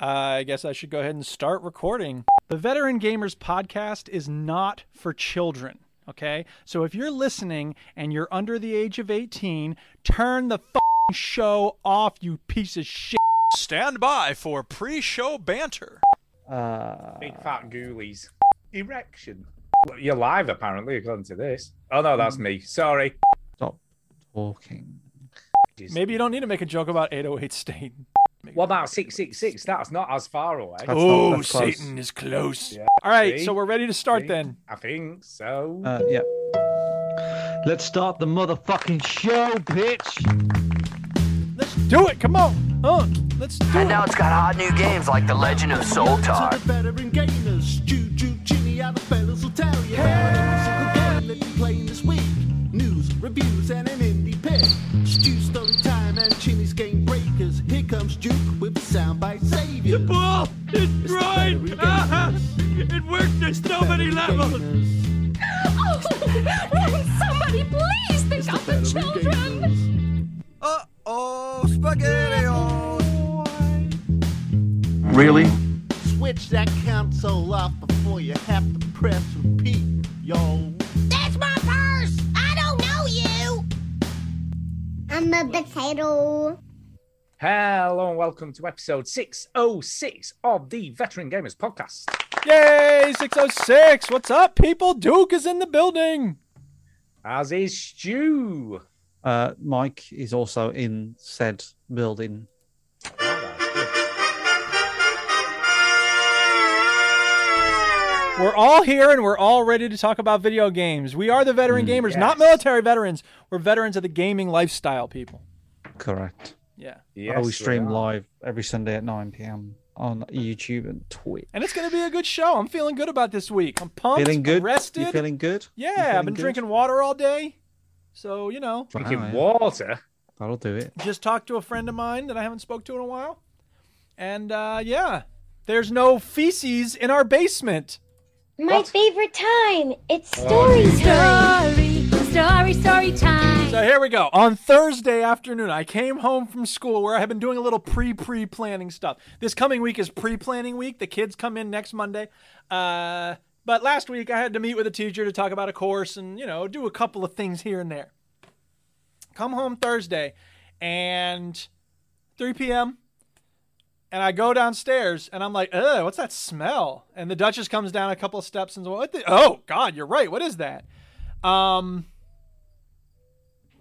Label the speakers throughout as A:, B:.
A: I guess I should go ahead and start recording. The Veteran Gamers podcast is not for children, okay? So if you're listening and you're under the age of 18, turn the fing show off, you piece of shit. Stand by for pre show banter.
B: Uh,
C: Big fat ghoulies. Erection. Well, You're live, apparently, according to this. Oh, no,
B: Mm-hmm.
C: that's me. Sorry.
B: stop talking.
C: Jeez.
A: Maybe you don't need to make a joke about 808 Satan.
C: What about 666? That's not as far away.
B: That's- Oh, not- that's close.
A: Satan is close.
C: Yeah.
A: All right,
C: See?
A: so we're ready to start
C: See?
A: then.
C: I think so.
B: Uh, yeah. Let's start the motherfucking show, bitch.
A: Let's do it. Come on. Uh, let's do it.
D: And now it's got hot new games like The Legend of
E: To
D: Soltar.
E: the veteran gamers, Jew, Jew, Ginny, other fellas will tell you about every single game that you're playing this week. News, reviews, and an indie pick. Stew story time and Chinny's game breakers. Here comes Duke with the soundbite savior.
F: ball is right.
E: Battery
F: Ah,
E: gamers.
F: it worked at so many levels.
E: Gamers.
G: Oh, Ren, somebody please think of the
E: Veteran
G: children.
E: gamers.
D: Oh, spaghetti!
E: Switch that console off before you have to press repeat, yo.
G: That's my purse. I don't know you.
H: I'm a potato.
C: Hello and welcome to episode 606 of the Veteran Gamers Podcast.
A: Yay, 606. What's up, people? Duke is in the building.
C: As is Stu.
B: Uh, Mike is also in said building. Oh,
A: We're all here and we're all ready to talk about video games. We are the veteran
B: Mm,
A: gamers, not
C: yes.
A: military veterans. We're veterans of the gaming lifestyle, people.
B: Correct.
A: Yeah.
C: Yes,
B: Oh, we stream
C: are.
B: live every Sunday at 9 p.m. on YouTube and Twitch.
A: And it's going to be a good show. I'm feeling good about this week. I'm pumped.
B: Feeling good?
A: I'm rested.
B: You feeling good? You
A: yeah, I've
B: feeling
A: been
B: good?
A: drinking water all day. So, you know,
C: Drinking
B: Wow, yeah.
C: water.
B: That'll do it.
A: just talked to a friend of mine that I haven't spoke to in a while. And uh, yeah, there's no feces in our basement.
H: My favorite time. It's story time.
G: Story, story, story time.
A: So here we go. On Thursday afternoon, I came home from school where I have been doing a little pre pre planning stuff. This coming week is pre planning week. The kids come in next Monday. Uh, but last week, I had to meet with a teacher to talk about a course and, you know, do a couple of things here and there. Come home Thursday and 3 p.m. And I go downstairs and I'm like, ugh, what's that smell? And the Duchess comes down a couple of steps and what the, oh, God, you're right. What is that? Um,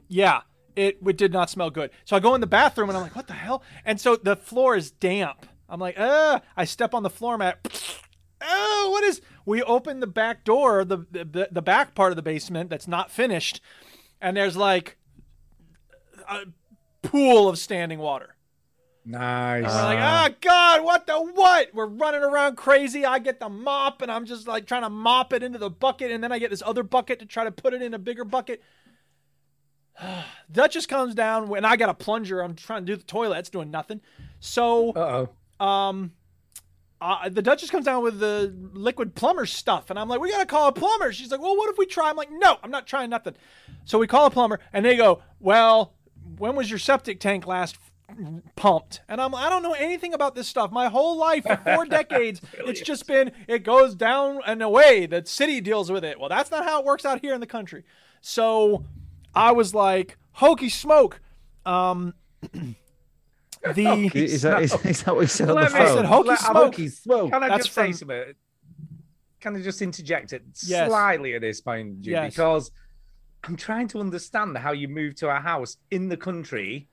A: yeah, it, it did not smell good. So I go in the bathroom and I'm like, what the hell? And so the floor is damp. I'm like, uh, I step on the floor mat. Oh, what is? We open the back door, the, the the back part of the basement that's not finished, and there's like a pool of standing water.
C: Nice.
A: We're like,
B: Uh,
A: ah, God, what the what? We're running around crazy. I get the mop, and I'm just like trying to mop it into the bucket, and then I get this other bucket to try to put it in a bigger bucket. Duchess comes down, and I got a plunger. I'm trying to do the toilet. It's doing nothing. So
C: Uh-oh.
A: um, uh, the Duchess comes down with the liquid plumber stuff, and I'm like, we gotta call a plumber. She's like, well, what if we try? I'm like, no, I'm not trying nothing. So we call a plumber, and they go, well, when was your septic tank last pumped? And I'm, I don't know anything about this stuff. My whole life, for four decades, it's just been it goes down and away. The city deals with it. Well, that's not how it works out here in the country. So I was like, hokey smoke. Um, the
B: I- Is that, is, is that what you said on the
C: Let me-
A: I said
B: phone?
A: hokey
C: Let- I'm
A: smoke.
B: Hokey smoke.
C: Can I
A: That's
C: just say
A: from-
C: something? Can I just interject it
A: Yes.
C: slightly at this point, Jude?
A: Yes.
C: Because I'm trying to understand how you move to a house in the country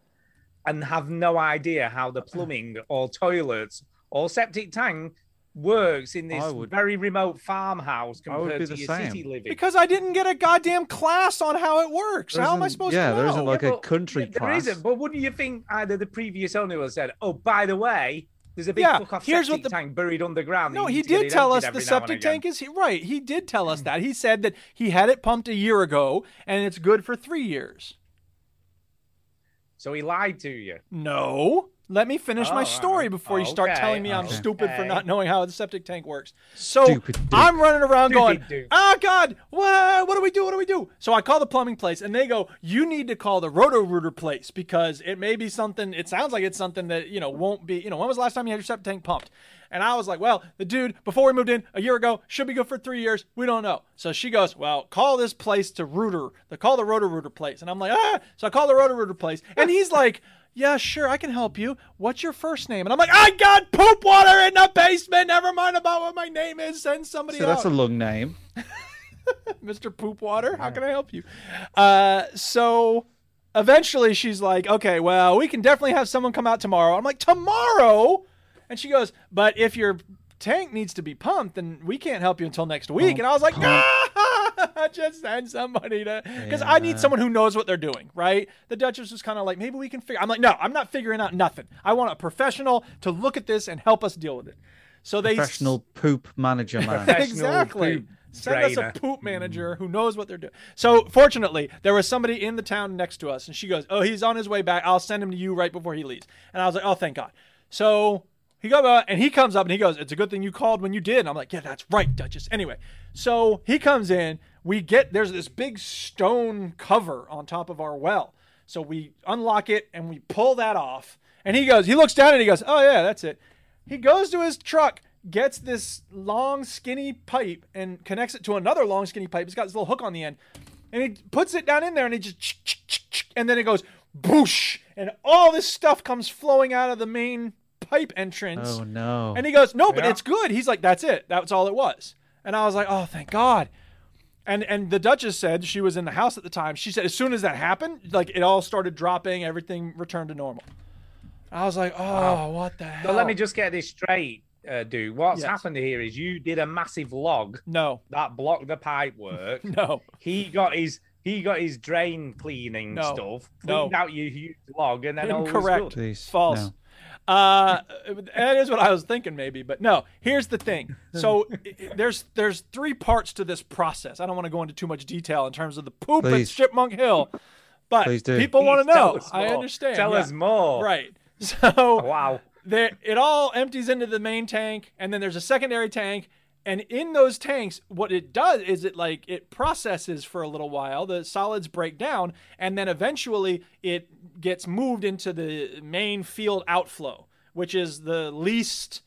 C: and have no idea how the plumbing or toilets or septic tank works in
B: I
C: this
B: would-
C: very remote farmhouse
B: I would
C: compared
B: be
C: to
B: the
C: your
B: same.
C: city living.
A: Because I didn't get a goddamn class on how it works.
B: There
A: how am I
B: isn't-
A: supposed
B: yeah,
A: to know?
B: there isn't like a
C: But
B: country
C: there
B: class.
C: isn't, but wouldn't you think either the previous owner would have said, "Oh, by the way, there's a big
A: Yeah,
C: fuck off
A: here's what
C: septic
A: the-
C: tank buried underground." that
A: no,
C: you
A: he
C: need to get
A: did
C: it
A: tell us
C: emptied
A: the
C: every now and
A: septic
C: again." Hmm.
A: tank is he- right. He did tell us that. He said that he had it pumped a year ago and it's good for three years.
C: So he lied to you.
A: No, Let me finish
C: Oh,
A: my
C: all
A: story
C: right.
A: before you start
C: Okay,
A: telling me I'm
C: okay.
A: stupid for not knowing how the septic tank works. So
B: Stupid dude.
A: I'm running around
C: Stupid
A: going,
C: dude.
A: "Ah, God, what, what do we do? What do we do?" So I call the plumbing place, and they go, "You need to call the Roto Rooter place because it may be something. It sounds like it's something that you know won't be. You know, when was the last time you had your septic tank pumped?" And I was like, "Well, the dude before we moved in a year ago should be good for three years. We don't know." So she goes, "Well, call this place to Rooter. They call the Roto Rooter place." And I'm like, "Ah!" So I call the Roto Rooter place, and he's like. Yeah, sure, I can help you. What's your first name? And I'm like, I got poop water in the basement. Never mind about what my name is. Send somebody
B: So
A: out.
B: that's a long name.
A: Mr. Poopwater, how can I help you? Uh, so eventually she's like, okay, well, we can definitely have someone come out tomorrow. I'm like, tomorrow? And she goes, but if your tank needs to be pumped, then we can't help you until next week. and I was like, ah, just send somebody to, because I need someone who knows what they're doing, right? The Duchess was kind of like, maybe we can figure. I'm like, no, I'm not figuring out nothing. I want a professional to look at this and help us deal with it. So they
B: Professional poop manager man.
C: Professional
A: exactly.
C: poop
A: Send us a
C: trainer.
A: poop manager who knows what they're doing. So fortunately, there was somebody in the town next to us, and she goes, "Oh, he's on his way back. I'll send him to you right before he leaves." And I was like, "Oh, thank God." So he goes, uh, and he comes up, and he goes, "It's a good thing you called when you did." And I'm like, "Yeah, that's right, Duchess." Anyway, so he comes in. We get there's this big stone cover on top of our well, so we unlock it and we pull that off. And he goes, he looks down and he goes, "Oh yeah, that's it." He goes to his truck, gets this long, skinny pipe, and connects it to another long, skinny pipe. It's got this little hook on the end. And he puts it down in there and he just, ch- ch- ch- ch- and then it goes boosh. And all this stuff comes flowing out of the main pipe entrance.
B: oh no.
A: And he goes, "No, but
C: Yeah.
A: it's good." He's like, "That's it. That's all it was." And I was like, "Oh, thank God." And and the Duchess said she was in the house at the time. She said as soon as that happened, like it all started dropping, everything returned to normal. I was like, "Oh, what the hell?"
C: But let me just get this straight, uh, dude. What's
A: Yes.
C: happened here is you did a massive log
A: No,
C: that blocked the pipe work.
A: no,
C: He got his he got his drain cleaning
A: No.
C: stuff,
A: No.
C: cleaned out your huge log, and then all was
A: incorrect,
C: good.
B: Jeez,
A: false.
B: no.
A: Uh, that is what I was thinking, maybe, but no. Here's the thing. So i- i- there's there's three parts to this process. I don't want to go into too much detail in terms of the poop at
B: Please.
A: Chipmunk Hill, but
B: Please do.
A: people want to
C: Please tell
A: know.
C: us
A: I
C: more.
A: understand.
C: Tell
A: yeah.
C: us more.
A: Right. So
C: Wow.
A: there it all empties into the main tank and then there's a secondary tank and in those tanks what it does is it like it processes for a little while the solids break down and then eventually it gets moved into the main field outflow which is the least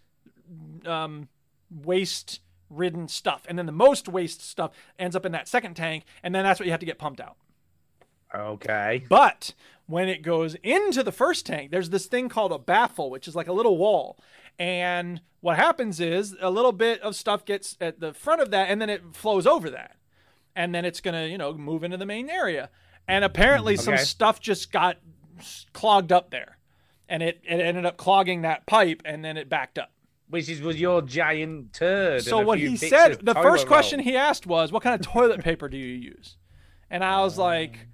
A: um, waste ridden stuff and then the most waste stuff ends up in that second tank and then that's what you have to get pumped out
C: Okay.
A: but when it goes into the first tank, there's this thing called a baffle, which is like a little wall. And what happens is a little bit of stuff gets at the front of that and then it flows over that. And then it's going to, you know, move into the main area. And apparently some
C: Okay.
A: stuff just got s- clogged up there. And it, it ended up clogging that pipe and then it backed up.
C: Which is was your giant turd.
A: So
C: and a
A: what
C: few
A: he
C: bits
A: said,
C: of
A: the
C: toilet
A: first question
C: roll.
A: he asked was, "What kind of toilet paper do you use?" And I was like,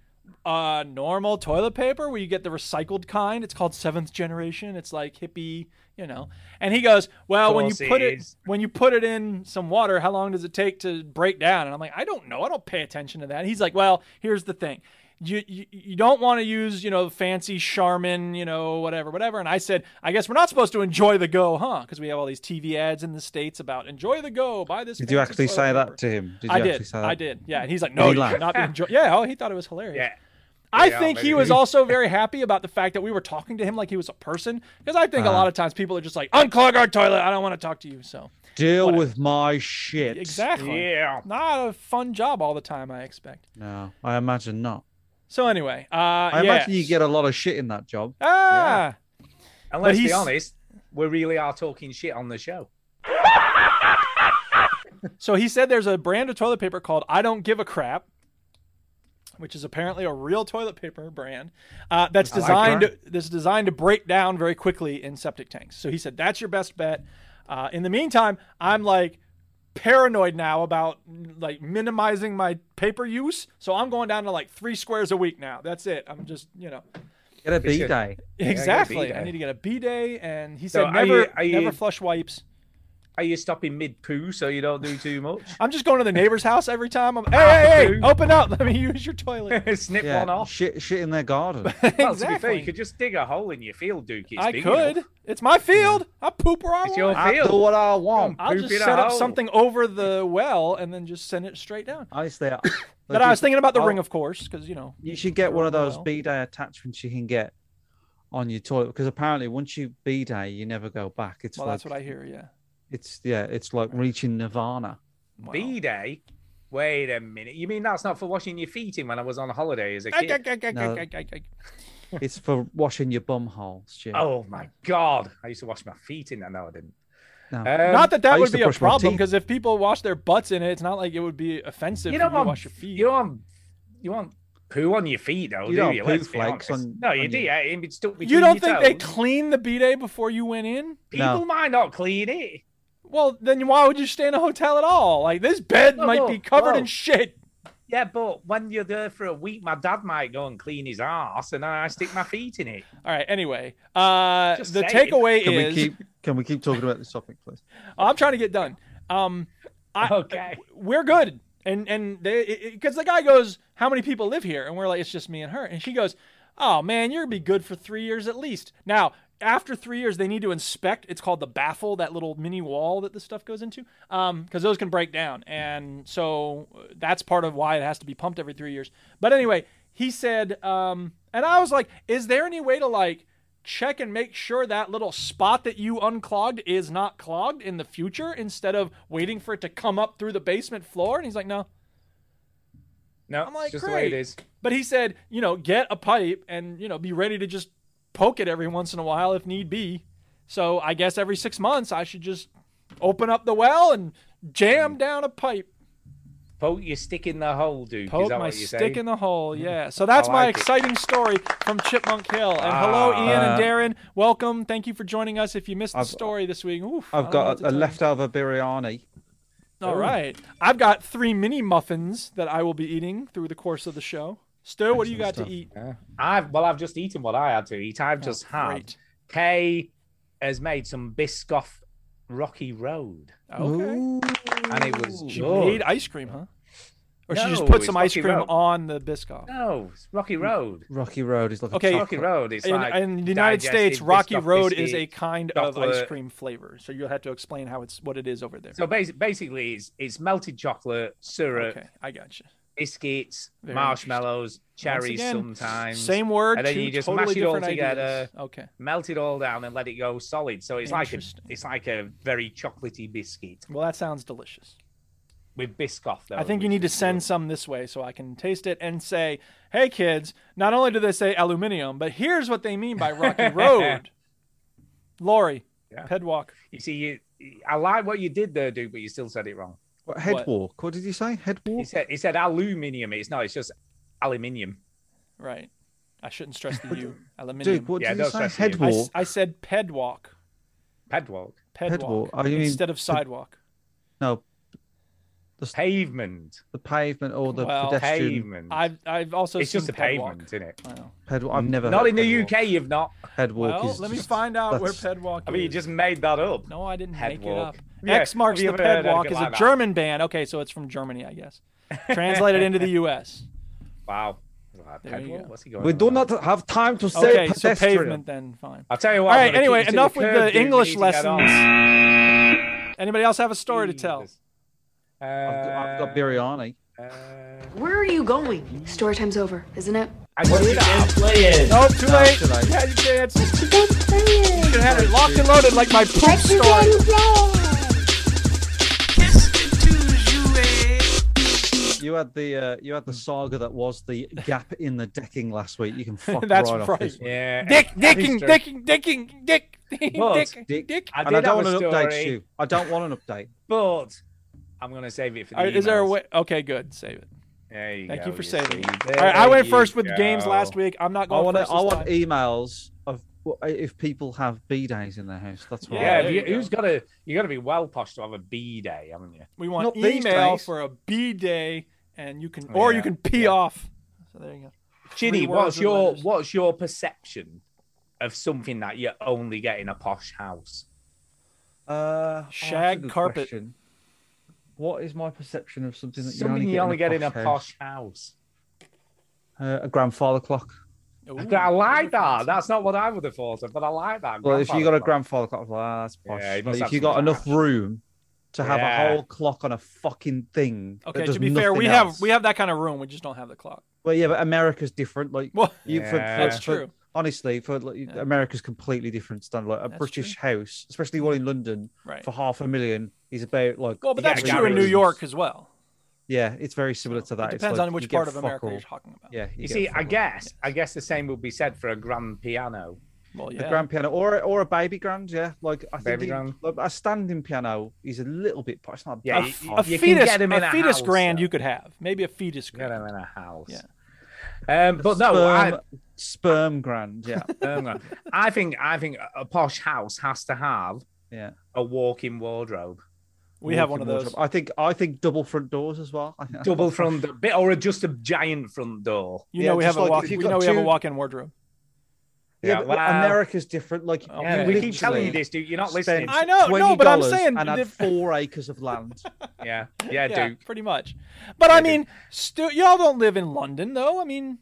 A: "Uh, normal toilet paper where you get the recycled kind. It's called seventh generation. It's like hippie, you know." And he goes, "Well, when you put it
C: Courses.
A: when you put it in some water, how long does it take to break down?" And I'm like, "I don't know. I don't pay attention to that." He's like, "Well, here's the thing." You, you, you don't want to use you know fancy Charmin you know whatever whatever and I said I guess we're not supposed to enjoy the go huh because we have all these TV ads in the states about enjoy the go buy this
B: Did you
A: fancy
B: actually
A: toilet
B: say
A: paper."
B: that to him? Did you
A: I
B: actually
A: did.
B: say that?
A: I did. Yeah, and he's like, no,
B: he
A: you
B: laugh?
A: should not be enjoy-" Yeah, oh, he thought it was hilarious.
C: Yeah.
A: I
C: Yeah,
A: think he
C: maybe.
A: was also very happy about the fact that we were talking to him like he was a person, because I
B: Uh-huh.
A: think a lot of times people are just like, unclog our toilet. I don't want to talk to you. So
B: Deal
A: Whatever.
B: with my shit.
A: exactly,
C: Yeah.
A: not a fun job all the time. I expect.
B: No, I imagine not.
A: So anyway, uh,
B: I
A: yeah.
B: imagine you get a lot of shit in that job.
A: ah.
C: And
A: But
C: let's be
A: he's-
C: honest, we really are talking shit on the show.
A: So he said there's a brand of toilet paper called I Don't Give a Crap, which is apparently a real toilet paper brand uh, that's
C: like
A: designed
C: that.
A: that's designed to break down very quickly in septic tanks. So he said that's your best bet. Uh, in the meantime, I'm like paranoid now about like minimizing my paper use, so I'm going down to like three squares a week now. That's it. I'm just you know
B: Get a
C: It's
B: B
C: a-
B: day.
A: exactly. I
C: B-day.
A: need to get a b day, and he
C: So
A: said
C: are
A: never
C: you- are you-
A: never flush wipes.
C: Are you stopping mid poo so you don't do too much?
A: I'm just going to the neighbor's house every time. I'm, hey, hey, hey,
C: dude.
A: open up. Let me use your toilet.
C: Snip
B: Yeah,
C: one off.
B: shit, shit in their garden.
C: Well, to be fair, you could just dig a hole in your field, Dookie. It's
A: I
C: big
A: could.
C: enough.
A: It's my field. I poop where I
C: It's
A: want.
C: your
B: I do
C: field.
B: what I want.
A: I'll
C: poop
A: just
C: in a
A: set up
C: hole.
A: something over the well and then just send it straight down.
B: I used to.
A: But I was thinking about the
B: I'll-
A: ring, of course, because you know.
B: You should get one of
A: throw it
B: those
A: well.
B: b day attachments you can get on your toilet because apparently once you b day, you never go back. It's
A: Well,
B: like
A: that's what I hear. Yeah.
B: it's yeah, it's like reaching nirvana.
A: Wow.
C: B day. Wait a minute. You mean that's not for washing your feet in when I was on holiday as a
A: Ay, ay,
C: kid?
A: ay, ay,
B: No.
A: ay, ay, ay.
B: It's for washing your bum hole, Stu.
C: Oh my god! I used to wash my feet in that. No, I didn't.
B: No.
C: Um,
A: Not that
B: I
A: that
B: used
A: would
B: to
A: be a
B: brush my
A: problem,
B: teeth.
A: because if people wash their butts in it, it's not like it would be offensive
C: you
A: for
C: don't
A: you to
C: want
A: wash your feet.
C: You don't want, you want poo on your feet though,
B: You
C: do
B: don't
C: you?
B: poo
C: Let's be
B: flakes
C: honest.
B: on-
C: no, you
B: on
C: do.
B: your-
C: Yeah, it's stuck
A: You
C: between
A: don't
C: your
A: think they
C: toes.
A: cleaned the bidet before you went in?
C: People
B: No.
C: might not clean it.
A: Well, then why would you stay in a hotel at all? Like this bed
C: Whoa,
A: might
C: whoa,
A: be covered in
C: whoa.
A: shit.
C: Yeah, but when you're there for a week, my dad might go and clean his ass, and I stick my feet in it.
A: All right. Anyway, uh,
C: Just
A: the
C: saying.
A: takeaway
B: can
A: is
B: we keep can we keep talking about this topic, please?
A: Oh, I'm trying to get done. Um, I,
C: Okay.
A: we're good. And and they because the guy goes, how many people live here? And we're like, it's just me and her. And she goes, oh man, you're gonna be good for three years at least. Now after three years, they need to inspect. It's called the baffle, that little mini wall that the stuff goes into, because those can break down. And so uh, that's part of why it has to be pumped every three years. But anyway, he said, um, and I was like, is there any way to like check and make sure that little spot that you unclogged is not clogged in the future instead of waiting for it to come up through the basement floor? And he's like, no.
C: No,
A: I'm like,
C: it's just the way it
A: great.
C: is.
A: But he said, you know, get a pipe and, you know, be ready to just poke it every once in a while if need be. So I guess every six months I should just open up the well and
C: Hmm.
A: jam down a pipe.
C: Poke your stick in the hole, Duke. is
A: Poke
C: that
A: my
C: what you
A: stick
C: say? Hmm.
A: in the hole. Yeah. So that's my
C: like it.
A: exciting story from Chipmunk Hill. And hello,
C: Ah.
A: Ian and Darren. Welcome. Thank you for joining us. If you missed the
B: I've-
A: story this week, oof, I
B: I've
A: don't know what
B: got
A: to
B: a, a
A: tell you.
B: leftover biryani.
A: All right. I've got three mini muffins that I will be eating through the course of the show. Stu, what do you got
B: Excellent
A: to eat?
B: stuff.
C: Yeah. I've well, I've just eaten what I had to eat. I've just had.
A: Oh, Great.
C: Kay has made some Biscoff Rocky Road,
A: Okay.
B: Ooh.
C: and it was
A: She
C: good.
A: made ice cream, huh? Or she just
C: No,
A: put
C: it's
A: some ice
C: Rocky
A: cream
C: Road.
A: on the Biscoff.
C: No, it's Rocky Road.
B: Rocky Road is like a
A: Okay.
B: chocolate.
C: Rocky Road is
A: Mm. In,
C: like
A: in the United
C: digestive
A: States, Rocky
C: Biscoff
A: Road is a
C: biscuit.
A: kind of ice
C: chocolate.
A: cream flavor, so you'll have to explain how it's what it is over there.
C: So basically, basically it's, it's melted chocolate, syrup,
A: okay, I got you.
C: biscuits,
A: Very
C: marshmallows,
A: Once
C: cherries
A: again,
C: sometimes.
A: Same word,
C: and then
A: two
C: you just
A: totally
C: mash it all
A: different ideas.
C: together.
A: Okay,
C: Melt it all down and let it go solid. So it's like a,
A: Interesting.
C: it's like a very chocolatey biscuit
A: well that sounds delicious.
C: with Biscoff though.
A: I think you
C: which
A: need to
C: is
A: send
C: good.
A: some this way so I can taste it and say, "Hey kids, not only do they say aluminium, but here's what they mean by Rocky Road." Lori,
C: Yeah.
A: Pedwalk.
C: You see, you, I like what you did there, dude, but you still said it wrong.
B: What, head walk. What did you say? Head
C: He
B: walk.
C: said he said aluminium. It's not. It's just aluminium.
A: Right. I shouldn't stress the U. Aluminium.
B: Duke, what
C: Yeah,
B: did you
C: don't
B: say?
C: stress
B: Head
C: it.
A: I,
B: walk.
A: s- I said pedwalk.
C: Pedwalk.
A: Pedwalk.
B: Pedwalk. Oh, you mean
A: instead of sidewalk.
B: No,
C: Pavement.
B: the pavement or the
A: Well,
B: pedestrian
C: Pavement.
A: I've I've also
C: Mm. it's
A: seen
C: just a pavement,
A: pedwalk.
C: isn't it?
A: Wow.
B: head walk. I've never
C: Not
B: heard
C: in the
B: head walk.
C: UK. You've not.
B: Head walk
A: Well,
B: is
A: let me
B: just-
A: find out where
B: that's-
A: pedwalk
C: I mean, you
A: is.
C: just made that up.
A: No, I didn't make it
C: Pedwalk.
A: up.
C: Yeah,
A: X marks the
C: have you ever heard
A: pedwalk
C: anything
A: is a
C: like that?
A: German band. Okay, so it's from Germany, I guess. Translated into the U.S.
C: Wow. Right,
A: There you
C: pedwalk,
A: go.
C: What's he going
B: We
C: on
B: do
C: about?
B: not have time to say
A: Okay, so
B: pedestrian.
A: pavement then, fine.
C: I'll tell you what.
A: All
C: I'm
A: right,
C: gonna
A: anyway,
C: kick you to
A: enough with
C: curb, dude.
A: the
C: We
A: English
C: need to get on.
A: lessons. Anybody else have a story to tell?
C: Jesus.
B: I've got, I've
C: Uh,
B: got biryani.
C: uh,
I: Where are you going? Story time's over, isn't it?
C: I got it out.
A: Oh, too late.
B: too late.
A: Yeah, you did. You
H: Big Bird.
A: had it locked and loaded like my poop
H: Let's
A: story.
H: again play.
B: You had the uh, you had the saga that was the gap in the decking last week. You can fuck
A: That's
B: right, off
A: right.
B: this.
C: Yeah.
A: Dick, dicking,
C: Easter.
A: dicking, dicking, dick, dick,
C: What?
A: dick,
B: Dick.
A: dick.
C: I
B: and I
C: did
B: don't
C: have
B: want
C: a
B: an update,
C: story,
B: Stu. I don't want an update.
C: but I'm gonna save it for the.
A: All right, is there a
C: emails.
A: way? Okay, good. Save it.
C: There you
A: Thank
C: go,
A: you for
C: see.
A: saving.
C: There
A: All right, I went
C: you
A: first with games
C: go.
A: last week. I'm not
B: I
A: going
B: want
A: first.
B: I
A: this time.
B: want emails of what- if people have b days in their house. That's what. I
C: Yeah,
A: there
C: if
A: you
C: you-
A: go.
C: who's got to? You got to be well posh to have a B day, haven't you?
A: We want
B: Not these
A: email
B: days.
A: for a B day, and you can,
C: Oh,
A: or
C: yeah.
A: you can pee
C: Yeah.
A: off. So there you go.
C: Ginny,
A: Three
C: what's
A: words or
C: your
A: letters.
C: what's your perception of something that you only get in a posh house?
B: want. Uh, that's a
A: Shag
B: good
A: carpet.
B: question. What is my perception of something that
C: Something you only get in a
B: house?
C: posh house.
B: Uh, a grandfather clock.
A: Ooh.
C: I like that. That's not what I would have thought of, but I like that.
B: Well, if you got a
C: grandfather
B: grandfather clock, I was like, ah, that's posh.
C: Yeah, you
B: But
C: must
B: if
C: have
B: you
C: some
B: got enough
C: cash.
B: room to have
C: Yeah.
B: a whole clock on a fucking thing. that
A: Okay,
B: does
A: to be fair,
B: nothing
A: we
B: else.
A: have we have that kind of room. We just don't have the clock.
B: Well, yeah, but America's different. Like,
A: Well,
B: you, for,
C: Yeah.
B: for-
A: That's
B: for-
A: true.
B: Honestly, for like, America's completely different standard. Like a
A: That's
B: British house, especially one in London,
A: Right.
B: for half a million is about like.
A: Well, but
C: Yeah,
A: that's
C: I
A: true in
C: got
A: New
C: it.
A: York as well.
B: Yeah, it's very similar to that.
A: It
B: It's
A: depends
B: like
A: on
B: you
A: which
B: get
A: part of
B: fuck
A: America
B: all.
A: you're talking about.
B: Yeah,
C: You
B: get
C: see,
B: fuck
C: I
B: all.
C: guess, I guess the same would be said for a grand piano.
A: Well,
B: a
A: yeah.
B: grand piano or or a baby grand. Yeah, like I think
C: Baby
B: he-
C: grand.
B: like, a standing piano is a little bit. It's not.
C: Yeah,
B: that
C: you-
B: hard.
A: a
C: you can
A: fetus,
C: get 'em in
A: a,
C: a
A: fetus
C: house,
A: grand
C: though.
A: you could have. Maybe a fetus
C: Get
A: grand.
C: them in a house.
A: Yeah.
C: Um, but no, I,
B: sperm, sperm grand. Yeah,
C: um, I think I think a- a posh house has to have
B: yeah.
C: a walk-in wardrobe,
A: we have one of
B: Walk-in
A: those.
B: wardrobe. I think I think double front doors as well. I think that's
C: double
B: quite
C: front door, bit or just a giant front door.
A: You
B: Yeah,
A: know we
B: just
A: have a
B: like
A: walk.
B: if
A: We
B: you've got
A: know we have a
B: two-
A: walk-in wardrobe.
B: Yeah,
C: Yeah,
B: but
C: well-
B: America's different. Like
A: Oh,
C: Yeah,
A: you
C: we keep
A: literally
C: telling you this, dude. You're not listening.
A: I know, no, but I'm
B: $20
A: saying
B: and had
A: if-
B: four acres of land.
C: Yeah, yeah,
A: yeah,
C: Duke.
A: pretty much. But I
C: Duke.
A: mean, still, y'all don't live in London though. I mean,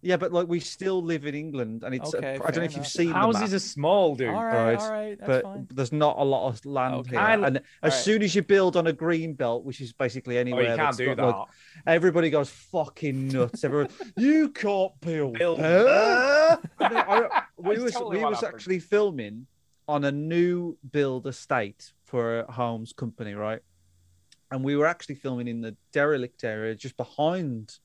B: yeah, but like we still live in England, and it's.
A: Okay,
B: I don't
A: fair
B: know if you've
A: enough.
B: seen the map,
C: Houses are small, dude.
A: all right,
B: Right,
A: all right, that's
B: but
A: fine.
B: there's not a lot of land
A: Okay.
B: here.
C: I-
B: and as
A: right.
B: soon as you build on a green belt, which is basically
C: Oh,
B: anywhere,
C: you can't
B: that's
C: do
B: got, like,
C: that.
B: everybody goes fucking nuts. Everyone, you can't build.
C: Build.
B: huh?" I know, I- we
C: That's
B: was
C: totally
B: we
C: what
B: was
C: happened.
B: actually filming on a new build estate for a homes company, right? And we were actually filming in the derelict area just behind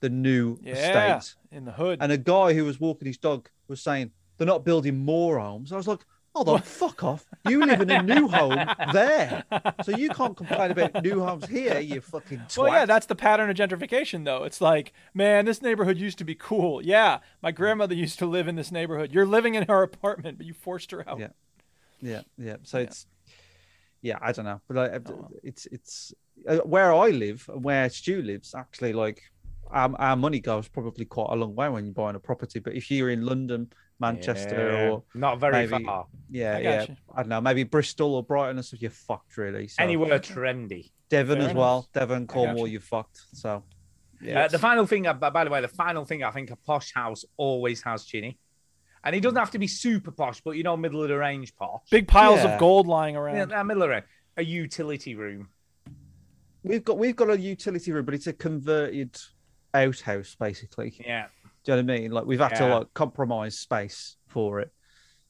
B: the new
A: Yeah,
B: estate.
A: in the hood.
B: And a guy who was walking his dog was saying, They're not building more homes. I was like, Hold on, fuck off. You live in a new home there. So you can't complain about new homes here, you fucking twat.
A: Well, yeah, that's the pattern of gentrification, though. It's like, man, this neighborhood used to be cool. Yeah, my grandmother used to live in this neighborhood. You're living in her apartment, but you forced her out.
B: Yeah. Yeah, yeah. So it's yeah, I don't know, but like,
A: Oh,
B: it's it's uh, where I live and where Stu lives. Actually, like our, our money goes probably quite a long way when you're buying a property. But if you're in London, Manchester,
C: Yeah,
B: or
C: not very
B: maybe-
C: far.
B: yeah,
A: I
B: yeah,
A: gotcha.
B: I don't know, maybe Bristol or Brighton or stuff, you're fucked really. So
C: Anywhere trendy.
B: Devon
A: Fair
B: as
A: enough.
B: well, Devon, Cornwall,
A: gotcha.
B: you're fucked. So
C: Uh, the final thing, uh, by by the way, the final thing I think a posh house always has, Chinny. And it doesn't have to be super posh, but you know, middle of the range posh.
A: Big piles
B: Yeah.
A: of gold lying around.
C: Yeah, uh, middle of the range. A utility room.
B: we've got we've got a utility room, but it's a converted outhouse basically.
C: Yeah.
B: Do you know what I mean? Like we've had
C: Yeah.
B: to like compromise space for it.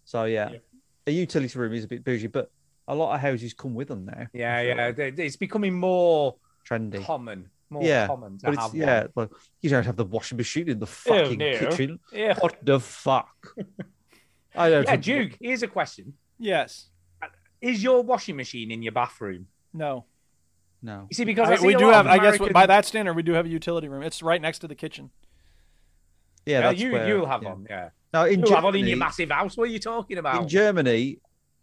B: So yeah. a utility room is a bit bougie, but a lot of houses come with them now.
C: Yeah, yeah. They- they- It's becoming more
B: Trendy.
C: common. More
B: yeah,
C: common to
B: but
C: have
B: it's,
C: one.
B: yeah, like you don't have the washing machine in the fucking
C: no.
B: kitchen.
C: Yeah.
B: What the fuck? I don't.
C: Yeah,
B: think-
C: Duke, here's a question.
A: Yes.
C: Is your washing machine in your bathroom?
A: No.
B: No.
C: You see, because
A: I-
C: I see
A: we
C: a
A: do
C: lot
A: have,
C: of
A: I guess,
C: American-
A: by that standard, we do have a utility room. It's right next to the kitchen.
B: Yeah,
C: Yeah,
B: that's
C: Uh, you,
B: where-
C: you'll have
B: yeah.
C: one. Yeah.
B: No, in
C: You'll have one in your
B: Germany-
C: massive house. What are you talking about?
B: in Germany,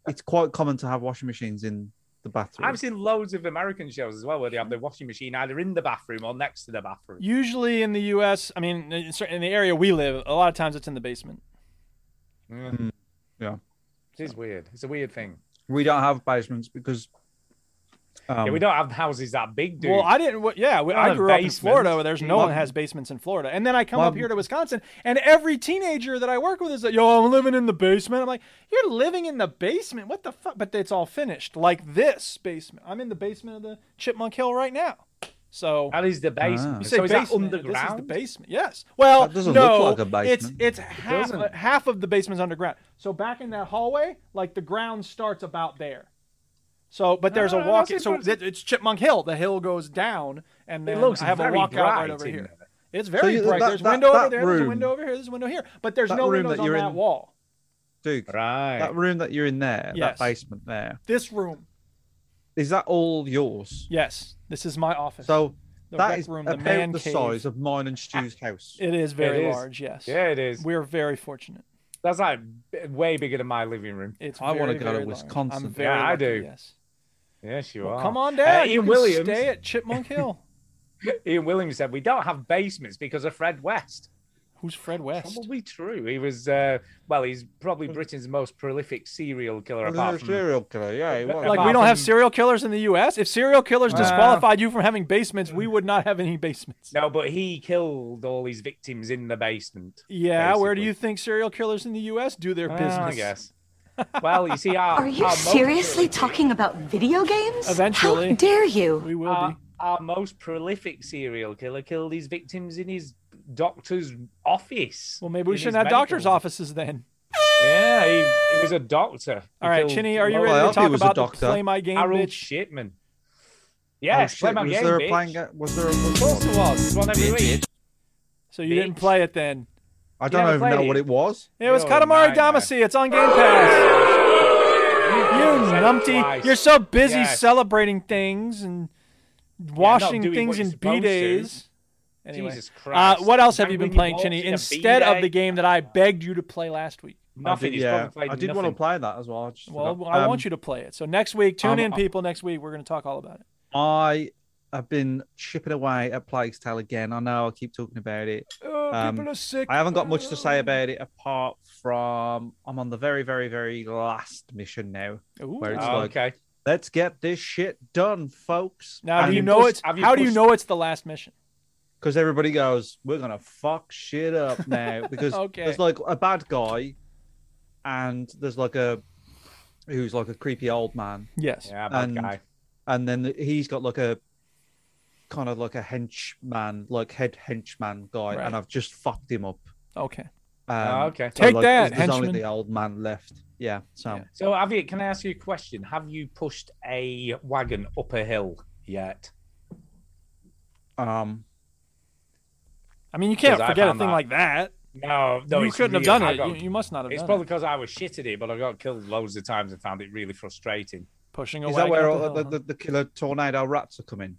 B: it's quite common to have washing machines in the bathroom.
C: I've seen loads of American shows as well where they have the washing machine either in the bathroom or next to the bathroom.
A: Usually in the U.S., I mean, in cer- in the area we live, a lot of times it's in the basement.
C: Yeah.
B: Mm, yeah.
C: It is weird. It's a weird thing.
B: we don't have basements because um,
C: yeah, we don't have houses that big, dude.
A: Well, I didn't. wa- Yeah, we,
C: Not
A: I
C: a
A: grew up in
C: basement.
A: Florida where there's no
B: Mum.
A: one has basements in Florida, and then I come up
B: Mum.
A: here to Wisconsin, and every teenager that I work with is like, "Yo, I'm living in the basement." I'm like, "You're living in the basement? What the fuck?" But it's all finished, like this basement. I'm in the basement of the Chipmunk Hill right now. So
C: that is the basement.
B: Ah. You
A: you say
C: so is that
A: basement, This is
C: underground?
A: the basement. Yes. Well,
B: That doesn't
A: no,
B: look like a basement.
A: It's it's half
C: doesn't.
A: half of the basement's underground. So back in that hallway, like the ground starts about there. So, but there's
C: Ah,
A: a walk.
C: that's
A: So
C: impressive.
A: it- it's Chipmunk Hill. The hill goes down, and
C: It
A: then
C: looks
A: I have a
C: very
A: walkout right
C: bright
A: over
C: in
A: here.
C: there.
A: It's very
B: you-
A: bright.
B: that-
A: there's a
B: that-
A: window
B: that
A: over there. There's a
B: room-
A: window over here. There's a window here. But there's
B: that
A: no
B: room
A: windows
B: that
A: on
B: you're
A: that
B: in-
A: wall.
B: Duke,
C: Right.
B: that room that you're in there,
A: Yes.
B: that basement there,
A: This room.
B: is that all yours?
A: Yes, this is my office.
B: So
A: The
B: that
A: rec
B: is
A: room, the
B: about the,
A: man cave.
B: size of mine and Stu's house.
A: it is very
C: It is.
A: large. Yes.
C: yeah, it is.
A: We're very fortunate.
C: That's like b- way bigger than my living room.
A: It's
B: I
A: very,
B: wanna go to
A: very large.
B: Wisconsin.
A: I'm very
C: Yeah, I
A: lucky,
C: do.
A: Yes.
C: Yes, you
A: Well,
C: are.
A: come on down.
C: Uh,
A: you
C: Ian
A: can
C: Williams.
A: stay at Chipmunk Hill.
C: Ian Williams said we don't have basements because of Fred West.
A: Who's Fred West?
C: Probably true. He was uh, well. He's probably Britain's most prolific serial killer. Apart from
B: serial killer. Yeah, he was. Oh,
A: Like
C: Apart
A: we don't have
C: from-
A: serial killers in the U.S. If serial killers
C: Well-
A: disqualified you from having basements, we would not have any basements.
C: no, but he killed all his victims in the basement.
A: Yeah, where do you
C: basically.
A: think serial killers in the U.S. do their
C: Ah,
A: business?
C: I guess. Well, you see, our,
J: Are you
C: our most-
J: seriously talking about video games?
A: Eventually.
J: How dare you?
A: We will
C: our,
A: be.
C: our most prolific serial killer killed his victims in his doctor's office.
A: Well, maybe we
C: in his
A: shouldn't have doctors'
C: medical-
A: offices then.
C: Yeah, he, he was a doctor.
A: All right,
C: He killed
A: Chinny, are you
C: loads
A: ready
B: I
A: to
B: hope he
A: talk
B: was a
A: about the
B: doctor.
A: play my game,
C: Harold
A: bitch?
C: Shipman.
B: Oh,
C: Yes,
B: shit,
C: play my
B: was
C: game,
B: there a
C: bitch.
B: playing game? Was there a?
C: Of course it was. It's one every week.
A: So you didn't
C: Bitch.
A: play it then?
B: I
C: You
B: don't
C: never
B: even know
C: played
B: what
C: it.
B: it was.
A: It was
C: You're a
A: Katamari
C: nightmare.
A: Damacy. It's on Game Pass. You
C: said it
A: numpty!
C: twice.
A: You're so busy
C: Yeah.
A: celebrating things and washing
C: doing
A: things
C: what you're
A: in b
C: supposed to.
A: days. Anyway.
C: Jesus
A: Uh,
C: Christ.
A: what else have you been
C: Dangling your
A: playing,
C: balls
A: Chinny,
C: in a
A: instead of
C: bidet?
A: the game that I begged you to play last week?
B: I
C: Nothing.
B: did,
C: He's
B: yeah,
C: probably played
B: I did
C: nothing.
B: want to play that as well. I just
A: Well,
B: forgot.
A: I
B: Um,
A: want you to play it. So next week, tune
C: um,
B: I'm-
A: in,
B: I-
A: people. Next week, we're going to talk all about it.
B: I have been chipping away at Plague's Tale again. I know I keep talking about it. Um,
A: Uh, people are sick.
B: I haven't got much to say about it apart from I'm on the very, very, very last mission now. where it's
C: Oh,
B: like-
C: okay.
B: Let's get this shit done, folks.
A: now, do
C: have
A: you
C: you
A: know
C: pushed-
A: it's?
C: have you
A: How do you
C: pushed-
A: know it's the last mission?
B: because everybody goes, "We're gonna fuck shit up now." Because
A: Okay.
B: there's like a bad guy, and there's like a who's like a creepy old man,
A: Yes.
C: Yeah, bad
B: And-
C: guy.
B: and then he's got like a kind of like a henchman, like head henchman guy,
A: Right.
B: and I've just fucked him up.
A: Okay.
B: Um,
C: oh, okay.
A: Take that,
B: There's only
A: henchman.
B: the old man left. Yeah. So
A: Yeah.
C: So, have you? Can I ask you a question? Have you pushed a wagon up a hill yet?
B: um,
A: I mean, you can't
C: 'Cause I
A: forget a
C: found
A: thing
C: that.
A: like that.
C: No, no.
A: you
C: it's
A: couldn't have
C: real.
A: done
C: I
A: it.
C: got-
A: You, you must not have
C: it's
A: done
C: probably
A: it.
C: because I was shit at it, but I got killed loads of times and found it really frustrating.
A: Pushing away.
B: is that where all the, the, the killer tornado rats are coming?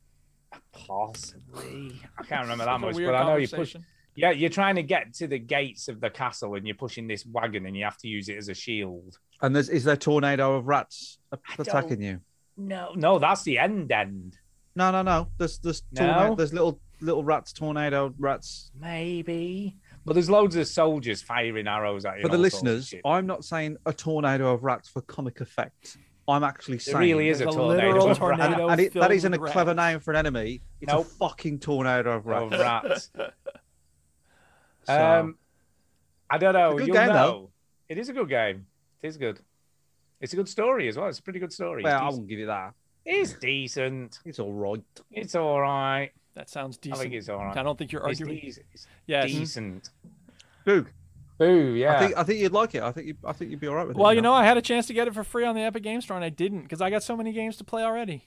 C: Possibly. I can't remember that much, but I know you pushed. Yeah, you're trying to get to the gates of the castle and you're pushing this wagon and you have to use it as a shield.
B: And there's is there tornado of rats a-
C: don't-
B: attacking you?
C: No, no, that's the end end.
B: No, no, no. There's there's
C: No?
B: tornado, there's little little rats, tornado rats.
C: Maybe. But there's loads of soldiers firing arrows at you.
B: For
C: and
B: the
C: all sorts of
B: listeners,
C: shit.
B: I'm not saying a tornado of rats for comic effect. I'm actually
C: It
B: saying
C: really is a
A: There's a
C: tornado.
A: literal
C: of rats.
B: And,
A: tornado.
B: and it, that
A: filled
B: isn't a
A: with
B: clever
A: rats.
B: name for an enemy. It's
C: Nope.
B: a fucking tornado of
C: Of
B: rats.
C: rats.
B: So,
C: Um, I don't know.
B: good
C: You'll
B: game,
C: know.
B: though.
C: It is a good game. It is good. It's a good story as well. It's a pretty good story.
B: well, I
C: it's,
B: won't give you that.
C: decent. it's decent.
B: It's all right.
C: It's all right.
A: That sounds
C: I think
A: decent.
C: it's all right.
A: I don't think you're
C: it's
A: arguing.
C: de- it's
A: Yes.
C: decent.
B: Boo.
C: Boo, yeah.
B: I think I think you'd like it. I think you, I think you'd be all right with it.
A: Well, you know, I had a chance to get it for free on the Epic Game Store, and I didn't because I got so many games to play already.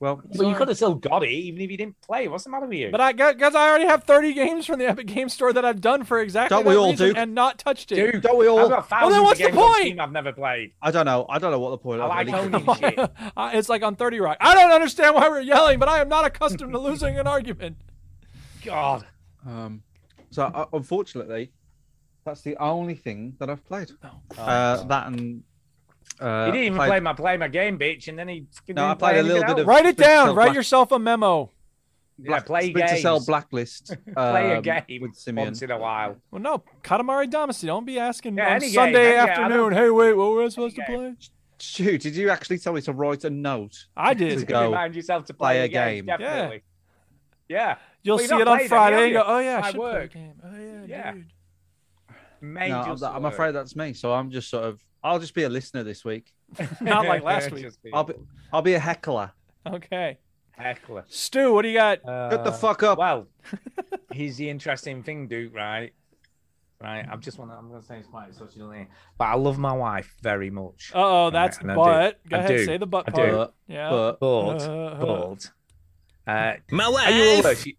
B: Well,
C: but you could have still got it even if you didn't play. What's the matter with you?
A: But I got because I already have 30 games from the Epic Game Store that I've done for exactly
B: Don't
A: that
B: we all,
A: reason
B: Duke?
A: and not touched it.
C: Dude,
B: don't we
C: I've
B: all?
C: got
A: Well,
C: thousands
A: then what's
C: of
A: the
C: games on
A: point?
C: Steam I've never played.
B: I don't know. I don't know what the point.
C: I
B: of
C: like
B: it is.
C: owning shit.
A: I- it's like on 30 Rock. I don't understand why we're yelling, but I am not accustomed to losing an argument.
C: God.
B: Um, so uh, unfortunately, that's the only thing that I've played. uh, that and uh,
C: he didn't even
B: played-
C: play my play my game, bitch, and then he fucking
B: No,
C: didn't
B: I played a
C: play
B: little
C: anything
B: bit
C: else.
B: of-
A: Write it
B: Splinter
A: down.
B: Cell
A: Write
B: Black-
A: yourself a memo.
C: yeah, play
B: Splinter Cell
C: games.
B: Blacklist.
C: play a
B: um,
C: game
B: with Simeon.
C: once in a while.
A: Well, no, Katamari Damacy. Don't be asking
C: Yeah,
A: on
C: any game,
A: Sunday
C: any- yeah, I don't-
A: afternoon. hey, wait, what were I supposed to
C: Any
A: play?
B: Shoot, did you actually tell me to write a note?
A: I
B: To
A: did.
B: go
C: Remind yourself to
B: play
C: play,
B: a
C: a
B: game.
C: game.
A: Yeah.
C: Definitely. Yeah.
A: You'll
C: Well, you're
A: see
C: not
A: it on
C: playing any,
A: Friday
C: are
A: and go,
C: you?
A: oh yeah, I
C: I
A: should play a
C: work.
A: game. Oh yeah,
C: Yeah.
A: dude.
C: Major
B: No, I'm, I'm
C: slur.
B: afraid that's me. So I'm just sort of. I'll just be a listener this week.
A: Not like last week.
C: Just be
B: I'll be. I'll be a heckler.
A: Okay.
C: heckler.
A: Stu, what do you got?
B: Get the
C: Uh,
B: fuck up.
C: Well, here's the interesting thing, Duke. Right, right. I'm just want. I'm gonna say it's quite social, but I love my wife very much.
A: Uh oh, that's
C: and I do.
A: butt. Go
C: I
A: ahead,
C: do.
A: say the butt
C: I
A: part.
C: do.
B: But-
A: Yeah.
B: but
C: But,
A: Uh,
C: but, uh,
F: My
C: are you aware?
F: wife.
C: She,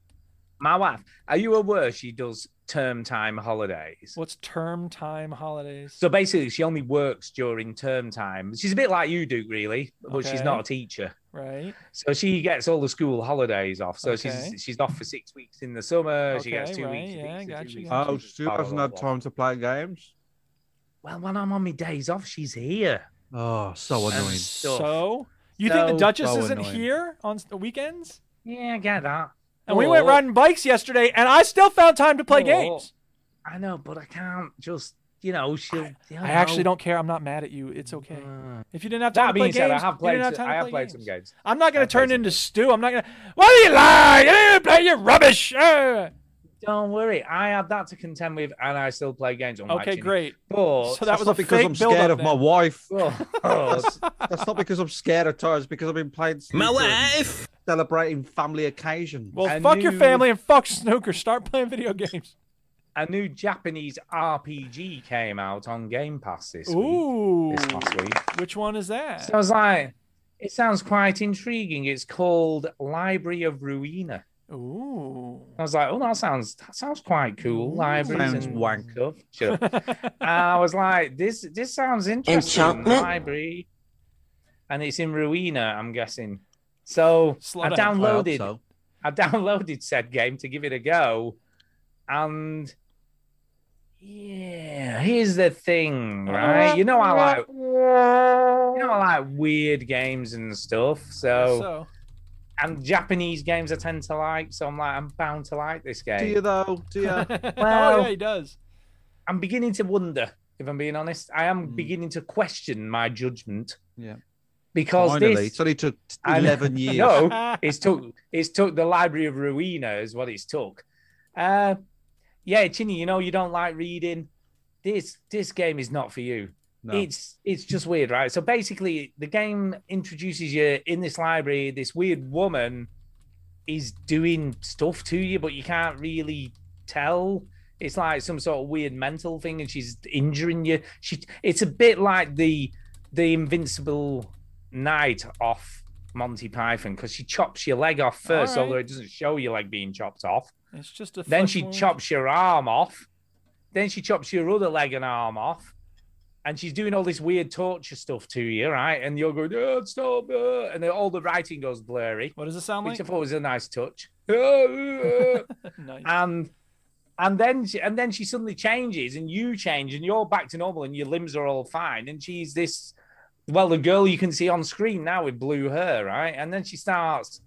C: my wife. Are you aware she does term time holidays?
A: What's term time holidays?
C: So basically, she only works during term time. She's a bit like you, Duke, really, but she's
A: Okay.
C: not a teacher.
A: right.
C: So she gets all the school holidays off. So
A: Okay.
C: she's she's off for six weeks in the summer. she gets
A: Okay,
C: two
A: right,
C: weeks.
A: yeah,
C: weeks and two
A: gotcha,
C: weeks,
A: gotcha.
C: two
B: Oh,
C: weeks,
B: Stu
C: blah, blah,
B: hasn't
C: blah,
B: had
C: blah.
B: time to play games.
C: Well, when I'm on my days off, she's here.
B: Oh, so
C: And
B: annoying.
C: stuff.
A: So you think
C: So-
A: the Duchess
B: so
A: isn't
B: annoying.
A: here on s- the weekends?
C: yeah, I get that.
A: And we went
C: Or-
A: riding bikes yesterday, and I still found time to play
C: or-
A: games.
C: I know, but I can't just, you uh, know, she'll.
A: I actually don't care. I'm not mad at you. It's okay. If you didn't have time
C: That
A: to play
C: being
A: games,
C: said, I have
A: you didn't
C: played.
A: have
C: s-
A: time
C: I
A: to
C: have
A: play
C: played
A: games.
C: some games.
A: I'm not going
C: I've
A: to
C: played
A: turn
C: some
A: into Stu. I'm not going to. Why do you lie? You didn't play your rubbish. Ah.
C: Don't worry, I had that to contend with, and I still play games. On my
A: Okay,
C: chin.
A: great.
C: But
A: So that was
B: not
A: a
B: because
A: fake
B: I'm scared
A: build-up
B: of my
A: then.
B: wife.
C: Oh,
B: That's not because I'm scared of toys. Because I've been playing
F: My
B: snooker
F: wife.
B: and celebrating family occasions.
A: Well,
C: I
A: fuck your
C: knew-
A: family and fuck snooker. Start playing video games.
C: a new Japanese RPG came out on Game Pass this week.
A: Ooh.
C: This last week.
A: Which one is that?
C: So I was like, it sounds quite intriguing. It's called Library of Ruina.
A: Ooh.
C: I was like, oh, that sounds that sounds quite cool. Libraries
B: Sounds
C: and
B: wank.
C: stuff. Shut up. I was like, this this sounds interesting.
D: Enchantment?
C: Library, and it's in Ruina. I'm guessing. So
A: Slow
C: I
A: down.
B: I hope
C: downloaded.
B: so.
C: I downloaded said game to give it a go, and yeah, here's the thing, right? You know I like you know I like weird games and stuff. So
A: So,
C: and Japanese games I tend to like. So I'm like I'm bound to like this
B: Do
C: game.
B: you though? Do you?
A: oh
C: Well-
A: yeah, he does.
C: I'm beginning to wonder if I'm being honest. I am
B: Hmm.
C: beginning to question my judgment.
B: Yeah.
C: because
B: Finally,
C: this
B: it's only took
C: I know.
B: eleven years.
C: no, it's took it's took the Library of Ruina is what it's took. Uh, yeah, Chinny, you know you don't like reading. This this game is not for you.
B: No.
C: It's it's just weird, right? So basically, the game introduces you in this library. This weird woman is doing stuff to you, but you can't really tell. It's like some sort of weird mental thing, and she's injuring you. She it's a bit like the the Invincible Knight off Monty Python because she chops your leg off first,
A: Alright.
C: although it doesn't show your leg being chopped off.
A: It's just a.
C: Then
A: flesh
C: she
A: wound.
C: chops your arm off. Then she chops your other leg and arm off. And she's doing all this weird torture stuff to you, right? And you're going, oh, stop. uh," And then all the writing goes blurry,
A: What does it sound like?
C: which I thought was a nice touch. and
A: nice.
C: and then she, and then she suddenly changes and you change and you're back to normal and your limbs are all fine. And she's this well, the girl you can see on screen now with blue hair, right? And then she starts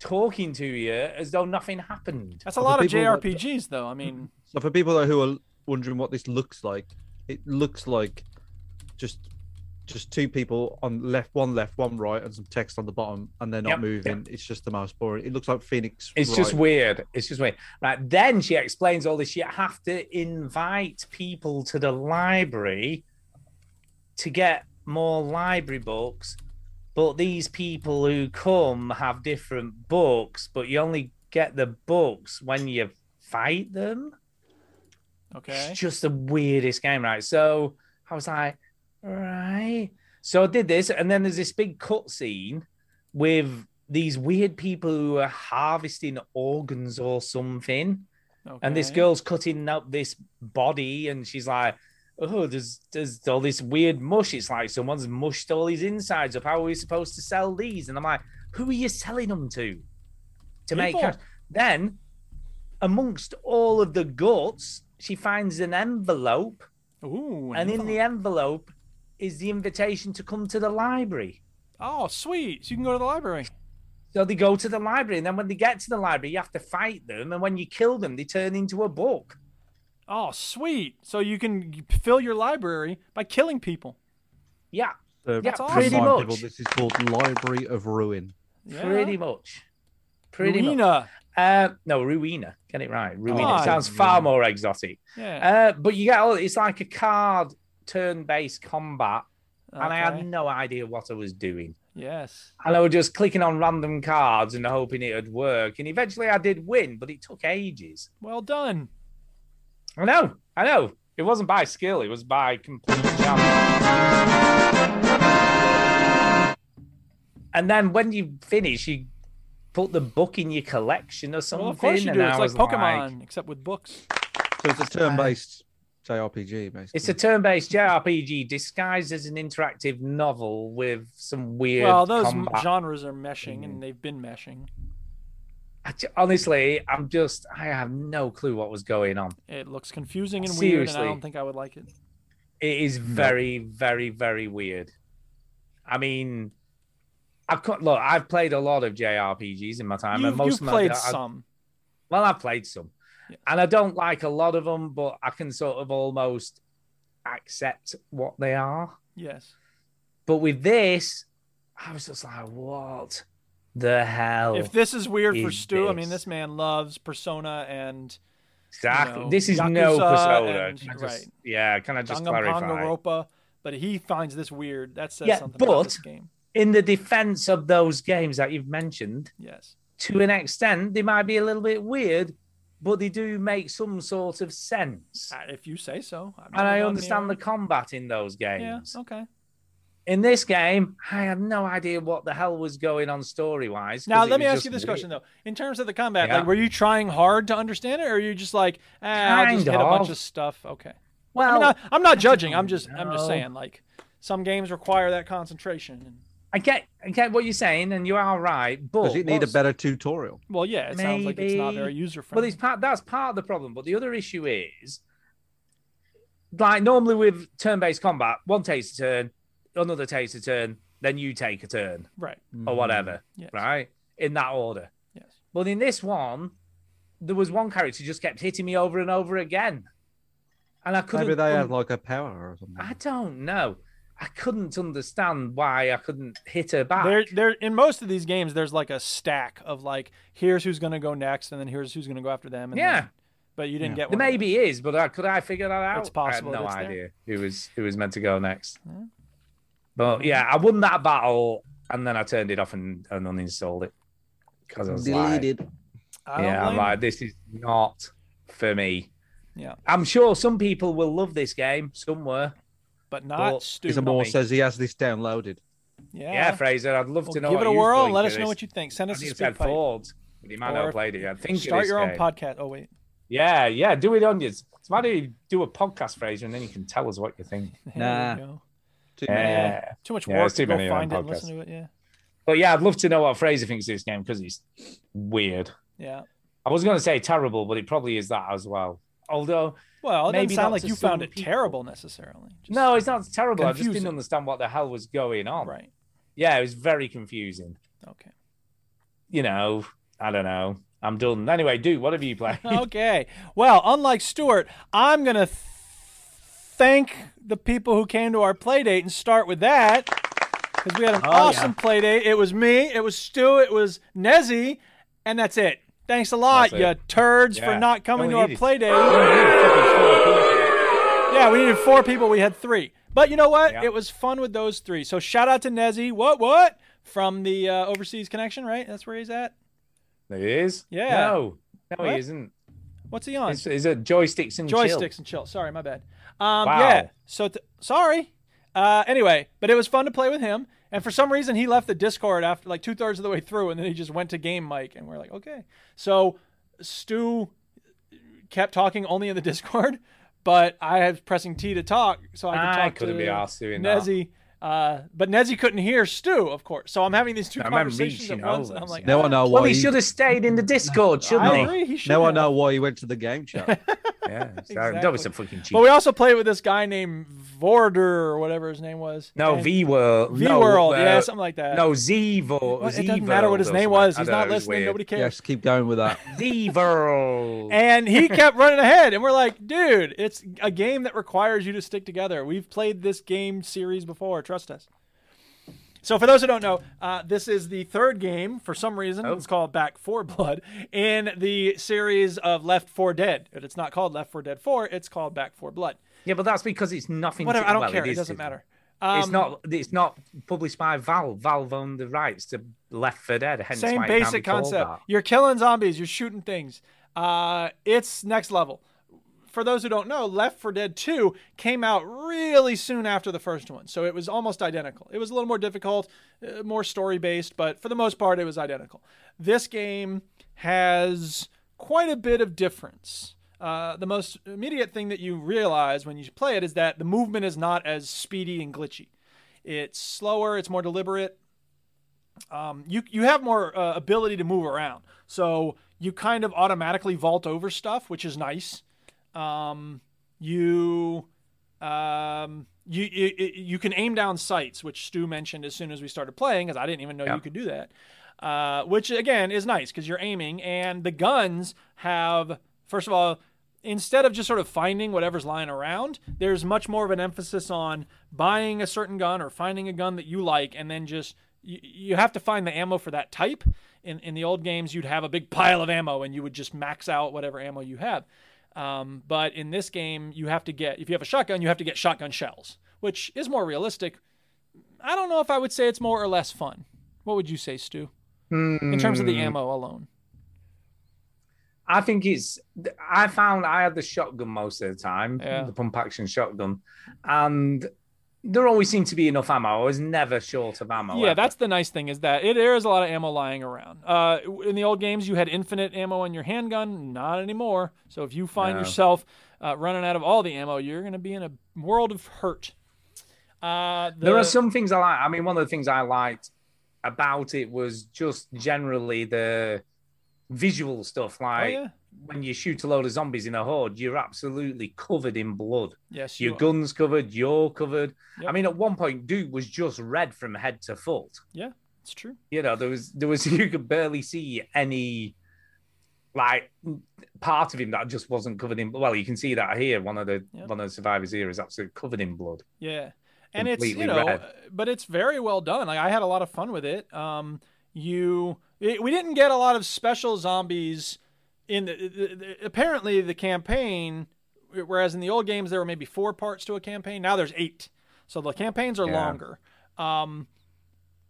C: talking to you as though nothing happened.
A: That's a
B: the
A: lot of
B: people that-
A: JRPGs, though. I mean,
B: So for people though who are wondering what this looks like, it looks like just just two people on left, one left, one right, and some text on the bottom, and they're not
C: Yep,
B: moving. It's just the most boring. It looks like Phoenix.
C: It's just
B: Wright.
C: weird. It's just weird. Right. Then she explains all this. You have to invite people to the library to get more library books. But these people who come have different books, but you only get the books when you fight them.
A: okay.
C: It's just the weirdest game, right? So I was like, right. So I did this, and then there's this big cutscene with these weird people who are harvesting organs or something.
A: okay.
C: And this girl's cutting up this body, and she's like, "Oh, there's there's all this weird mush. It's like someone's mushed all these insides up. How are we supposed to sell these?" And I'm like, "Who are you selling them to? To make
A: People.
C: cash?" Then, amongst all of the guts, she finds an envelope,
A: Ooh.
C: and in the envelope is the invitation to come to the library.
A: Oh, sweet. So you can go to the library.
C: So they go to the library, and then when they get to the library, you have to fight them, and when you kill them, they turn into a book.
A: Oh, sweet. So you can fill your library by killing people.
C: Yeah.
B: Uh,
C: Yeah,
B: remind
C: pretty
B: people
C: much.
B: this is called Library of Ruin.
A: Yeah.
C: Pretty much. Pretty much.
A: Arena.
C: Uh, no, Ruina. Get it right. Ruina.
A: on.
C: It sounds far more exotic.
A: Yeah.
C: Uh, but you get all, it's like a card turn based combat. And I
A: Okay.
C: had no idea what I was doing.
A: Yes.
C: And I was just clicking on random cards and hoping it would work. And eventually I did win, but it took ages.
A: Well done.
C: I know. I know. It wasn't by skill, it was by complete challenge. And then when you finish, you put the book in your collection or something.
A: Well, of course you
C: and
A: do.
C: I
A: It's like
C: was
A: Pokemon, except with books.
B: So it's a turn-based JRPG, basically.
C: it's a turn-based JRPG disguised as an interactive novel with some weird.
A: Well, those m-
C: combat.
A: genres are meshing, and they've been meshing.
C: I ju- honestly, I'm just I have no clue what was going on.
A: It looks confusing and weird, and I
C: Seriously.
A: don't think I would like it.
C: It is very, very, very weird. I mean, I've cut, look. I've played a lot of JRPGs in my time,
A: You've,
C: and most
A: you've
C: of my
A: played
C: I-
A: some.
C: well, I've played some, and I don't like a lot of them, but I can sort of almost accept what they are.
A: Yes.
C: But with this, I was just like, what the hell?
A: If this is weird for
C: Oh, is
A: Stu, I mean,
C: this?
A: this man loves Persona and
C: exactly.
A: you know,
C: this is no
A: Yakuza
C: persona.
A: and-
C: Can I just-
A: right.
C: Yeah, can I just clarify?
A: Danganronpa, but he finds this weird. That says
C: Yeah,
A: something about
C: but-
A: this game.
C: In the defense of those games that you've mentioned,
A: Yes.
C: to an extent, they might be a little bit weird, but they do make some sort of sense.
A: Uh, If you say so. I've
C: And
A: never
C: I
A: gotten
C: understand the
A: anywhere.
C: combat in those
A: Yeah.
C: games.
A: Okay.
C: In this game, I had no idea what the hell was going on story wise.
A: Now let me ask you this question though. In terms of the combat,
C: Yeah.
A: like were you trying hard to understand it, or are you just like, ah, I'll just
C: Kind
A: hit a bunch
C: of.
A: of stuff? Okay.
C: Well,
A: I mean, I, I'm not judging. I'm just, I'm just
C: know.
A: saying, like, some games require that concentration. And,
C: I get I get what you're saying, and you are right. But
B: Does it need a
C: what's-
B: better tutorial?
A: well, yeah, it sounds like it's not very
C: Maybe.
A: user
C: Well,
A: friendly.
C: it's part that's part of the problem. But the other issue is, like normally with turn-based combat, one takes a turn, another takes a turn, then you take a turn
A: right.
B: Hmm.
C: or Oh, whatever,
A: Yes.
C: right? In that order.
A: Yes.
C: But in this one, there was one character who just kept hitting me over and over again, and I couldn't.
B: Maybe they
C: un-
B: have like a power or something.
C: I don't know. I couldn't understand why I couldn't hit her back.
A: There, there. In most of these games, there's like a stack of like, here's who's gonna go next, and then here's who's gonna go after them. And
C: Yeah.
A: then- but you didn't get
C: There
A: one. of
C: maybe is, but I, could I figure that out?
A: It's possible
C: I had no
A: that's there.
C: idea who was who was meant to go next. But yeah, I won that battle, and then I turned it off and, and uninstalled it because I was
B: Deleted.
A: those. I
C: like,
A: don't
C: yeah, I'm
A: blame
C: like, this is not for me.
A: Yeah.
C: I'm sure some people will love this game somewhere.
A: you, but not
C: Well,
A: stupid.
B: Isabel
C: me.
B: says he has this downloaded.
A: yeah.
C: Yeah, Fraser, I'd love
A: Well,
C: to know.
A: give
C: what
A: it a
C: you
A: whirl.
C: think
A: Let
C: of
A: us know
C: this.
A: what you think. Send
C: I
A: us a
C: think
A: speed
C: said
A: pipe.
C: Ford, but he might
A: Or
C: not have
A: if-
C: played it yet. Think of
A: Start
C: this
A: your own
C: game.
A: podcast. Oh wait,
C: Yeah, yeah, do it on you. It's why do you do a podcast, Fraser, and then you can tell us what you think.
A: There we
B: Nah.
A: go.
B: Too
C: Yeah.
B: many.
A: Too much
C: Yeah,
A: work
C: it's too
A: to go
C: many
A: find it
C: on
A: and listen to it. Yeah.
C: But yeah, I'd love to know what Fraser thinks of this game because it's weird.
A: Yeah.
C: I was going to say terrible, but it probably is that as well. Although,
A: Well, it
C: Maybe
A: doesn't sound
C: not
A: like
C: to
A: you found
C: some
A: it
C: people.
A: terrible necessarily. Just-
C: no, it's not terrible. I just
A: confusing.
C: didn't understand what the hell was going on.
A: Right.
C: Yeah, it was very confusing.
A: Okay.
C: You know, I don't know. I'm done. Anyway, dude, what have you played?
A: okay. Well, unlike Stuart, I'm going to th- thank the people who came to our play date and start with that because we had an
C: Oh,
A: awesome play date. It was me, it was Stu, it was Nezzy, and that's it. Thanks a lot,
C: That's
A: you
C: it.
A: turds,
C: Yeah.
A: for not coming
C: No,
A: to
C: we
A: our
C: needed-
A: play date. Yeah, we needed four people. We had three. But you know what?
C: Yeah.
A: It was fun with those three. So shout out to Nezzy. What, what? From the uh, Overseas Connection, right? That's where he's at.
C: There he is.
A: Yeah.
C: No, no,
A: What?
C: he isn't.
A: What's he on?
C: Is it joysticks and
A: joysticks
C: chill.
A: and chill. Sorry, my bad. Um,
C: Wow.
A: Yeah. So t- sorry. Uh, anyway, but it was fun to play with him. And for some reason, he left the Discord after like two thirds of the way through, and then he just went to Game Mic, and we're like, okay. So Stu kept talking only in the Discord, but I was pressing T to talk, so I could
C: I
A: talk
C: couldn't
A: to
C: be arsed doing that.
A: Nezzy. Uh, but Nezzy couldn't hear Stu, of course. So I'm having these two
C: I remember
A: conversations at
C: reaching
A: once, and
C: over
A: I'm like,
B: Now
A: ah,
B: I know why.
C: Well, he
B: he-
C: should have stayed in the Discord, shouldn't
A: I
C: he?
A: agree. He should
B: now I
A: have.
B: know why he went to the game chat.
C: Yeah, so that was a fucking cheat.
A: But we also played with this guy named Vorder or whatever his name was.
C: No,
A: And-
C: V World.
A: V
C: no,
A: World,
C: uh,
A: yeah, something like that.
C: No, Zevo.
A: Well, it doesn't matter what his name was. He's not listening. Nobody cares.
B: yes, keep going with that.
C: Zevo.
A: And he kept running ahead, and we're like, dude, it's a game that requires you to stick together. We've played this game series before. Trust us. So, for those who don't know, uh, this is the third game. For some reason,
C: Oh.
A: it's called Back for Blood in the series of Left 4 Dead. And It's not called Left 4 Dead 4. It's called Back 4 Blood.
C: yeah, but that's because it's nothing.
A: Whatever.
C: To,
A: I don't
C: Mm-hmm. well,
A: care. It,
C: is
A: doesn't
C: to-
A: matter.
C: it's
A: Um,
C: not. It's not published by Valve. Valve owned the rights to Left 4 Dead. Hence
A: Same
C: why it can't be
A: basic
C: called
A: concept.
C: that.
A: You're killing zombies. You're shooting things. Uh, it's next level. For those who don't know, Left 4 Dead 2 came out really soon after the first one, so it was almost identical. It was a little more difficult, uh, more story based, but for the most part, it was identical. This game has quite a bit of difference. Uh, the most immediate thing that you realize when you play it is that the movement is not as speedy and glitchy. It's slower, it's more deliberate, you you have more uh, ability to move around. So you kind of automatically vault over stuff, which is nice. Um, you um you, you you can aim down sights, which Stu mentioned as soon as we started playing, because I didn't even know you could do that. Uh, which again is nice because you're aiming, and the guns have First of all, instead of just sort of finding whatever's lying around, there's much more of an emphasis on buying a certain gun or finding a gun that you like, and then just you, you have to find the ammo for that type. In in the old games, you'd have a big pile of ammo and you would just max out whatever ammo you have. Um, but in this game, you have to get if you have a shotgun, you have to get shotgun shells, which is more realistic. I don't know if I would say it's more or less fun. What would you say, Stu? In terms of
C: Hmm.
A: the ammo alone.
C: I think it's. I found I had the shotgun most of the time, the pump action shotgun, and there always seemed to be enough ammo. I was never short of ammo.
A: Yeah, that's the nice thing is that it, there is a lot of ammo lying around. Uh, in the old games, you had infinite ammo in your handgun. Not anymore. So if you find
C: No.
A: yourself uh, running out of all the ammo, you're going to be in a world of hurt. Uh,
C: There
A: the-
C: are some things I like. I mean, one of the things I liked about it was just generally the visual stuff. Like
A: Oh, yeah.
C: when you shoot a load of zombies in a horde, you're absolutely covered in blood.
A: Yes, you
C: your
A: are.
C: gun's covered, you're covered. I
A: Yep.
C: mean, at one point, dude was just red from head to foot.
A: Yeah, it's true.
C: You know, there was there was you could barely see any like part of him that just wasn't covered in. Well, you can see that here. One of the
A: Yep.
C: one of the survivors here is absolutely covered in blood.
A: Yeah. And it's you
C: completely
A: know,
C: red.
A: but it's very well done. Like I had a lot of fun with it. Um, you it, we didn't get a lot of special zombies in the, the, the- apparently the campaign. Whereas in the old games there were maybe four parts to a campaign. Now there's eight, so the campaigns are
C: Yeah.
A: longer. Um,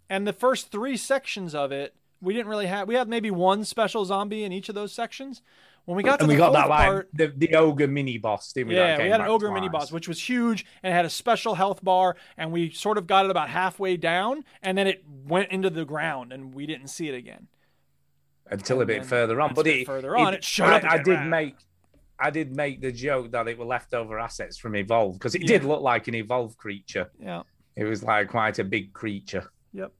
A: and the first three sections of it we didn't really have. We had maybe one special zombie in each of those sections. When we got to
C: and we
A: the
C: got that
A: fourth
C: line,
A: part,
C: the, the ogre mini boss, didn't we?
A: yeah,
C: that
A: we
C: came
A: had an
C: back
A: ogre mini
C: twice?
A: boss, which was huge, and it had a special health bar, and we sort of got it about halfway down, and then it went into the ground, and we didn't see it again.
C: until a bit
A: then
C: further on.
A: that's
C: But
A: a bit
C: it,
A: further on, it showed
C: I,
A: up
C: I
A: again.
C: did make, I did make the joke that it were leftover assets from Evolve because it did look like an Evolve creature.
A: Yeah.
C: It was like quite a big creature.
A: Yep.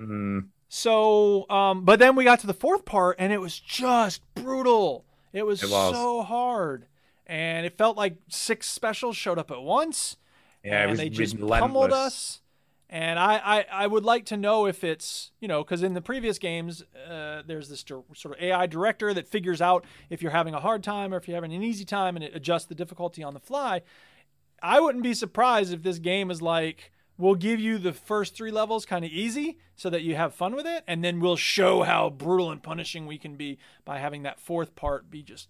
C: Mm.
A: So, um, but then we got to the fourth part, and it was just brutal. It was,
C: It was.
A: so hard, and it felt like six specials showed up at once,
C: Yeah, it
A: and
C: was
A: they just pummeled
C: relentless.
A: us. And I, I, I would like to know if it's, you know, because in the previous games, uh, there's this dir- sort of AI director that figures out if you're having a hard time or if you're having an easy time and it adjusts the difficulty on the fly. I wouldn't be surprised if this game is like, we'll give you the first three levels kind of easy so that you have fun with it. And then we'll show how brutal and punishing we can be by having that fourth part be just.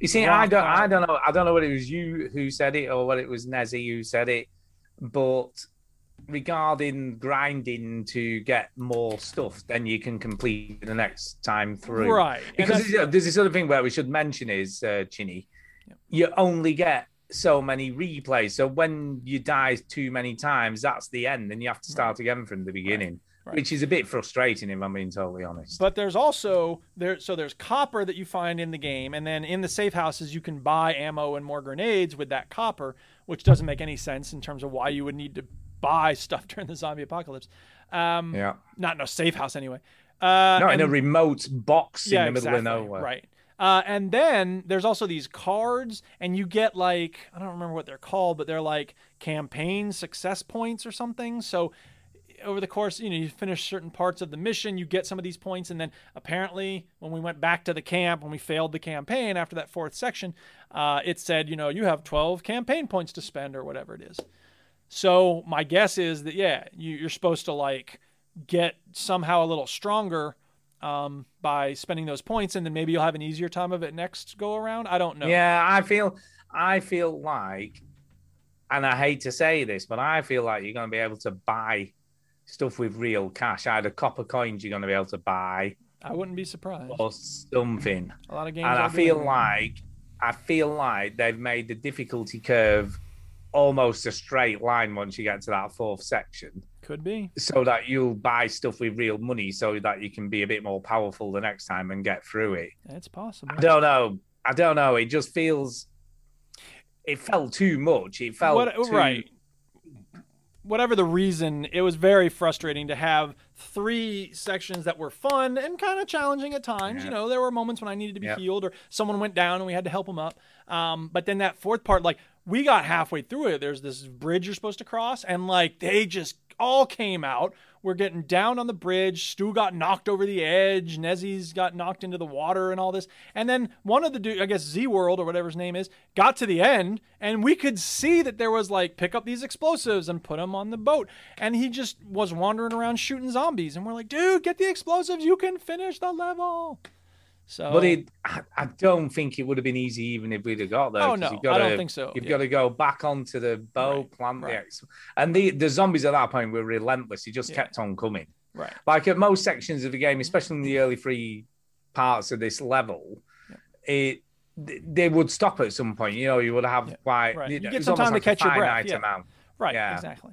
C: You see,
A: Rock
C: I don't, I
A: hard.
C: don't know, I don't know whether it was you who said it or whether it was Nezzy who said it, but regarding grinding to get more stuff, then you can complete the next time through.
A: Right. And
C: Because
A: that's-
C: there's- there's this other thing where we should mention is uh, Chinny, you only get so many replays. So when you die too many times, that's the end, and you have to start again from the beginning,
A: Right.
C: which is a bit frustrating if I'm being totally honest.
A: But there's also there so there's copper that you find in the game, and then in the safe houses you can buy ammo and more grenades with that copper, which doesn't make any sense in terms of why you would need to buy stuff during the zombie apocalypse. Um,
C: yeah.
A: Not in a safe house anyway. Uh,
C: No, in
A: and-
C: a remote box
A: yeah,
C: in the middle
A: exactly,
C: of nowhere.
A: Right. Uh, and then there's also these cards, and you get like I don't remember what they're called, but they're like campaign success points or something. So over the course, you know, you finish certain parts of the mission, you get some of these points, and then apparently when we went back to the camp when we failed the campaign after that fourth section, uh, it said you know you have 12 campaign points to spend or whatever it is. So my guess is that yeah, you, you're supposed to like get somehow a little stronger um, by spending those points, and then maybe you'll have an easier time of it next go around. I don't know.
C: Yeah, I feel I feel like and I hate to say this, but I feel like you're gonna be able to buy stuff with real cash. Either copper coins you're gonna be able to buy
A: I wouldn't be surprised.
C: or something.
A: A lot of games.
C: And I
A: are doing
C: feel
A: that.
C: like I feel like they've made the difficulty curve almost a straight line once you get to that fourth section.
A: could be.
C: So that you'll buy stuff with real money so that you can be a bit more powerful the next time and get through it.
A: It's possible.
C: I don't know. I don't know. It just feels. It felt too much. It felt
A: What-
C: too,
A: right. Whatever the reason, it was very frustrating to have three sections that were fun and kind of challenging at times. You
C: Yeah.
A: know, there were moments when I needed to be
C: Yeah.
A: healed or someone went down and we had to help them up. Um, but then that fourth part, like we got halfway through it. There's this bridge you're supposed to cross, and like they just all came out. We're getting down on the bridge. Stu got knocked over the edge. Nezzy's got knocked into the water and all this. And then one of the dude, I guess Z World or whatever his name is, got to the end and we could see that there was like pick up these explosives and put them on the boat. And he just was wandering around shooting zombies. And we're like, dude, get the explosives. You can finish the level. So
C: But it, I, I don't think it would have been easy even if we'd have got there.
A: Oh,
C: 'cause
A: no,
C: you've gotta-
A: I don't think so,
C: You've
A: yeah.
C: got to go back onto the bow, plant the
A: right.
C: ex- and the the zombies at that point were relentless. He just
A: Yeah.
C: kept on coming.
A: right.
C: Like at most sections of the game, especially in the early three parts of this level, it th- they would stop at some point. You know, you would have quite
A: right.
C: you
A: You
C: know,
A: get
C: it was
A: some
C: almost
A: time to
C: like a
A: catch your breath,
C: finite
A: yeah.
C: amount.
A: Right.
C: Yeah.
A: Exactly.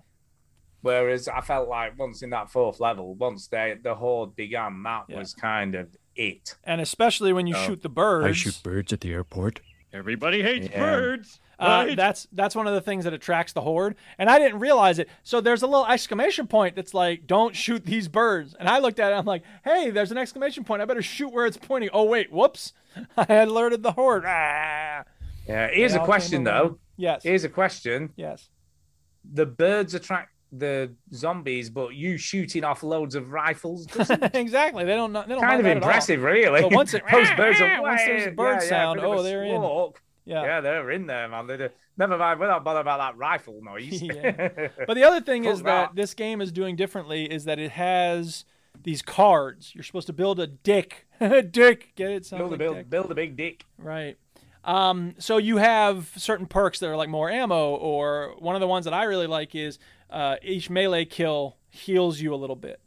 C: Whereas I felt like once in that fourth level, once they, the horde began, that
A: Yeah.
C: was kind of it.
A: And especially when you
C: Oh.
A: shoot the birds.
K: I shoot birds at the airport.
F: Everybody hates
C: Yeah.
F: birds.
A: Uh,
F: right?
A: That's that's one of the things that attracts the horde, and I didn't realize it. So there's a little exclamation point that's like, "Don't shoot these birds." And I looked at it, I'm like, "Hey, there's an exclamation point. I better shoot where it's pointing." Oh wait, whoops! I had alerted the horde. Ah.
C: Yeah. Here's
A: They
C: a
A: all
C: question
A: came along.
C: though.
A: Yes.
C: Here's a question.
A: yes.
C: The birds attract the zombies, but you shooting off loads of rifles doesn't
A: exactly. They don't. know- They don't.
C: kind
A: mind
C: of
A: that at all.
C: impressive, really.
A: But once it-
C: those birds
A: ah,
C: are
A: ah, once there's a
C: way-
A: bird
C: yeah, yeah,
A: sound,
C: bit of a
A: oh, they're in.
C: squawk.
A: Yeah.
C: yeah, they're in there, man. They do. Never mind. We're not bothered about that rifle noise.
A: Yeah. But the other thing is
C: Fuck
A: that
C: that.
A: this game is doing differently is that it has these cards. You're supposed to build a dick. dick. Get it? Sounds
C: build a
A: like
C: build,
A: dick.
C: build a big dick.
A: Right. Um, so you have certain perks that are like more ammo, or one of the ones that I really like is uh, each melee kill heals you a little bit.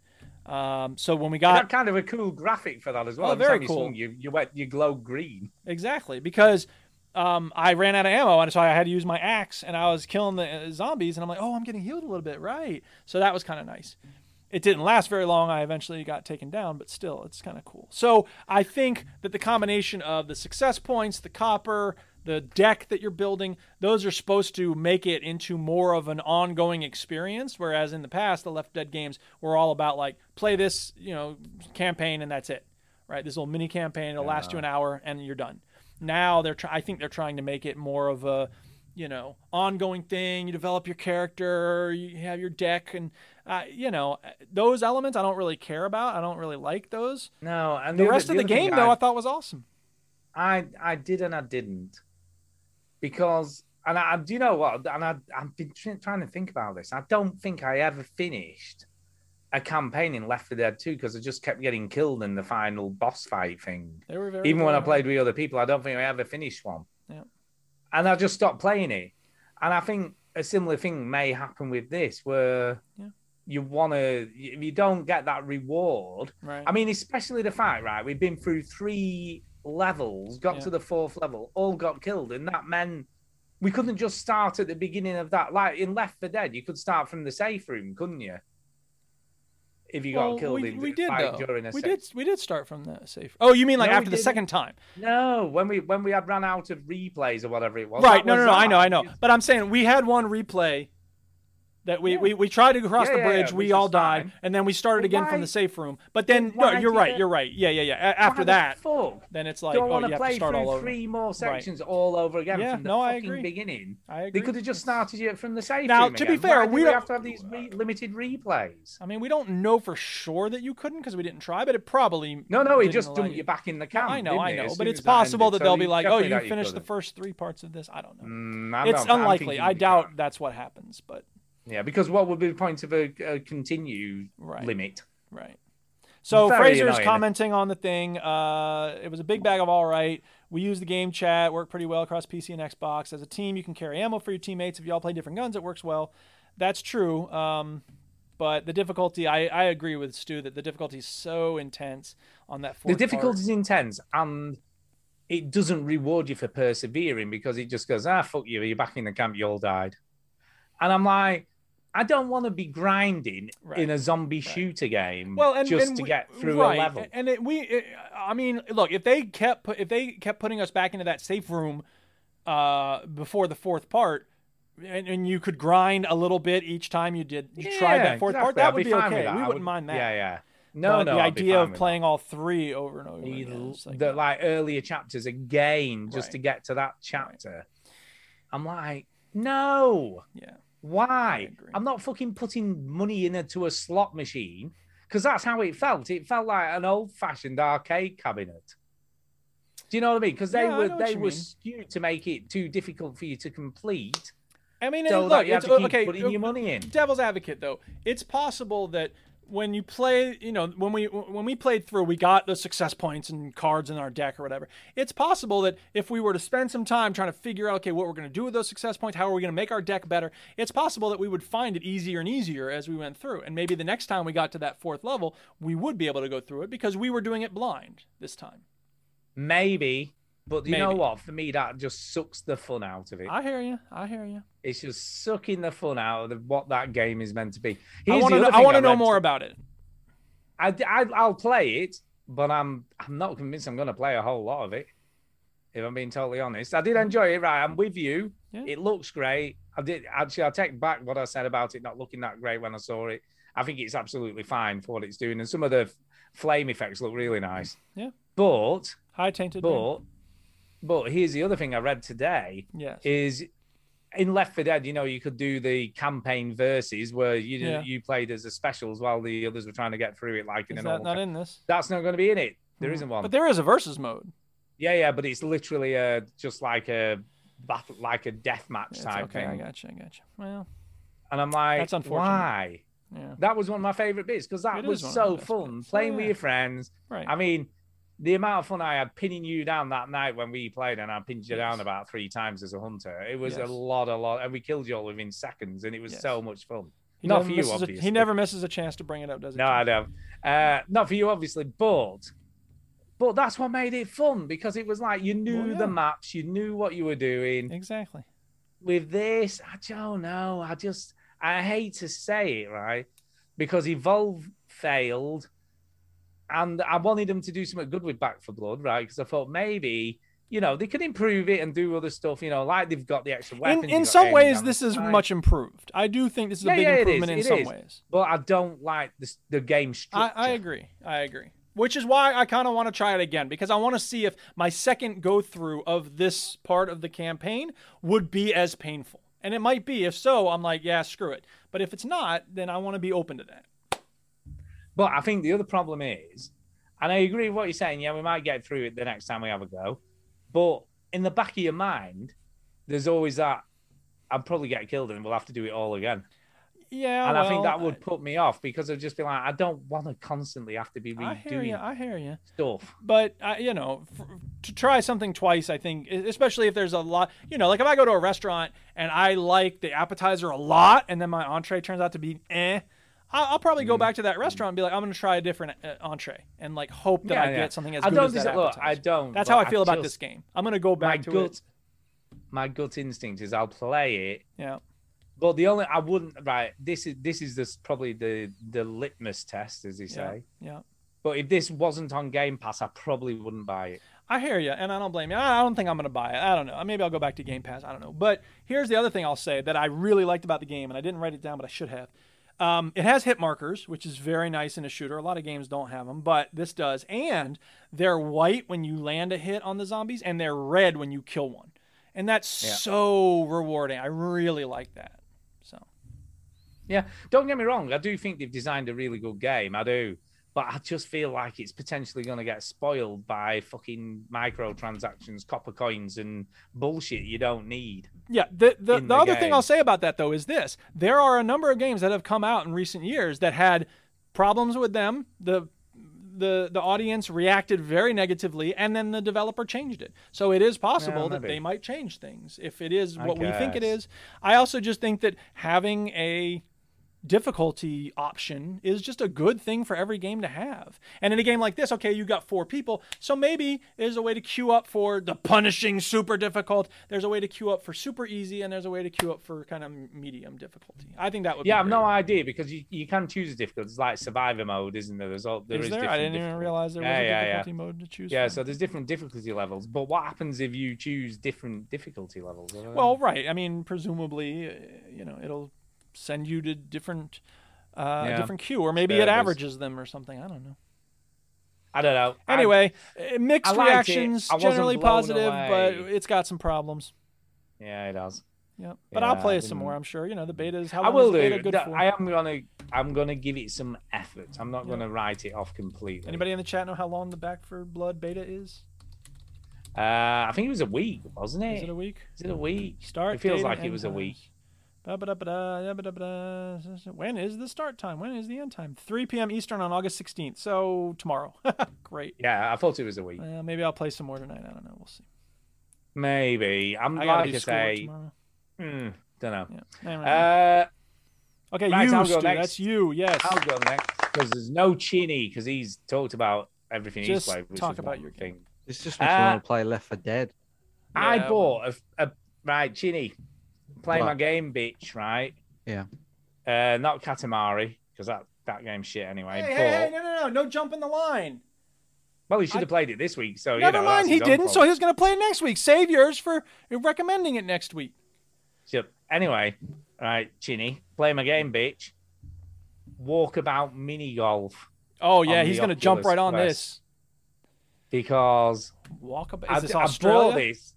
A: Um, so when we got
C: That kind of a cool graphic for that as well.
A: Oh,
C: Every
A: very
C: time you swung,
A: cool.
C: You you went you glow green.
A: Exactly, because um, I ran out of ammo, and so I had to use my axe, and I was killing the uh, zombies, and I'm like, oh, I'm getting healed a little bit, right? So that was kind of nice. It didn't last very long. I eventually got taken down, but still, it's kind of cool. So I think that the combination of the success points, the copper, the deck that you're building, those are supposed to make it into more of an ongoing experience. Whereas in the past, the Left Dead games were all about like play this, you know, campaign and that's it, right? This little mini campaign, it'll last you an hour and you're done now they're try- I think they're trying to make it more of a you know ongoing thing you develop your character you have your deck and uh, you know those elements I don't really care about I don't really like those
C: No, and
A: the,
C: other-
A: rest of the
C: other thing
A: game
C: I-
A: though I thought was awesome
C: I I did and I didn't because and I do you know what and I I've been tr- trying to think about this. I don't think I ever finished a campaign in Left 4 Dead 2 because I just kept getting killed in the final boss fight thing.
A: they were very
C: Even when I
A: good.
C: played with other people, I don't think I ever finished one.
A: Yeah.
C: And I just stopped playing it. And I think a similar thing may happen with this where
A: Yeah.
C: you want to if you don't get that reward
A: right
C: I mean, especially the fact, right? We've been through three levels, got
A: Yeah.
C: to the fourth level, all got killed, and that meant we couldn't just start at the beginning of that. Like in Left for Dead, you could start from the safe room, couldn't you? If you
A: Well,
C: got killed,
A: we,
C: in,
A: we did
C: like,
A: though
C: during a
A: we did
C: safe-
A: we did start from the safe oh you mean like
C: No, we
A: after the
C: didn't.
A: second time
C: No, when we when we had run out of replays or whatever it was.
A: right
C: that
A: no
C: was
A: no no I
C: that.
A: know I know but I'm saying we had one replay that we,
C: Yeah.
A: we, we tried to cross
C: Yeah,
A: the
C: yeah, yeah,
A: bridge, we
C: which
A: all
C: is
A: died,
C: fine.
A: and then we started
C: But
A: again
C: why-
A: from the safe room. But then,
C: but
A: no,
C: why
A: you're
C: did
A: right,
C: it-
A: you're right. Yeah, yeah, yeah. A-
C: Why
A: After
C: the
A: that,
C: fuck
A: then it's like,
C: do I
A: oh,
C: want
A: you
C: to
A: have to
C: play
A: start all
C: through
A: over.
C: three more sections all over again
A: Yeah,
C: from the
A: no, I
C: fucking
A: agree.
C: beginning?
A: I
C: They
A: agree.
C: could have just started you from the safe
A: Now,
C: room
A: to be
C: again.
A: fair,
C: Why did
A: we
C: we
A: don't-
C: have to have these re- limited replays.
A: I mean, we don't know for sure that you couldn't because we didn't try, but it probably
C: No, no, it
A: didn't
C: just
A: allow
C: dumped you back in the camp.
A: I know,
C: Oh, didn't
A: I
C: it,
A: know,
C: as
A: but
C: soon
A: it's
C: as that ended?
A: possible that
C: So
A: they'll
C: you
A: be like, "Oh,
C: definitely
A: you
C: know
A: finished the
C: couldn't.
A: first three parts of this." I don't know.
C: Mm, I'm
A: it's
C: not- I'm
A: unlikely.
C: thinking
A: I
C: you
A: doubt
C: can't.
A: that's what happens, but
C: Yeah, because what would be the point of a, a continue
A: Right.
C: limit?
A: Right. So
C: Very
A: Fraser's
C: annoying.
A: commenting on the thing. Uh, it was a big bag of all right. We use the game chat, worked pretty well across PC and Xbox. As a team, you can carry ammo for your teammates. If you all play different guns, it works well. That's true. Um, but the difficulty, I, I agree with Stu that the difficulty is so intense on that.
C: The
A: fourth
C: difficulty
A: part.
C: is intense, and it doesn't reward you for persevering because it just goes, ah, fuck you, you're back in the camp, you all died. And I'm like, I don't want to be grinding
A: Right,
C: in a zombie shooter game
A: well, and,
C: just
A: and
C: to
A: we-
C: get through
A: right.
C: a level.
A: And it, we, it, I mean, look, if they kept put, if they kept putting us back into that safe room uh, before the fourth part, and, and you could grind a little bit each time you did you tried that fourth part,
C: exactly,
A: that
C: I'd
A: would
C: be
A: be,
C: fine with
A: okay.
C: that.
A: We
C: I
A: wouldn't
C: would-
A: mind that.
C: Yeah, yeah. No,
A: But
C: no.
A: the
C: I'd be
A: idea
C: fine
A: of
C: with that.
A: playing all three over and over
C: the,
A: again, it's like,
C: the like earlier chapters again just
A: Right.
C: to get to that chapter. I'm like, no,
A: yeah,
C: Why? I'm not fucking putting money into a slot machine because that's how it felt. It felt like an old fashioned arcade cabinet. Do you know what I mean? Because they
A: Yeah, I know
C: were
A: what
C: they
A: you
C: were
A: mean.
C: skewed to make it too difficult for you to complete.
A: I mean,
C: So
A: and
C: that
A: look,
C: you have
A: it's, uh,
C: to keep
A: okay.
C: putting your money in.
A: Devil's advocate, though, it's possible that when you play, you know, when we when we played through, we got the success points and cards in our deck or whatever. It's possible that if we were to spend some time trying to figure out, okay, what we're going to do with those success points, how are we going to make our deck better? It's possible that we would find it easier and easier as we went through, and maybe the next time we got to that fourth level, we would be able to go through it because we were doing it blind this time.
C: Maybe, but you know
A: Maybe.
C: what? For me, that just sucks the fun out of it.
A: I hear you. I hear you.
C: It's just sucking the fun out of what that game is meant to be.
A: I
C: Here's
A: want
C: the
A: to. Know,
C: other
A: I
C: thing
A: want to know
C: read
A: more about it.
C: I, will play it, but I'm I'm not convinced I'm going to play a whole lot of it. If I'm being totally honest, I did enjoy it. Right, I'm with you.
A: Hmm. Yeah.
C: It looks great. I did actually. I take back what I said about it not looking that great when I saw it. I think it's absolutely fine for what it's doing, and some of the f- flame effects look really nice.
A: Yeah.
C: But
A: High tainted. man.
C: but but here's the other thing I read today
A: Yes.
C: is in Left 4 Dead, you know, you could do the campaign versus where you
A: Yeah.
C: you played as a specials while the others were trying to get through it like in
A: Is
C: an
A: that
C: normal.
A: not
C: ca-
A: in this? Mm.
C: That's not going to be in it. There not one.
A: But there is a versus mode.
C: yeah, yeah, but it's literally a just like a battle, like a death match
A: It's
C: type
A: okay,
C: thing.
A: I gotcha, I gotcha. Well,
C: And I'm like,
A: That's unfortunate.
C: Why?
A: Yeah.
C: That was one of my favorite bits because that
A: It
C: was
A: is one of
C: so
A: the best
C: fun
A: bits. Oh,
C: playing with
A: yeah.
C: your friends.
A: right.
C: I mean, the amount of fun I had pinning you down that night when we played, and I pinned you
A: Yes.
C: down about three times as a hunter. It was
A: Yes.
C: a lot, a lot, and we killed you all within seconds, and it was
A: Yes.
C: so much fun.
A: he
C: not
A: never
C: for you,
A: misses a-
C: obviously.
A: he never misses a chance to bring it up, does he?
C: No, I
A: James?
C: don't. Uh, not for you, obviously, but but that's what made it fun because it was like you knew
A: Well, yeah.
C: the maps, you knew what you were doing
A: Exactly.
C: with this, I don't know. I just I hate to say it, right? Because Evolve failed, and I wanted them to do something good with Back for Blood, right? Because I thought maybe you know they could improve it and do other stuff, you know, like they've got the extra weapons.
A: In,
C: they've
A: in
C: got
A: some
C: aim
A: ways,
C: down
A: this
C: the
A: is
C: side.
A: much improved. I do think this is a
C: Yeah,
A: big
C: yeah, it is,
A: improvement in
C: it
A: some
C: is.
A: ways.
C: But I don't like this, the game
A: I,
C: structure.
A: I agree. I agree. Which is why I kind of want to try it again because I want to see if my second go through of this part of the campaign would be as painful. And it might be. If so, I'm like, yeah, screw it. But if it's not, then I want to be open to that.
C: But I think the other problem is, and I agree with what you're saying. Yeah, we might get through it the next time we have a go, but in the back of your mind, there's always that I'll probably get killed and we'll have to do it all again.
A: Yeah.
C: And I think
A: Oh, well, uh,
C: that would put me off because I'd just be like, I don't want to constantly have to be
A: I, I hear
C: redoing
A: you. I hear you.
C: stuff.
A: but I, you know, f to try something twice, I think, e- especially if there's a lot, you know, like if I go to a restaurant and I like the appetizer a lot, and then my entree turns out to be eh, I'll, I'll probably
C: Mm.
A: go back to that restaurant and be like, I'm going to try a different uh, entree and like hope that
C: Yeah,
A: I
C: yeah.
A: get something as
C: I
A: good
C: don't
A: as that.
C: dis- look, I
A: appetizer.
C: don't,
A: That's
C: but
A: how I
C: I
A: feel about
C: just-
A: this game. I'm going to go
C: My
A: back to
C: gut,
A: it.
C: my gut instinct is I'll play it
A: Yeah.
C: But the only I wouldn't right. This is this is this probably the the litmus test, as they
A: Yeah.
C: say.
A: Yeah.
C: But if this wasn't on Game Pass, I probably wouldn't buy it.
A: I hear you, and I don't blame you. I I don't think I'm going to buy it. I don't know. Maybe I'll go back to Game Pass. I don't know. But here's the other thing I'll say that I really liked about the game, and I didn't write it down, but I should have. Um, it has hit markers, which is very nice in a shooter. A lot of games don't have them, but this does. And they're white when you land a hit on the zombies, and they're red when you kill one. And that's
C: Yeah.
A: so rewarding. I really like that. So
C: Yeah, don't get me wrong. I do think they've designed a really good game. I do, but I just feel like it's potentially going to get spoiled by fucking microtransactions, copper coins, and bullshit you don't need.
A: Yeah, the the, the,
C: in the
A: other thing I'll
C: game.
A: say about that though is this: there are a number of games that have come out in recent years that had problems with them. The the the audience reacted very negatively, and then the developer changed it. So it is possible
C: Yeah,
A: that
C: maybe.
A: they might change things if it is
C: I
A: what we think it
C: guess.
A: is. I also just think that having a difficulty option is just a good thing for every game to have. And in a game like this, okay, you got four people, so maybe there's a way to queue up for the punishing super difficult. There's a way to queue up for super easy, and there's a way to queue up for kind of medium difficulty. I think that would.
C: Yeah,
A: be
C: I've no
A: great.
C: idea because you, you can choose a difficulty. It's like survivor mode, isn't there? There's all there
A: is
C: is
A: there? I
C: different
A: didn't even
C: difficulty-
A: realize there was
C: Yeah,
A: a
C: yeah, yeah.
A: difficulty mode to choose.
C: Yeah,
A: from.
C: so there's different difficulty levels, but what happens if you choose different difficulty levels? I don't know.
A: Well, right. I mean, presumably, uh, you know, it'll send you to different, uh,
C: Yeah.
A: different queue, or maybe it
C: Servers.
A: averages them or something. I don't know.
C: I don't know. I-
A: Anyway, uh, mixed
C: liked it.
A: reactions,
C: I wasn't
A: generally
C: blown
A: positive, but
C: away.
A: it's got some problems.
C: yeah, it does.
A: Yeah. But I'll
C: Yeah,
A: play
C: I
A: it some more, I'm sure. You know, the beta is how
C: I
A: long is
C: will
A: the beta
C: do.
A: good
C: No,
A: for?
C: I am gonna. I'm gonna give it some effort. I'm not gonna write it off completely.
A: Anybody in the chat know how long the Back for Blood beta is?
C: Uh, I think it was a week, wasn't it?
A: Is it a week?
C: Is it a week?
A: Start. uh,
C: It feels
A: date,
C: like it
A: end
C: was a
A: times.
C: week.
A: Ba-ba-da-ba-da, da-ba-da-ba-da. When is the start time? When is the end time? 3 p.m. Eastern on August 16th. So tomorrow. Great.
C: Yeah, I thought it was a week.
A: Uh, maybe I'll play some more tonight. I don't know. We'll see.
C: Maybe. I'm
A: I gotta
C: like
A: do
C: I
A: schoolwork
C: say.
A: tomorrow.
C: don't know.
A: Yeah. Anyway,
C: Uh,
A: okay,
C: right,
A: you,
C: I'll go
A: Stu.
C: next.
A: That's you. Yes.
C: I'll go next because there's no Chinny because he's talked about everything
A: Just
C: he's played. Which
A: talk
C: is
A: about
C: one
A: your
C: thing.
B: It's just makes me want
C: Uh,
B: to play Left for Dead.
C: I
A: Yeah,
C: bought a, a right Chinny. Play
B: What?
C: my game, bitch. Right.
B: Yeah.
C: Uh, not Katamari because that that game's shit
A: Hey,
C: anyway. but
A: hey, hey, no, no, no. No jump in the line.
C: well, he should have played it this week. So
A: Never
C: you know,
A: mind. He didn't. So he was going to play it next week. Save yours for recommending it next week.
C: So anyway, right, Chinny, play my game, bitch. Walk about mini golf
A: Oh, yeah.
C: On
A: He's
C: the
A: going to jump
C: Oculus
A: right on
C: Quest.
A: this.
C: because
A: Walk up.
C: I,
A: Is this
C: I
A: Australia?
C: bought this.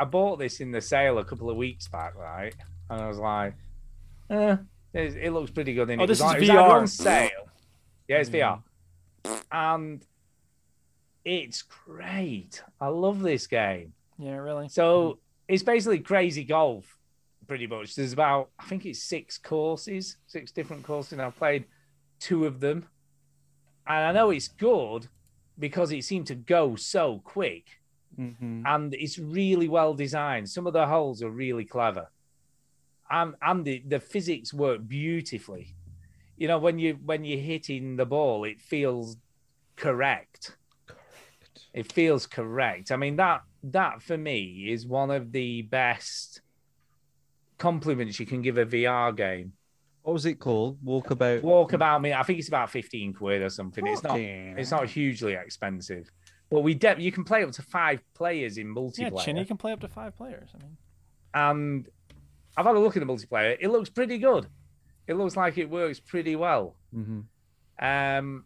C: I bought this in the sale a couple of weeks back, right? And I was like, eh, it, it looks pretty good. And
A: Oh,
C: it was
A: this is
C: on, it was either
A: VR.
C: on sale. Yeah, it's
A: Mm.
C: VR, and it's great. I love this game.
A: Yeah, really.
C: So it's basically crazy golf, pretty much. There's about I think it's six courses, six different courses. And I've played two of them, and I know it's good because it seemed to go so quick, and it's really well designed. Some of the holes are really clever, and and the, the physics work beautifully. You know when you when you're hitting the ball, it feels correct it feels correct. I mean that that for me is one of the best compliments you can give a VR game.
B: What was it called? Walkabout.
C: Walk about me. I think it's about fifteen quid or something. It's not.
B: Mm-hmm.
C: It's not hugely expensive, but we de- you can play up to five players in
A: Yeah,
C: multiplayer.
A: Chinny can play up to five players. I mean,
C: and I've had a look at the multiplayer. It looks pretty good. It looks like it works pretty well.
B: Mm-hmm.
C: Um,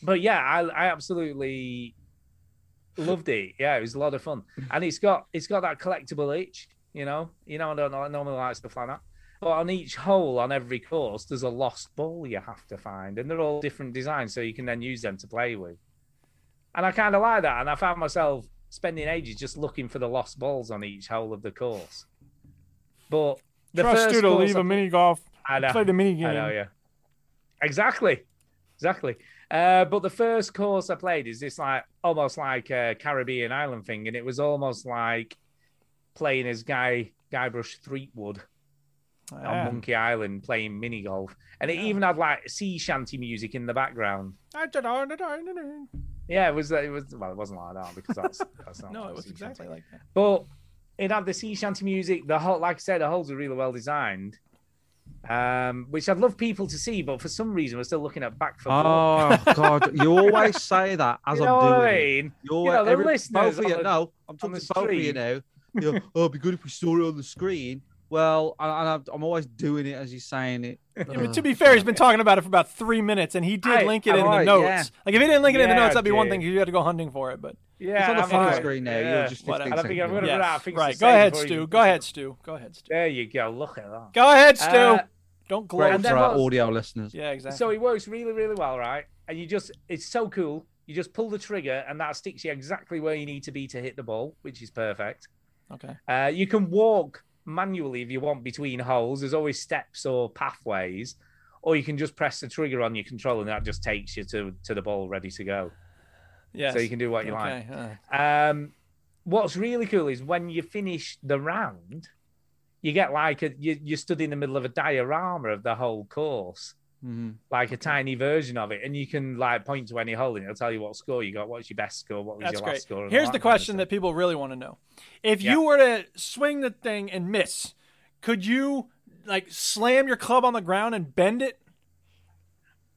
C: but yeah, I, I absolutely loved it. Yeah, it was a lot of fun,
A: Mm.
C: and it's got it's got that collectible itch. You know, you know, I don't know, I normally like stuff like that. But on each hole on every course, there's a lost ball you have to find, and they're all different designs, so you can then use them to play with. And I kind of like that, and I found myself spending ages just looking for the lost balls on each hole of the course. But the
A: trust
C: first
A: you to
C: course
A: leave
C: I-
A: a mini golf.
C: I know.
A: Play the mini
C: I know,
A: game.
C: yeah. Exactly. Exactly. Uh, but the first course I played is this like almost like a Caribbean island thing, and it was almost like playing as Guy Guybrush Threepwood on
A: Ah.
C: Monkey Island playing mini golf, and it even had like sea shanty music in the background. Yeah, it was. It was well, it wasn't like that because that's, that's not.
A: No,
C: how
A: it was
C: sea shanty
A: exactly like that.
C: but it had the sea shanty music. The whole, like I said, the holes are really well designed, um, which I'd love people to see. But for some reason, we're still looking at back for. Blood.
B: Oh God! You always say that as
C: you know
B: I'm
C: what
B: doing.
C: I
B: it.
C: mean?
B: You always,
C: know, the
B: every-
C: listeners
B: both of
C: on
B: you,
C: the-
B: no, I'm talking
C: the
B: to both of you
C: street.
B: now. You know, oh, it'd be good if we saw it on the screen. Well, and and I'm, I'm always doing it as you're saying it. Uh,
A: Yeah, but to be fair, he's been talking about it for about three minutes, and he did
C: I-
A: link it in the
B: alright,
A: notes.
B: yeah.
A: Like if he didn't link it in the
C: Yeah,
A: notes, that'd be one
C: dude.
A: thing. 'cause You had to go hunting for it, but
C: Yeah,
B: it's on the
C: I'm
B: fucking
C: like,
B: screen now.
C: yeah.
B: You're just 15
A: whatever.
C: I think I'm
B: seconds
C: gonna-
B: in.
C: Yes.
A: yeah,
C: I think it's
A: right.
C: the
A: Go
C: same
A: ahead,
C: before you
A: Stu.
C: can
A: Go
C: fix
A: ahead,
C: it.
A: Stu. Go ahead, Stu.
C: There you go. Look at that.
A: Go ahead, Stu.
C: Uh,
A: Don't gloat.
B: Great
C: And
B: for
C: then
B: our
C: was-
B: audio listeners.
A: Yeah, exactly.
C: Uh, So it works really, really well, right? And you just, it's so cool. You just pull the trigger, and that sticks you exactly where you need to be to hit the ball, which is perfect.
A: okay.
C: Uh, you can walk manually if you want between holes. There's always steps or pathways, or you can just press the trigger on your controller, and that just takes you to to the ball ready to go.
A: Yes.
C: So you can do what you
A: okay. uh,
C: like. Um, what's really cool is when you finish the round, you get like a you, you stood in the middle of a diorama of the whole course.
B: Mhm.
C: Like a tiny version of it, and you can like point to any hole, and it'll tell you what score you got, what's your best score, what was
A: That's
C: your
A: great.
C: last score. and all
A: Here's
C: that
A: the
C: kind of
A: question
C: stuff.
A: that people really want to know: If
C: Yeah.
A: you were to swing the thing and miss, could you like slam your club on the ground and bend it?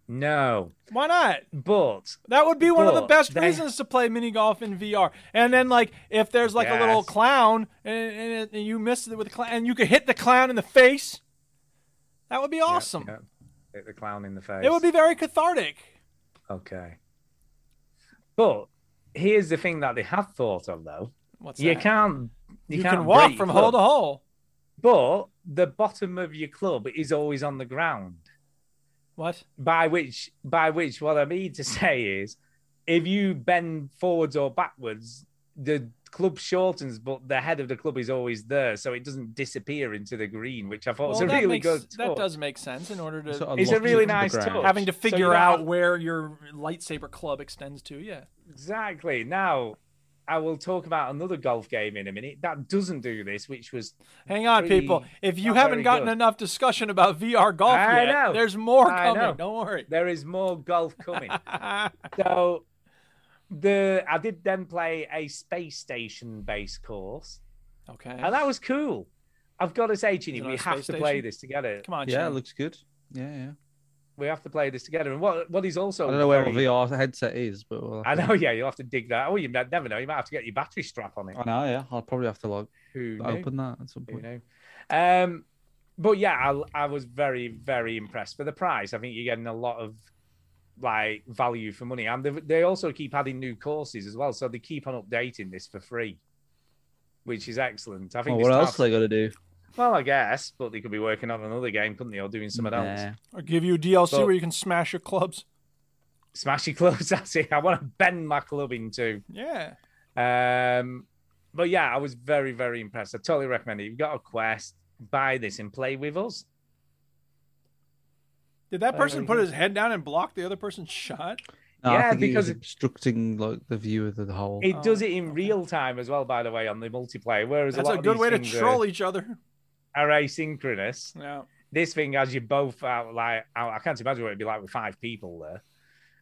C: No,
A: Why not?
C: but
A: That would be one of the
C: Well,
A: best
C: they-
A: reasons to play mini golf in VR. And then, like, if there's like a little
C: Yes.
A: clown and, and, and you miss it with the clown, and you could hit the clown in the face, that would be
C: Yeah,
A: awesome.
C: yeah. Hit the clown in the face.
A: It would be very cathartic.
C: okay. But here's the thing that they have thought of though.
A: What's
C: You
A: that?
C: can't. You,
A: You
C: can't
A: can walk
C: break
A: from
C: up.
A: hole to hole.
C: But the bottom of your club is always on the ground.
A: What?
C: By which, by which, what I mean to say is, if you bend forwards or backwards, the club shortens, but the head of the club is always there, so it doesn't disappear into the green, which I thought was a
A: that
C: really
A: makes,
C: good.
A: That
C: touch.
A: does make sense in order to
B: Sort of
C: It's a
B: locked
C: really
B: into the
C: nice
B: ground.
C: touch.
A: having to
C: So
A: figure
C: you
A: out
C: have-
A: where your lightsaber club extends to. Yeah.
C: Exactly. Now, I will talk about another golf game in a minute that doesn't do this, which was
A: Hang on,
C: pretty-
A: people. If you
C: not
A: haven't
C: very
A: gotten
C: good.
A: enough discussion about VR golf
C: I
A: yet,
C: know.
A: there's more
C: I
A: coming.
C: know.
A: Don't worry.
C: there is more golf coming. so, the I did then play a space station based course,
A: Okay.
C: and that was cool. I've got to say, Ginny,
A: Is it
C: we
A: on a
C: have to
A: space
C: play
A: station?
C: this together.
A: Come on,
B: Yeah, it
A: Shane.
B: looks good. Yeah, yeah.
C: We have to play this together. And what what is also
B: I don't know where
C: very-
B: my VR headset is, but we'll
C: I
B: have
C: know, yeah, you'll have to dig that. Oh, you ne- never know. You might have to get your battery strap on it.
B: to- I know. Yeah, I'll probably have to like
C: Who knew?
B: open that at some
C: Who
B: point.
C: knew? Um, but yeah, I, I was very, very impressed for the price. I think you're getting a lot of like value for money, and they, they also keep adding new courses as well. So they keep on updating this for free, which is excellent. I think.
B: Well,
C: this
B: what else
C: time-
B: they got to do?
C: Well, I guess, but they could be working on another game, couldn't they, or doing something
B: Nah.
C: else?
A: Or give you DLC
C: But-
A: where you can smash your clubs.
C: Smashy clubs. That's it. I want to bend my club into.
A: Yeah.
C: Um, but yeah, I was very, very impressed. I totally recommend it. You've got a quest, buy this and play with us.
A: Did that
C: Uh,
A: person put
C: yeah.
A: his head down and block the other person's shot?
B: No,
C: Yeah,
B: I think
C: because
B: it was
C: it-
B: obstructing like the view of the whole.
C: It
A: Oh,
C: does it in real time as well, by the way, on the multiplayer. Whereas
A: That's
C: a lot
A: a good
C: of
A: way to
C: these things
A: troll e- each other.
C: Are, are asynchronous.
A: Yeah.
C: This thing has you both out like out, I can't imagine what it'd be like with five people there.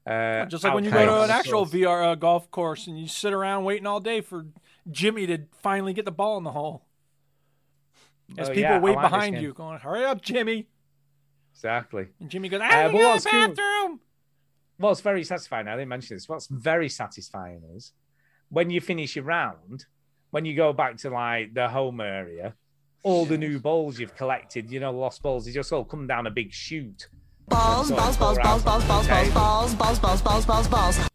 C: Uh,
A: Just like when you
C: out
A: go to
C: chaos.
A: an actual VR uh, golf course and you sit around waiting all day for Jimmy to finally get the ball in the hole. As
C: Oh,
A: people
C: yeah, I
A: wait
C: like this
A: behind
C: game.
A: you, going, "Hurry up, Jimmy!"
C: Exactly.
A: And Jimmy goes, "I have to
C: but
A: go to
C: what's
A: the
C: cool-
A: bathroom."
C: What's very satisfying, I didn't mention this. What's very satisfying is when you finish your round, when you go back to like the home area, all the new balls you've collected, you know, lost balls, they just all come down a big chute.
J: Balls, balls, balls, balls, balls, balls, balls, balls, balls, balls, balls, balls, balls.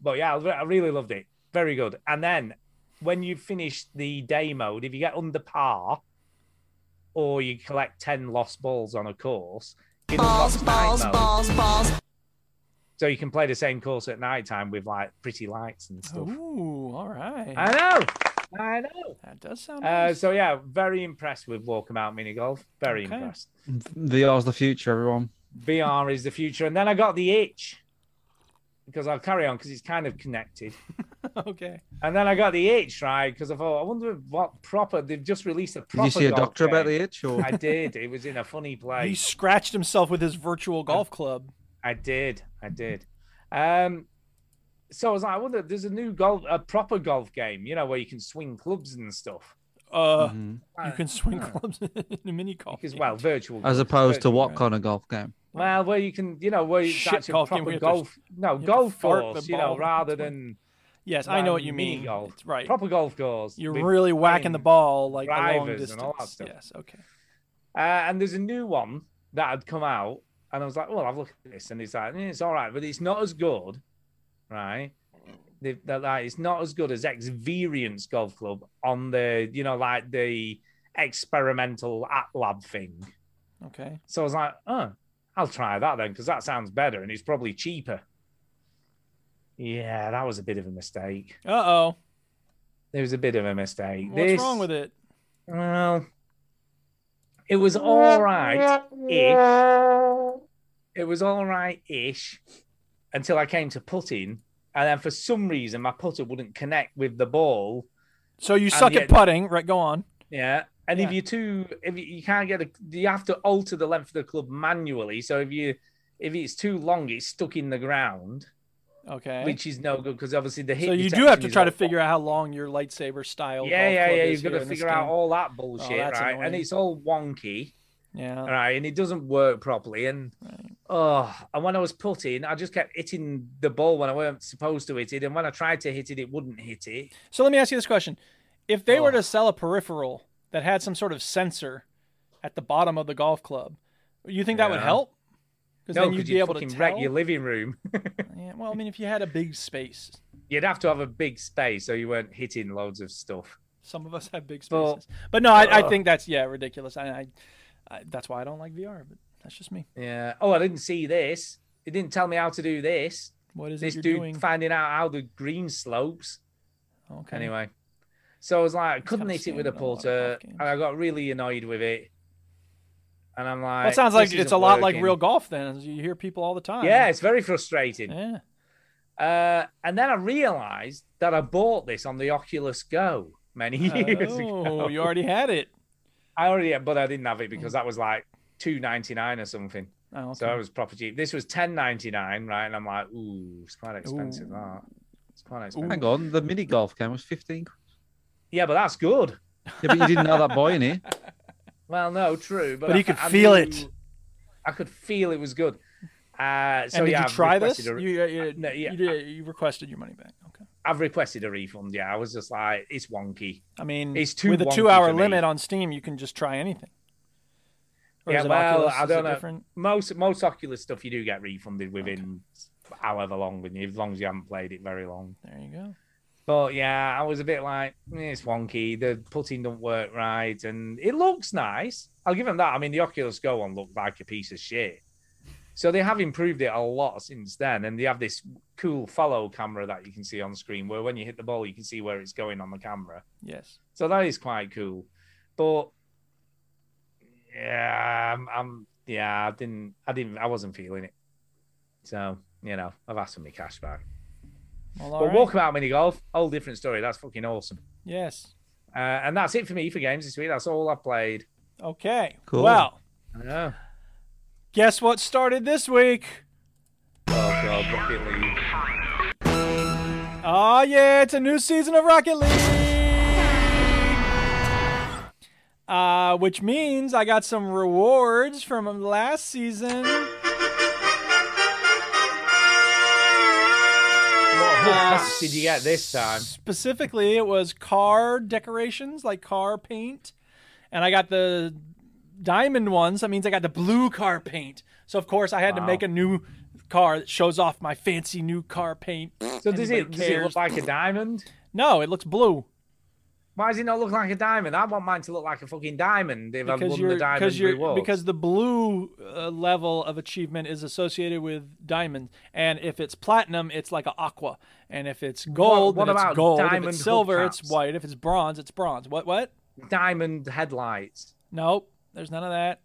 C: But yeah, I re- I really loved it. Very good. And then when you finish the day mode, if you get under par or you collect 10 lost balls on a course, you
J: Balls,
C: unlock night
J: balls,
C: mode.
J: balls, balls.
C: So you can play the same course at night time with like pretty lights and stuff.
A: Ooh, all right.
C: I know. I know.
A: that does sound.
C: Uh,
A: nice.
C: so yeah, very impressed with Walkabout Mini Golf. Very
A: Okay.
C: impressed.
B: VR's the future, everyone.
C: VR is the future. And then I got the itch because I'll carry on because it's kind of connected.
A: okay.
C: And then I got the itch, right? Because I thought, I wonder what proper they've just released a
B: Did
C: proper.
B: you see a
C: golf
B: doctor about
C: game.
B: the itch? Or
C: I did. It was in a funny
A: He
C: place.
A: scratched himself with his virtual golf club.
C: I did. I did. Um, so I was like, I wonder. There's a new golf, a proper golf game, you know, where you can swing clubs and stuff.
A: Uh,
B: Mhm.
A: you can swing clubs in a mini golf.
C: Mm-hmm. Because
A: game.
C: well, virtual.
B: as
C: clubs,
B: opposed to
C: virtual-
B: what kind of golf game?
C: Well, where you can, you know, where it's
A: Shit
C: actually
A: golf game,
C: proper
A: we have to-
C: golf. No,
A: to
C: golf
A: fart the
C: course, you know,
A: ball.
C: rather than
A: yes, I know what
C: than
A: you
C: mini
A: mean.
C: Golf,
A: It's right.
C: Proper golf course.
A: You're
C: with
A: really whacking the
C: pins.
A: ball like a long
C: drivers
A: distance.
C: and all that stuff.
A: Yes. Okay.
C: Uh, and there's a new one that had come out, and I was like, "Well, I've looked at this, and it's like eh, it's all right, but it's not as good, right? They, they're like, it's not as good as Experience Golf Club on the, you know, like the experimental app lab thing."
A: Okay.
C: So I was like, "Oh, I'll try that then, because that sounds better, and it's probably cheaper." Yeah, that was a bit of a mistake.
A: Uh oh.
C: It was a bit of a mistake.
A: What's wrong with it?
C: Well, it was all right ish. It was all right ish until I came to putting. And then for some reason, my putter wouldn't connect with the ball.
A: So you suck
C: yet-
A: at putting, right? Go on.
C: Yeah. And if
A: Yeah.
C: you're too, if you, you can't get a, you have to alter the length of the club manually. So if you, if it's too long, it's stuck in the ground,
A: Okay.
C: which is no good because obviously the hit.
A: so you do have to
C: detection
A: try to
C: is off.
A: figure out how long your lightsaber style.
C: Yeah,
A: golf
C: yeah,
A: club
C: yeah.
A: is
C: You've got
A: here
C: to
A: in this
C: figure out
A: game.
C: all that bullshit,
A: that's
C: right?
A: annoying.
C: And it's all wonky.
A: Yeah.
C: right? And it doesn't work properly. And oh, and when I was putting, I just kept hitting the ball when I weren't supposed to hit it, and when I tried to hit it, it wouldn't hit it.
A: So let me ask you this question: If they were
C: Ugh.
A: to sell a peripheral that had some sort of sensor at the bottom of the golf club, you think that would
C: Yeah.
A: help? Because
C: No,
A: then you'd
C: because
A: be
C: you'd
A: able to
C: fucking
A: tell.
C: wreck your living room.
A: Yeah, well, I mean, if you had a big space,
C: You'd have to have a big space so you weren't hitting loads of stuff.
A: Some of us have big
C: Well,
A: spaces. but no, I, I
C: uh,
A: think that's yeah ridiculous. I, I, I that's why I don't like VR. But that's just me.
C: Yeah. Oh, I didn't see this. It didn't tell me how to do this.
A: What is
C: This
A: it
C: dude
A: you're doing?
C: finding out how the green slopes.
A: okay.
C: Anyway, so I was like, couldn't
A: kinda
C: hit it with a
A: standard on a lot of
C: putter,
A: golf games.
C: and I got really annoyed with it. And I'm like,
A: Well, it sounds like
C: "This
A: it's a
C: isn't
A: lot like
C: working."
A: real golf. Then as you hear people all the time.
C: Yeah, it's very frustrating.
A: Yeah.
C: Uh, and then I realized that I bought this on the Oculus Go many years ago.
A: Oh, Mm. you already had it.
C: I already, but I didn't have it because that was like two ninety nine or something.
A: Oh, okay.
C: So that was proper cheap. This was ten ninety nine, right? And I'm like, ooh, it's quite expensive. That it's quite expensive.
B: Hang on, the mini golf game was 15.
C: Yeah, but that's good.
B: Yeah, but you didn't know that boy in it.
C: Well, no, true, but,
A: But he
C: I-
A: could
C: I
A: feel
C: knew-
A: it.
C: I could feel it was good. Uh, so
A: and did
C: yeah,
A: you
C: I've
A: try this?
C: requested a
A: You,
C: re-
A: you, uh, you,
C: no, yeah.
A: you, did- you requested your money back. Okay.
C: I've requested a refund. Yeah, I was just like, it's wonky.
A: I mean,
C: It's too
A: with a
C: wonky
A: two-hour
C: for me.
A: limit on Steam, you can just try anything. Or
C: yeah,
A: is it
C: well,
A: Oculus?
C: I
A: Is it
C: don't know.
A: different?
C: Most most Oculus stuff you do get refunded within however long, when you, as long as you haven't played it very long.
A: There you go.
C: But yeah, I was a bit like, "Eh, it's wonky. The putting don't work right, and it looks nice. I'll give them that. I mean, the Oculus Go one looked like a piece of shit. So they have improved it a lot since then, and they have this cool follow camera that you can see on screen, where when you hit the ball, you can see where it's going on the camera.
A: Yes.
C: So that is quite cool. But yeah, I'm, I'm yeah, I didn't, I didn't, I wasn't feeling it. So you know, I've asked for my cash back.
A: Well,
C: but
A: alright.
C: walkabout mini golf, whole different story. That's fucking awesome.
A: Yes.
C: Uh, and that's it for me for games this week. That's all I played.
A: Okay.
B: Cool.
A: Well,
C: I know.
A: guess what started this week?
C: Oh god, Rocket League.
A: Oh yeah, it's a new season of Rocket League. Uh, which means I got some rewards from last season.
C: What
A: Uh,
C: hats did you get this time?
A: Specifically, it was car decorations, like car paint, and I got the diamond ones. That means I got the blue car paint. So of course, I had to
C: Wow.
A: make a new car that shows off my fancy new car paint.
C: So does it,
A: Anybody
C: does it
A: cares?
C: look like a diamond?
A: No, it looks blue
C: Why does it not look like a diamond? I want mine to look like a fucking diamond if I've
A: because
C: won the
A: you're
C: diamond
A: because you're
C: reward.
A: because the blue uh, level of achievement is associated with diamond, and if it's platinum, it's like a aqua, and if it's gold,
C: what
A: then it's
C: about
A: gold. if
C: diamond
A: it's silver, it's
C: hubcaps?
A: white. If it's bronze, it's bronze. What what?
C: diamond headlights.
A: Nope, there's none of that.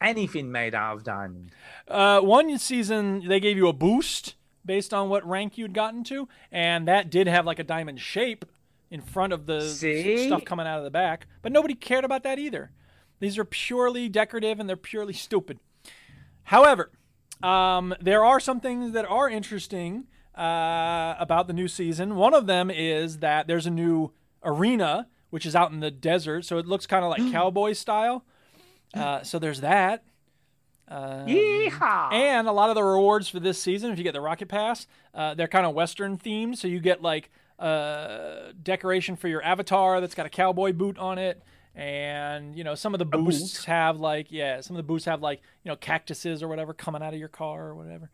C: Anything made out of diamond.
A: Uh, one season they gave you a boost based on what rank you'd gotten to, and that did have like a diamond shape in front of the s-
C: See?
A: stuff coming out of the back. But nobody cared about that either. These are purely decorative and they're purely stupid. However, um, there are some things that are interesting uh, about the new season. One of them is that there's a new arena which is out in the desert, so it looks kind of like cowboy style. Uh, so there's that.
C: Yeehaw!
A: Uh, And a lot of the rewards for this season, if you get the Rocket Pass, uh, they're kind of Western themed. So you get like a decoration for your avatar that's got a cowboy boot on it. And, you know, some of the boosts have like, yeah, some of the boosts have like, you know, cactuses or whatever coming out of your car or whatever.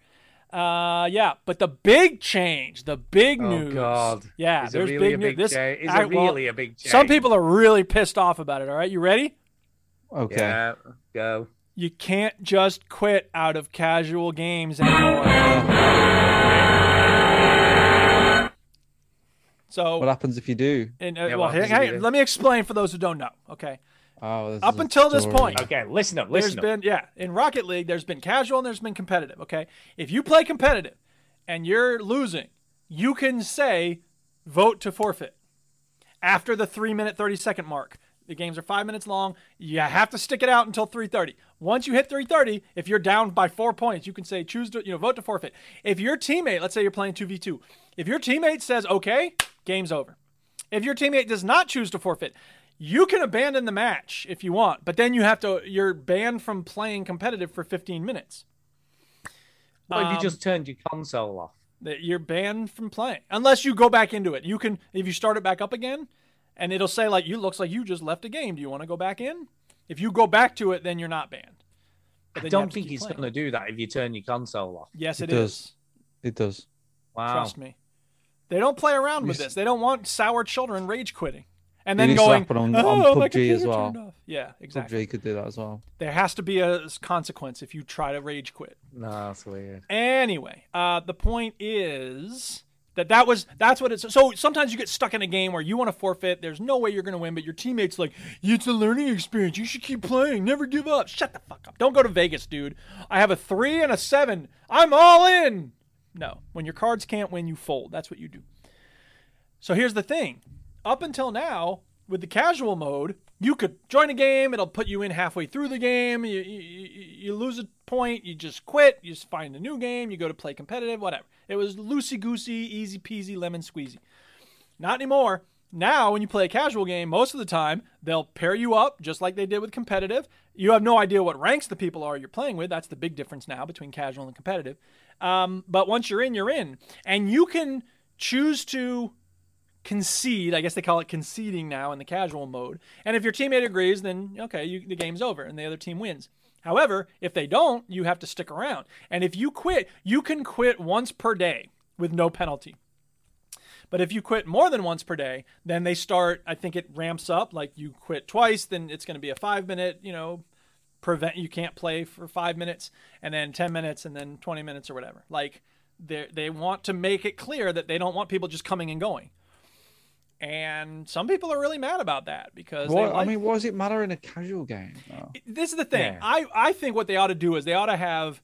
A: Uh, yeah, but the big change, the big
C: Oh,
A: news.
C: God.
A: Yeah,
C: Is it
A: there's
C: really
A: big
C: a
A: new-
C: big
A: This
C: change? Is it
A: all right, well,
C: really a big
A: Some
C: change?
A: people are really pissed off about it. All right, you ready?
B: Okay.
C: Yeah, go.
A: You can't just quit out of casual games anymore. So,
B: What happens if you do?
A: and, uh,
C: Yeah,
A: well,
C: what
A: hang,
C: happens if
A: hang-
C: you do?
A: let me explain for those who don't know. Okay,
B: Oh, this
A: Up
B: is a
A: until this
B: story.
A: point.
C: Okay, listen up,
A: there's
C: listen up.
A: been yeah in Rocket League, there's been casual and there's been competitive. Okay, if you play competitive and you're losing, you can say vote to forfeit after the three minute thirty second mark. The games are five minutes long. You have to stick it out until three thirty. Once you hit three thirty, if you're down by four points, you can say choose to you know vote to forfeit. If your teammate, let's say you're playing two v two, if your teammate says okay, game's over. If your teammate does not choose to forfeit, you can abandon the match if you want, but then you have to you're banned from playing competitive for 15 minutes.
C: What
A: um,
C: if you just turned your console off?
A: That You're banned from playing unless you go back into it. You can if you start it back up again and it'll say like you looks like you just left a game. Do you want to go back in? If you go back to it, then you're not banned. But then
C: I
A: you have
C: don't
A: to
C: think
A: keep
C: it's
A: playing.
C: going to do that if you turn your console off.
A: Yes,
B: It
A: it
B: does.
A: is.
B: It does.
C: Wow.
A: Trust me. They don't play around with this. They don't want sour children rage quitting and then
B: needs to
A: going
B: happen on-
A: oh,
B: on
A: my
B: PUBG as
A: computer
B: well.
A: turned off." Yeah, exactly.
B: PUBG could do that as well.
A: There has to be a s- consequence if you try to rage quit.
C: No, that's weird.
A: Anyway, uh, the point is that that was that's what it's. So sometimes you get stuck in a game where you want to forfeit. There's no way you're going to win, but your teammates like it's a learning experience. You should keep playing. Never give up. Shut the fuck up. Don't go to Vegas, dude. I have a three and a seven. I'm all in. No, when your cards can't win, you fold. That's what you do. So here's the thing. Up until now, with the casual mode, you could join a game, it'll put you in halfway through the game, you, you, you you lose a point, you just quit, you just find a new game, you go to play competitive, whatever. It was loosey goosey, easy peasy, lemon squeezy. Not anymore. Now, when you play a casual game, most of the time, they'll pair you up just like they did with competitive. You have no idea what ranks the people are you're playing with. That's the big difference now between casual and competitive. Um, but once you're in, you're in. And you can choose to concede. I guess they call it conceding now in the casual mode. And if your teammate agrees, then okay, you, the game's over and the other team wins. However, if they don't, you have to stick around. And if you quit, you can quit once per day with no penalty. But if you quit more than once per day, then they start. I think it ramps up. Like you quit twice, then it's going to be a five minute, you know, prevent. You can't play for five minutes, and then ten minutes, and then twenty minutes or whatever. Like they they want to make it clear that they don't want people just coming and going. And some people are really mad about that because they
B: What, I
A: like-
B: mean, why does it matter in a casual game? though?
A: this is the thing.
C: Yeah.
A: I, I think what they ought to do is they ought to have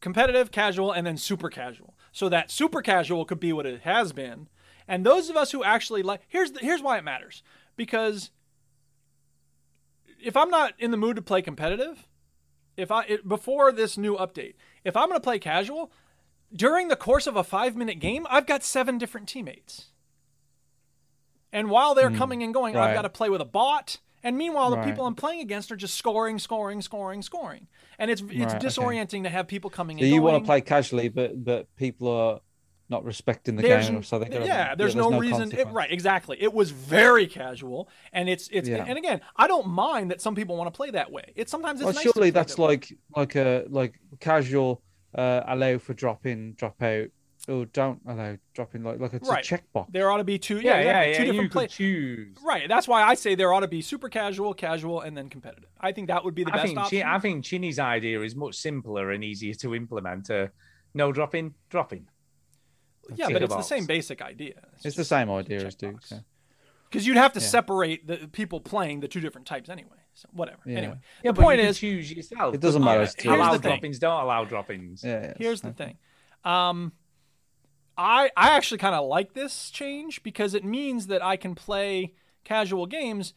A: competitive, casual, and then super casual. So that super casual could be what it has been. And those of us who actually like here's the, here's why it matters. Because if I'm not in the mood to play competitive, if I it, before this new update, if I'm going to play casual, during the course of a 5-minute game, I've got seven different teammates. And while they're coming and going, I've
B: right.
A: got to play with a bot. And meanwhile,
B: Right.
A: the people I'm playing against are just scoring, scoring, scoring, scoring. And it's it's
B: Right, okay.
A: disorienting to have people coming
B: So
A: and
B: you
A: going.
B: want to play casually, but but people are not respecting the
A: There's-
B: game, so they gotta-
A: yeah, there's, no, reason. It,
B: consequence.
A: right, exactly. It was very casual, and it's it's
B: Yeah.
A: and again, I don't mind that some people want to play that way. It's sometimes it's
B: Well,
A: nice to
B: surely
A: play
B: that's
A: that way.
B: like like a like casual uh, allow for drop in, drop out, or don't allow drop in. Like like it's
A: Right.
B: a checkbox.
A: there ought to be two
C: Yeah,
A: yeah,
C: yeah,
A: exactly, two
C: yeah. you
A: different
C: could
A: play.
C: choose.
A: Right, that's why I say there ought to be super casual, casual, and then competitive. I think that would be the
C: I
A: best
C: think
A: option.
C: Chi- I think Chinny's idea is much simpler and easier to implement. Uh, no dropping, dropping.
A: yeah,
C: tick
A: but
C: a
A: it's the
C: box.
A: same basic idea.
B: It's the same idea as Duke's.
A: checkbox.
B: Yeah.
A: because you'd have to
B: Yeah.
A: separate the people playing the two different types anyway. So whatever.
B: Yeah.
A: Anyway,
C: Yeah,
A: the
C: but
A: point
C: you could
A: is,
C: choose yourself.
B: It doesn't matter, it's two.
A: Here's
C: Allow
A: the thing.
C: droppings, don't allow droppings.
B: Yeah, yeah,
A: here's the
B: so-
A: thing. Um, I I actually kind of like this change because it means that I can play casual games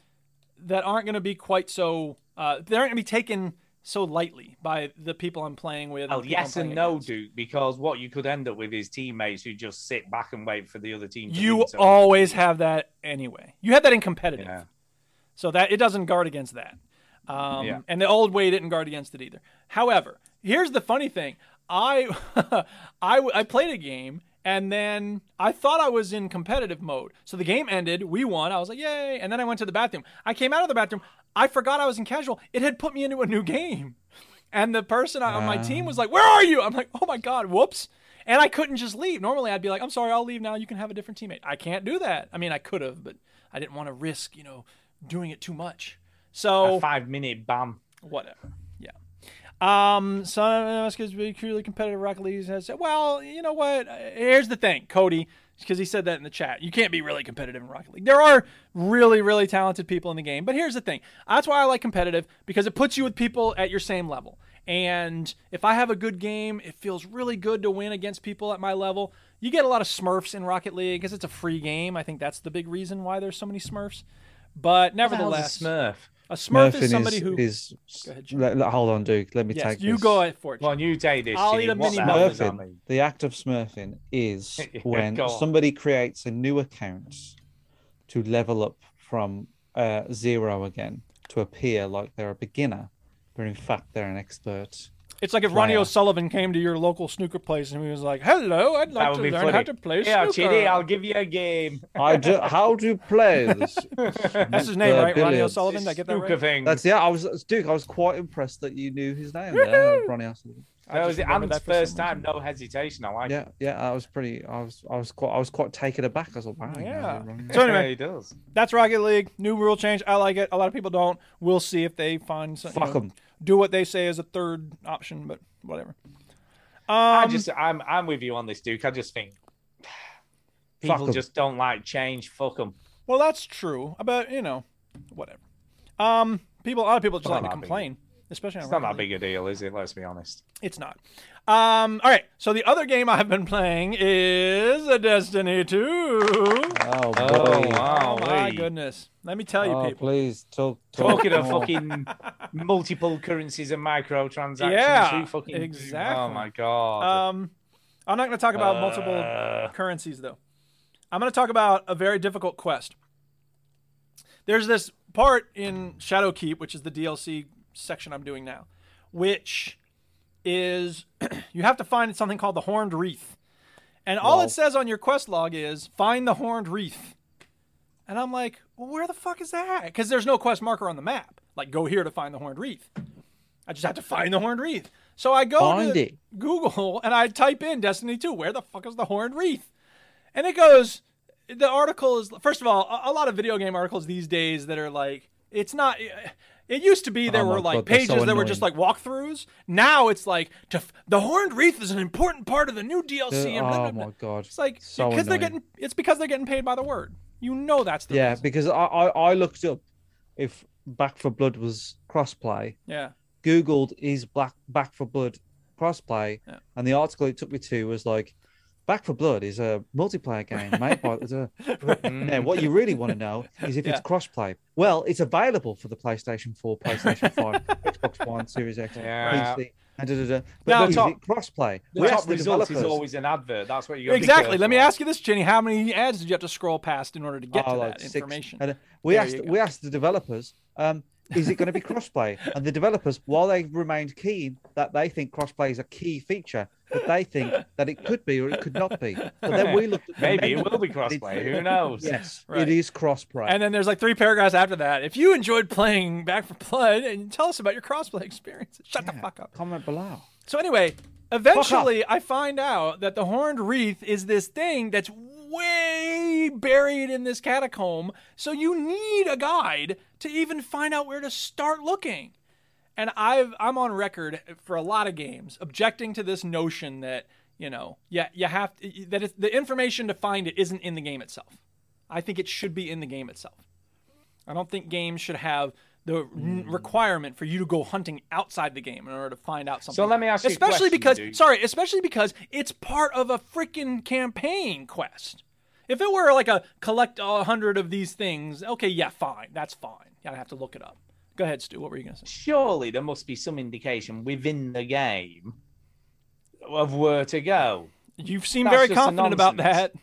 A: that aren't going to be quite so uh, they aren't going to be taken so lightly by the people I'm playing with.
C: Well,
A: the people I'm
C: Oh, yes and
A: playing
C: no,
A: against.
C: Duke, because what you could end up with is teammates who just sit back and wait for the other team. To
A: You
C: win, so-
A: always have that anyway. You had that in competitive.
C: Yeah.
A: So that it doesn't guard against that. Um,
C: Yeah.
A: And the old way didn't guard against it either. However, here's the funny thing: I, I, w- I played a game and then I thought I was in competitive mode. So the game ended, we won. I was like, yay! And then I went to the bathroom. I came out of the bathroom. I forgot I was in casual. It had put me into a new game. And the person on my team was like, "Where are you?" I'm like, "Oh my god, whoops!" And I couldn't just leave. Normally, I'd be like, "I'm sorry, I'll leave now. You can have a different teammate." I can't do that. I mean, I could have, but I didn't want to risk, you know, doing it too much. So
C: a five minute bam.
A: whatever. Yeah. Um, some of us could be purely competitive Rocket League has said, well, you know what? Uh, Here's the thing, Cody, because he said that in the chat. You can't be really competitive in Rocket League. There are really, really talented people in the game, but here's the thing. That's why I like competitive because it puts you with people at your same level. And if I have a good game, it feels really good to win against people at my level. You get a lot of Smurfs in Rocket League because it's a free game. I think that's the big reason why there's so many Smurfs. But nevertheless,
C: Nevertheless, Smurf.
A: a Smurf
B: Smurfing
A: is somebody who
B: is,
A: Go ahead, Jim.
B: let, let- hold on, Duke. Let me
A: yes,
B: take
A: you
B: this.
A: go at for it.
C: Well, you take this.
A: I'll
C: Ginny.
A: eat a
C: What the
A: mini
C: hell does that
B: Smurfing.
C: mean?
B: The act of smurfing is
C: Yeah,
B: when
C: go on.
B: somebody creates a new account to level up from uh, zero again to appear like they're a beginner, but in fact they're an expert.
A: It's like if Ronnie
B: player.
A: O'Sullivan came to your local snooker place and he was like, "Hello, I'd
C: That
A: like to
C: would be
A: learn
C: funny.
A: how to play
C: yeah,
A: snooker."
C: Chidi, I'll give you a game.
B: I do, how do players?
A: That's his name,
B: Uh,
A: right? Ronnie
B: billiards.
A: O'Sullivan. Did I get that
C: Snooker
A: right?
C: thing.
B: That's yeah. I was Duke. I was quite impressed that you knew his name, there, Ronnie O'Sullivan.
A: I
C: That
A: just
C: was
A: remember
C: Alan's
A: that for
C: first
A: some
C: time, no hesitation. I like
B: Yeah, yeah, I was pretty. I was, I was quite, I was quite taken aback. I was like, wow. you know,
A: Yeah.
B: really-
C: it.
A: So anyway.
C: he does.
A: That's Rocket League. New rule change. I like it. A lot of people don't. We'll see if they find some.
B: Fuck 'em.
A: Do what they say is a third option, but whatever.
C: I
A: um,
C: just, I'm, I'm with you on this, Duke. I just think people
B: 'em.
C: just don't like change. Fuck them.
A: Well, that's true. But you know, whatever. Um, people. A lot of people just
C: Not
A: like to
C: that big.
A: complain, especially on
C: It's not
A: Rocket
C: that
A: League.
C: big a deal, is it? Let's be honest.
A: It's not. Um, all right. So the other game I've been playing is a Destiny 2.
B: Oh, boy.
C: Oh,
A: Oh
C: wow.
A: my goodness. Let me tell you,
B: Oh,
A: people.
B: please talk. talk
C: Talking of
B: more.
C: fucking multiple currencies and microtransactions.
A: Yeah,
C: who fucking,
A: exactly.
C: Oh my god.
A: Um, I'm not going to talk about multiple
C: Uh,
A: currencies though. I'm going to talk about a very difficult quest. There's this part in Shadowkeep, which is the DLC section I'm doing now, which is you have to find something called the Horned Wreath. And all it says on your quest log is find the Horned Wreath. And I'm like, well, where the fuck is that? Because there's no quest marker on the map. Like, go here to find the Horned Wreath. I just have to find the Horned Wreath. So I go
B: Find
A: to
B: it.
A: Google and I type in Destiny 2. Where the fuck is the Horned Wreath? And it goes, the article is, first of all, a, a lot of video game articles these days that are like, it's not. It used to be there
B: Oh
A: were
B: my
A: like
B: God, that's
A: pages
B: so
A: that were just like
B: annoying.
A: walkthroughs. Now it's like to f- the Horned Wreath is an important part of the new DLC.
B: Uh,
A: and blah, blah,
B: oh
A: blah.
B: my god.
A: It's like
B: so
A: because they're
B: annoying.
A: getting it's because they're getting paid by the word. You know that's the
B: Yeah,
A: reason.
B: because I, I I looked up if Back for Blood was crossplay.
A: yeah.
B: Googled is Black Back for Blood crossplay,
A: Yeah.
B: and the article it took me to was like, Back for Blood is a multiplayer game made by. the
C: Mm.
B: And what you really want to know is if
A: Yeah.
B: it's crossplay. Well, it's available for the PlayStation 4, PlayStation 5, Xbox One, Series X,
C: Yeah.
B: PC, and da, da, da. But
A: Now,
B: no, is
C: top-
B: it crossplay?
C: the
B: We
C: top
B: asked the
C: result is
B: developers.
C: always an advert. That's what you gotta be
A: Exactly.
C: careful
A: Let me
C: of.
A: ask you this, Jenny. How many ads did you have to scroll past in order to get
B: Oh,
A: to
B: like
A: that
B: six.
A: information?
B: And, uh, we
A: There you
B: asked
A: go.
B: we asked the developers, um, is it going to be crossplay? and the developers, while they remained keen that they think crossplay is a key feature, but they think that it could be or it could not be. But then we looked at the
C: Maybe it
B: menu
C: will be
B: and it-
C: crossplay. Who knows?
B: Yes,
A: Right.
B: it is crossplay.
A: And then there's like three paragraphs after that. If you enjoyed playing Back for Blood, and tell us about your crossplay experiences. Shut the
B: Yeah,
A: fuck up.
B: Comment below.
A: So anyway, eventually I find out that the horned wreath is this thing that's way buried in this catacomb. So you need a guide to even find out where to start looking. And I've I'm on record for a lot of games objecting to this notion that you know yeah you have to, that it's, the information to find it isn't in the game itself. I think it should be in the game itself. I don't think games should have the n-
C: Hmm.
A: requirement for you to go hunting outside the game in order to find out something.
C: let me ask you a
A: especially
C: question,
A: because
C: dude.
A: sorry, especially because it's part of a freaking campaign quest. If it were like a collect a hundred of these things, okay, yeah, fine, that's fine. Yeah, I have to look it up. Go ahead, Stu. What were you gonna say?
C: surely there must be some indication within the game of where to go.
A: You seem
C: That's
A: very
C: just a
A: confident about that.
C: nonsense.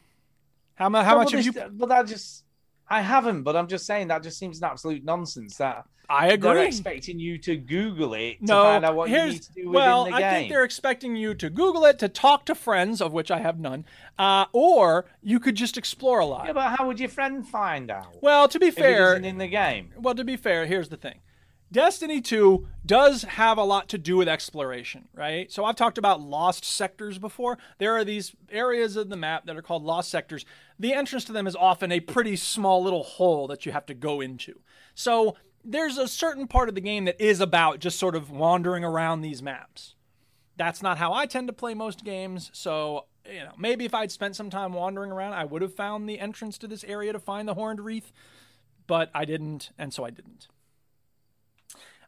A: How, mu- how
C: Well,
A: much have
C: this-
A: you?
C: But I just, I haven't. But I'm just saying that just seems an absolute nonsense. That
A: I
C: they're
A: agree.
C: expecting you to Google it to
A: no,
C: find out what you
A: here's
C: need to do within
A: well,
C: the game.
A: I think they're expecting you to Google it, to talk to friends, of which I have none, uh, or you could just explore a lot.
C: Yeah, but how would your friend find out?
A: Well, to be
C: if it
A: fair,
C: isn't in the game.
A: well, to be fair, here's the thing. Destiny 2 does have a lot to do with exploration, right? So I've talked about lost sectors before. There are these areas of the map that are called lost sectors. The entrance to them is often a pretty small little hole that you have to go into. So there's a certain part of the game that is about just sort of wandering around these maps. That's not how I tend to play most games, so you know, maybe if I'd spent some time wandering around, I would have found the entrance to this area to find the horned wreath but I didn't, and so I didn't.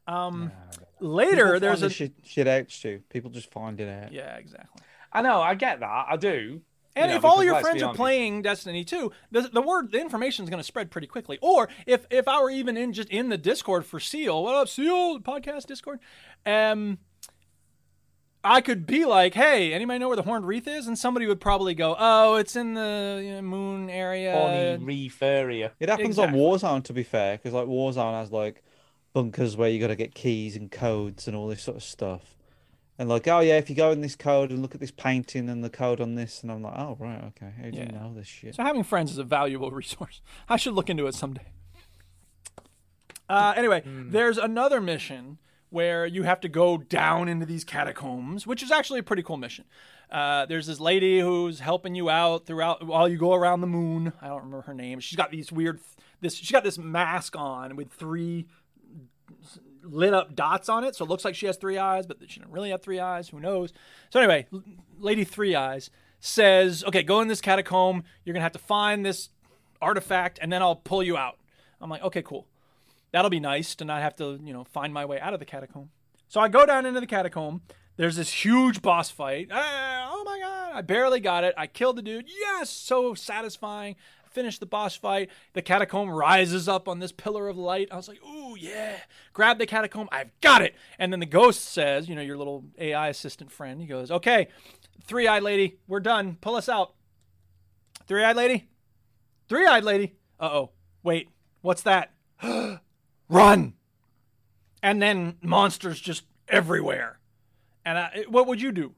A: Um, later
B: People
A: there's
B: find
A: a
B: this shit, shit out, Stu. People just find it out.
A: yeah exactly.
C: I know, I get that, I do.
A: And
C: Yeah,
A: if all
C: because
A: your
C: let's
A: friends
C: be
A: are
C: honest.
A: playing Destiny 2, the, the word the information is going to spread pretty quickly. Or if if I were even in just in the Discord for Seal, what up Seal podcast Discord, um, I could be like, hey, anybody know where the Horned Wreath is? And somebody would probably go, oh, it's in the you know, moon area.
C: Horny reef area.
B: It happens
A: Exactly.
B: on Warzone, to be fair, because like Warzone has like bunkers where you got to get keys and codes and all this sort of stuff. And like, oh yeah, if you go in this code and look at this painting and the code on this, and I'm like, oh right, okay, how do you
A: Yeah.
B: know this shit?
A: So having friends is a valuable resource. I should look into it someday. Uh, anyway, there's another mission where you have to go down into these catacombs, which is actually a pretty cool mission. Uh, there's this lady who's helping you out throughout while you go around the moon. I don't remember her name. She's got these weird this she's got this mask on with three lit up dots on it, so it looks like she has three eyes, but she didn't really have three eyes. Who knows? So anyway, L- Lady Three Eyes says, "Okay, go in this catacomb. You're gonna have to find this artifact, and then I'll pull you out." I'm like, "Okay, cool. That'll be nice to not have to, you know, find my way out of the catacomb." So I go down into the catacomb. There's this huge boss fight. Ah, oh my god! I barely got it. I killed the dude. Yes, so satisfying. Finish the boss fight. The catacomb rises up on this pillar of light. I was like, "Ooh, yeah!" Grab the catacomb. I've got it. And then the ghost says, "You know, your little AI assistant friend." He goes, "Okay, three-eyed lady, we're done. Pull us out." Three-eyed lady. Three-eyed lady. Uh-oh. Wait. What's that? Run. And then monsters just everywhere. And I, what would you do?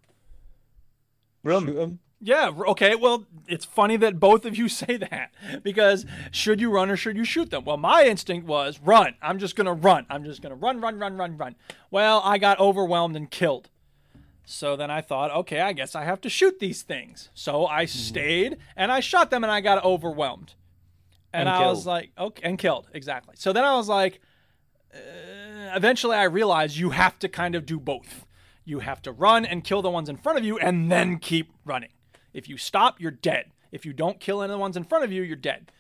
B: Run. Shoot 'em.
A: Yeah, r- okay, well, it's funny that both of you say that because should you run or should you shoot them? Well, my instinct was run. I'm just going to run. I'm just going to run, run, run, run, run. Well, I got overwhelmed and killed. So then I thought, okay, I guess I have to shoot these things. So
C: Hmm.
A: I stayed and I shot them and I got overwhelmed. And,
C: And
A: I was
C: killed.
A: like, okay, and killed, exactly. So then I was like, uh, eventually I realized you have to kind of do both. You have to run and kill the ones in front of you and then keep running. If you stop, you're dead. If you don't kill any of the ones in front of you, you're dead.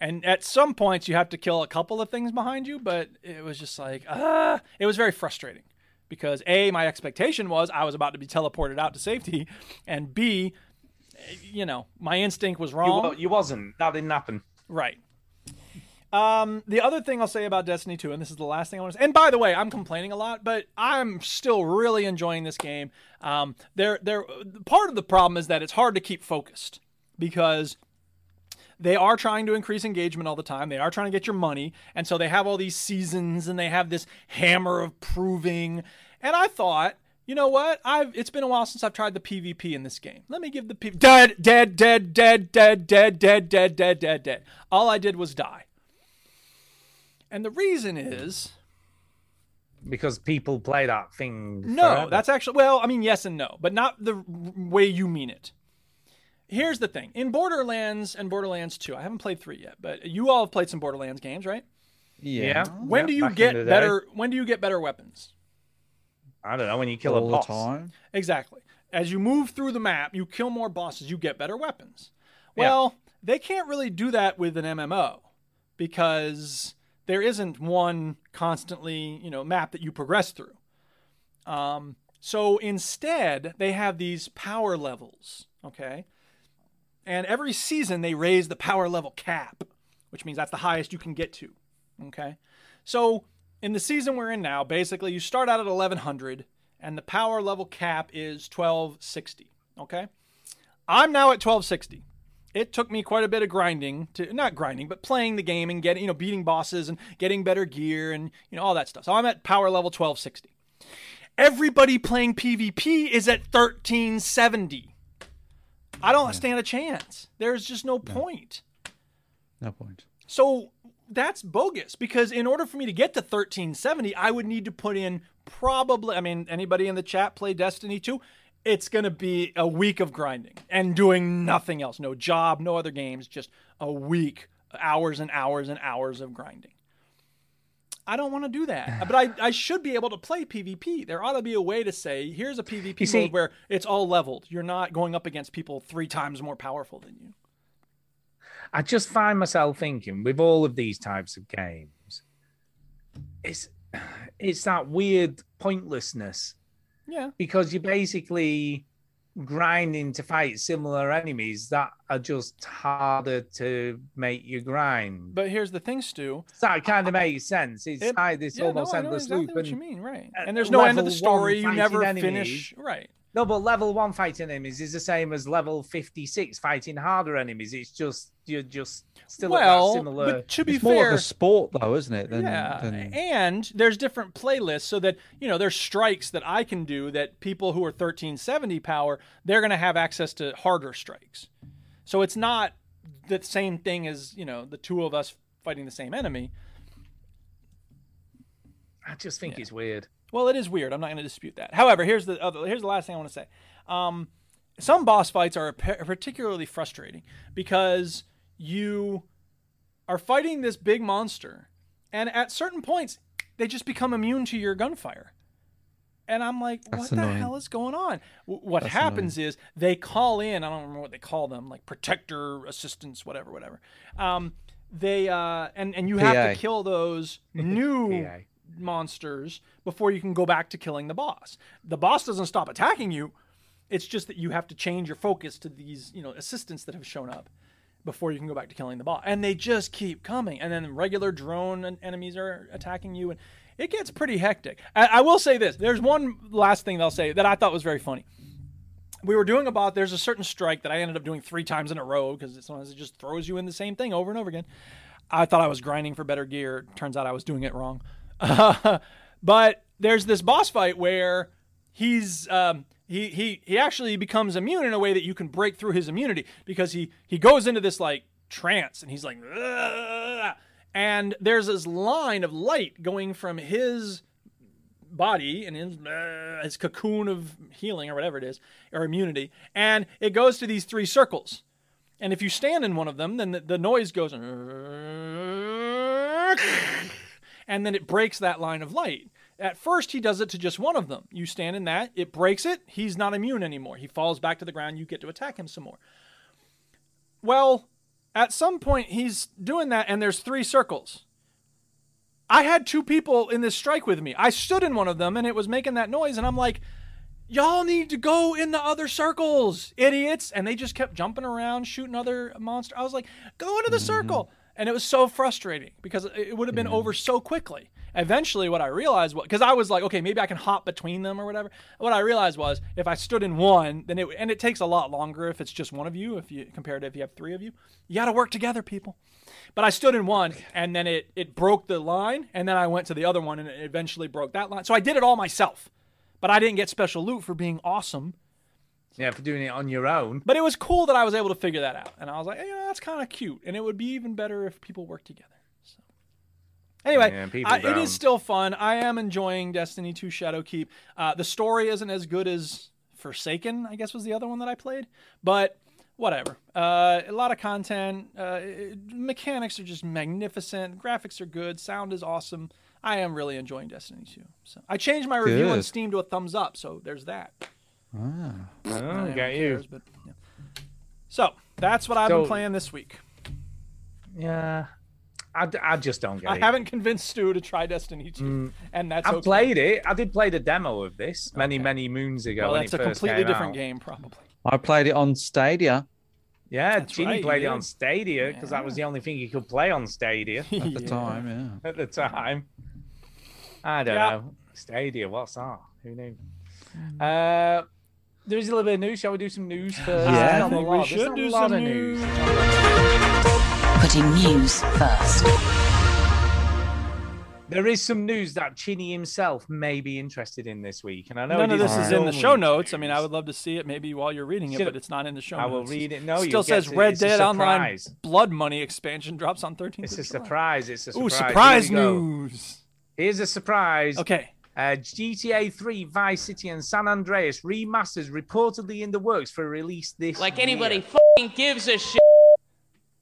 A: And at some points, you have to kill a couple of things behind you, but it was just like, ah, it was very frustrating because A, my expectation was I was about to be teleported out to safety, and B, you know, my instinct was
C: You,
A: wrong.
C: wa- you wasn't. That didn't happen.
A: Right. Um, the other thing I'll say about Destiny 2, and this is the last thing I want to say. And by the way, I'm complaining a lot, but I'm still really enjoying this game. Um, there, there. Part of the problem is that it's hard to keep focused because they are trying to increase engagement all the time. They are trying to get your money, and so they have all these seasons and they have this hammer of proving. And I thought, you know what? I've it's been a while since I've tried the PvP in this game. Let me give the PvP dead, dead, dead, dead, dead, dead, dead, dead, dead, dead, dead. All I did was die. And the reason is
C: Because people play that thing.
A: no,
C: forever.
A: that's actually well, I mean yes and no, but not the r- way you mean it. Here's the thing. In Borderlands and Borderlands 2, I haven't played 3 yet, but you all have played some Borderlands games, right?
C: Yeah.
A: When
C: Yeah,
A: do you
C: back in
A: get
C: the day.
A: better when do you get better weapons?
C: I don't know. When you kill
B: All
C: a
B: the
C: boss.
B: time.
A: Exactly. As you move through the map, you kill more bosses, you get better weapons.
C: Yeah.
A: Well, they can't really do that with an MMO because there isn't one constantly, you know, map that you progress through. Um, so instead, they have these power levels, okay? And every season they raise the power level cap, which means that's the highest you can get to, okay? So in the season we're in now, basically you start out at 1100 and the power level cap is 1260. Okay. I'm now at 1260. It took me quite a bit of grinding to not grinding, but playing the game and getting, you know, beating bosses and getting better gear and, you know, all that stuff. So I'm at power level 1260. Everybody playing PvP is at 1370. I don't stand a chance. There's just no point.
B: No point.
A: So that's bogus because in order for me to get to 1370, I would need to put in probably, I mean, anybody in the chat play Destiny 2? It's going to be a week of grinding and doing nothing else. No job, no other games, just a week, hours and hours and hours of grinding. I don't want to do that. But I, I should be able to play PvP. There ought to be a way to say, here's a PvP
C: You see-
A: mode where it's all leveled. You're not going up against people three times more powerful than you.
C: I just find myself thinking with all of these types of games, it's it's that weird pointlessness
A: Yeah.
C: because you're basically grinding to fight similar enemies that are just harder to make you grind.
A: But here's the thing, Stu.
C: So it kind of makes sense. It's like this almost
A: no,
C: endless
A: I know exactly
C: loop.
A: What
C: and-
A: you mean, right?
C: uh,
A: And there's no end to
C: level
A: the
C: one
A: story. You
C: fighting
A: never
C: enemies.
A: finish. Right.
C: No, but level one fighting enemies is the same as level fifty-six fighting harder enemies. It's just you're just still
A: well,
C: at that similar.
A: but to be
B: It's more
A: fair,
B: like a sport, though, isn't it? Than,
A: yeah.
B: than-
A: And there's different playlists, so that you know there's strikes that I can do that people who are 1370 power they're going to have access to harder strikes. So it's not the same thing as you know the two of us fighting the same enemy.
C: I just think it's weird.
A: Well, it is weird. I'm not going to dispute that. However, here's the other, here's the last thing I want to say. Um, some boss fights are pa- particularly frustrating because you are fighting this big monster, and at certain points, they just become immune to your gunfire. And I'm like, what
B: That's
A: the
B: annoying.
A: hell is going on? W- what happens is they call in. I don't remember what they call them, like protector assistants, whatever, whatever. Um, they uh, and and you have to
B: PA.
A: kill those new
C: PA.
A: monsters before you can go back to killing the boss. The boss doesn't stop attacking you. It's just that you have to change your focus to these, you know, assistants that have shown up before you can go back to killing the boss. And they just keep coming. And then regular drone en- enemies are attacking you and it gets pretty hectic. I, I will say this. There's one last thing that I'll say that I thought was very funny we were doing about there's a certain strike that I ended up doing three times in a row because sometimes it just throws you in the same thing over and over again. I thought I was grinding for better gear. Turns out I was doing it wrong. but there's this boss fight where he's um, he he he actually becomes immune in a way that you can break through his immunity because he he goes into this like trance and he's like "Ugh." and there's this line of light going from his body and his, uh, his cocoon of healing or whatever it is or immunity and it goes to these three circles and if you stand in one of them then the, the noise goes and then it breaks that line of light at first he does it to just one of them you stand in that it breaks it he's not immune anymore he falls back to the ground you get to attack him some more well at some point he's doing that and there's three circles I had two people in this strike with me. I stood in one of them and it was making that noise, and I'm like, y'all need to go in the other circles, idiots. And they just kept jumping around, shooting other monsters. I was like, go into the circle. And it was so frustrating because it- it would have been over so quickly. Eventually, what I realized was because I was like, okay, maybe I can hop between them or whatever. What I realized was if I stood in one, then it and it takes a lot longer if it's just one of you, if you compared to if you have three of you. You got to work together, people. But I stood in one, and then it it broke the line, and then I went to the other one, and it eventually broke that line. So I did it all myself, but I didn't get special loot for being awesome.
C: Yeah, for doing it on your own.
A: But it was cool that I was able to figure that out, and I was like, you know, that's kind of cute, and it would be even better if people worked together. So. Anyway,
C: Yeah, people
A: I, it
C: down.
A: is still fun. I am enjoying Destiny 2 Shadowkeep. Uh, the story isn't as good as Forsaken, I guess was the other one that I played, but whatever. Uh, a lot of content. Uh, it- mechanics are just magnificent. Graphics are good. Sound is awesome. I am really enjoying Destiny 2. So I changed my review on
B: Good.
A: Steam to a thumbs up, so there's that.
B: ah.
C: Oh,
A: Anyone
C: got you.
A: cares, but, yeah. So that's what I've been
C: So-
A: playing this week.
C: Yeah. I, d- I just don't get
A: I
C: it.
A: haven't convinced Stu to try Destiny 2,
C: Mm.
A: and that's
C: I
A: okay.
C: played it. I did play the demo of this many, many moons ago.
A: Well,
C: when
A: that's a
C: it first
A: completely
C: came
A: different
C: out.
A: game, probably.
B: I played it on Stadia
C: Yeah,
A: That's
C: Ginny
A: right, you
C: played
A: did.
C: it on Stadia because that was the only thing you could play on Stadia
B: at the time. Yeah.
C: at the time. I don't
A: Yeah. Hmm.
C: know. Stadia, what's that? Who knew? Uh, there is a little bit of news. Shall we do some news first?
B: Yeah. I
C: Not a
A: think we
C: lot. There's
A: should
C: a
A: do
C: lot
A: some
C: of
A: news.
J: Putting news first.
C: There is some news that Chinny himself may be interested in this week, and I know
A: None
C: it
A: of this
C: isn't
A: is in the
C: normally
A: show notes. I mean, I
C: news.
A: would love to see it maybe while you're reading it,
C: Should-
A: but it's not in the show
C: I
A: notes.
C: will read it. No,
A: still
C: you'll
A: says
C: get it.
A: Red
C: It's a
A: Dead Online
C: surprise.
A: Blood Money expansion drops on 13th.
C: It's
A: of
C: a
A: July.
C: surprise. It's a
A: Ooh,
C: surprise. Here we
A: surprise
C: go.
A: news.
C: Here's a surprise.
A: Okay.
C: Uh, GTA 3, Vice City, and San Andreas remasters reportedly in the works for release this
K: Like anybody
C: year.
K: fucking gives a shit.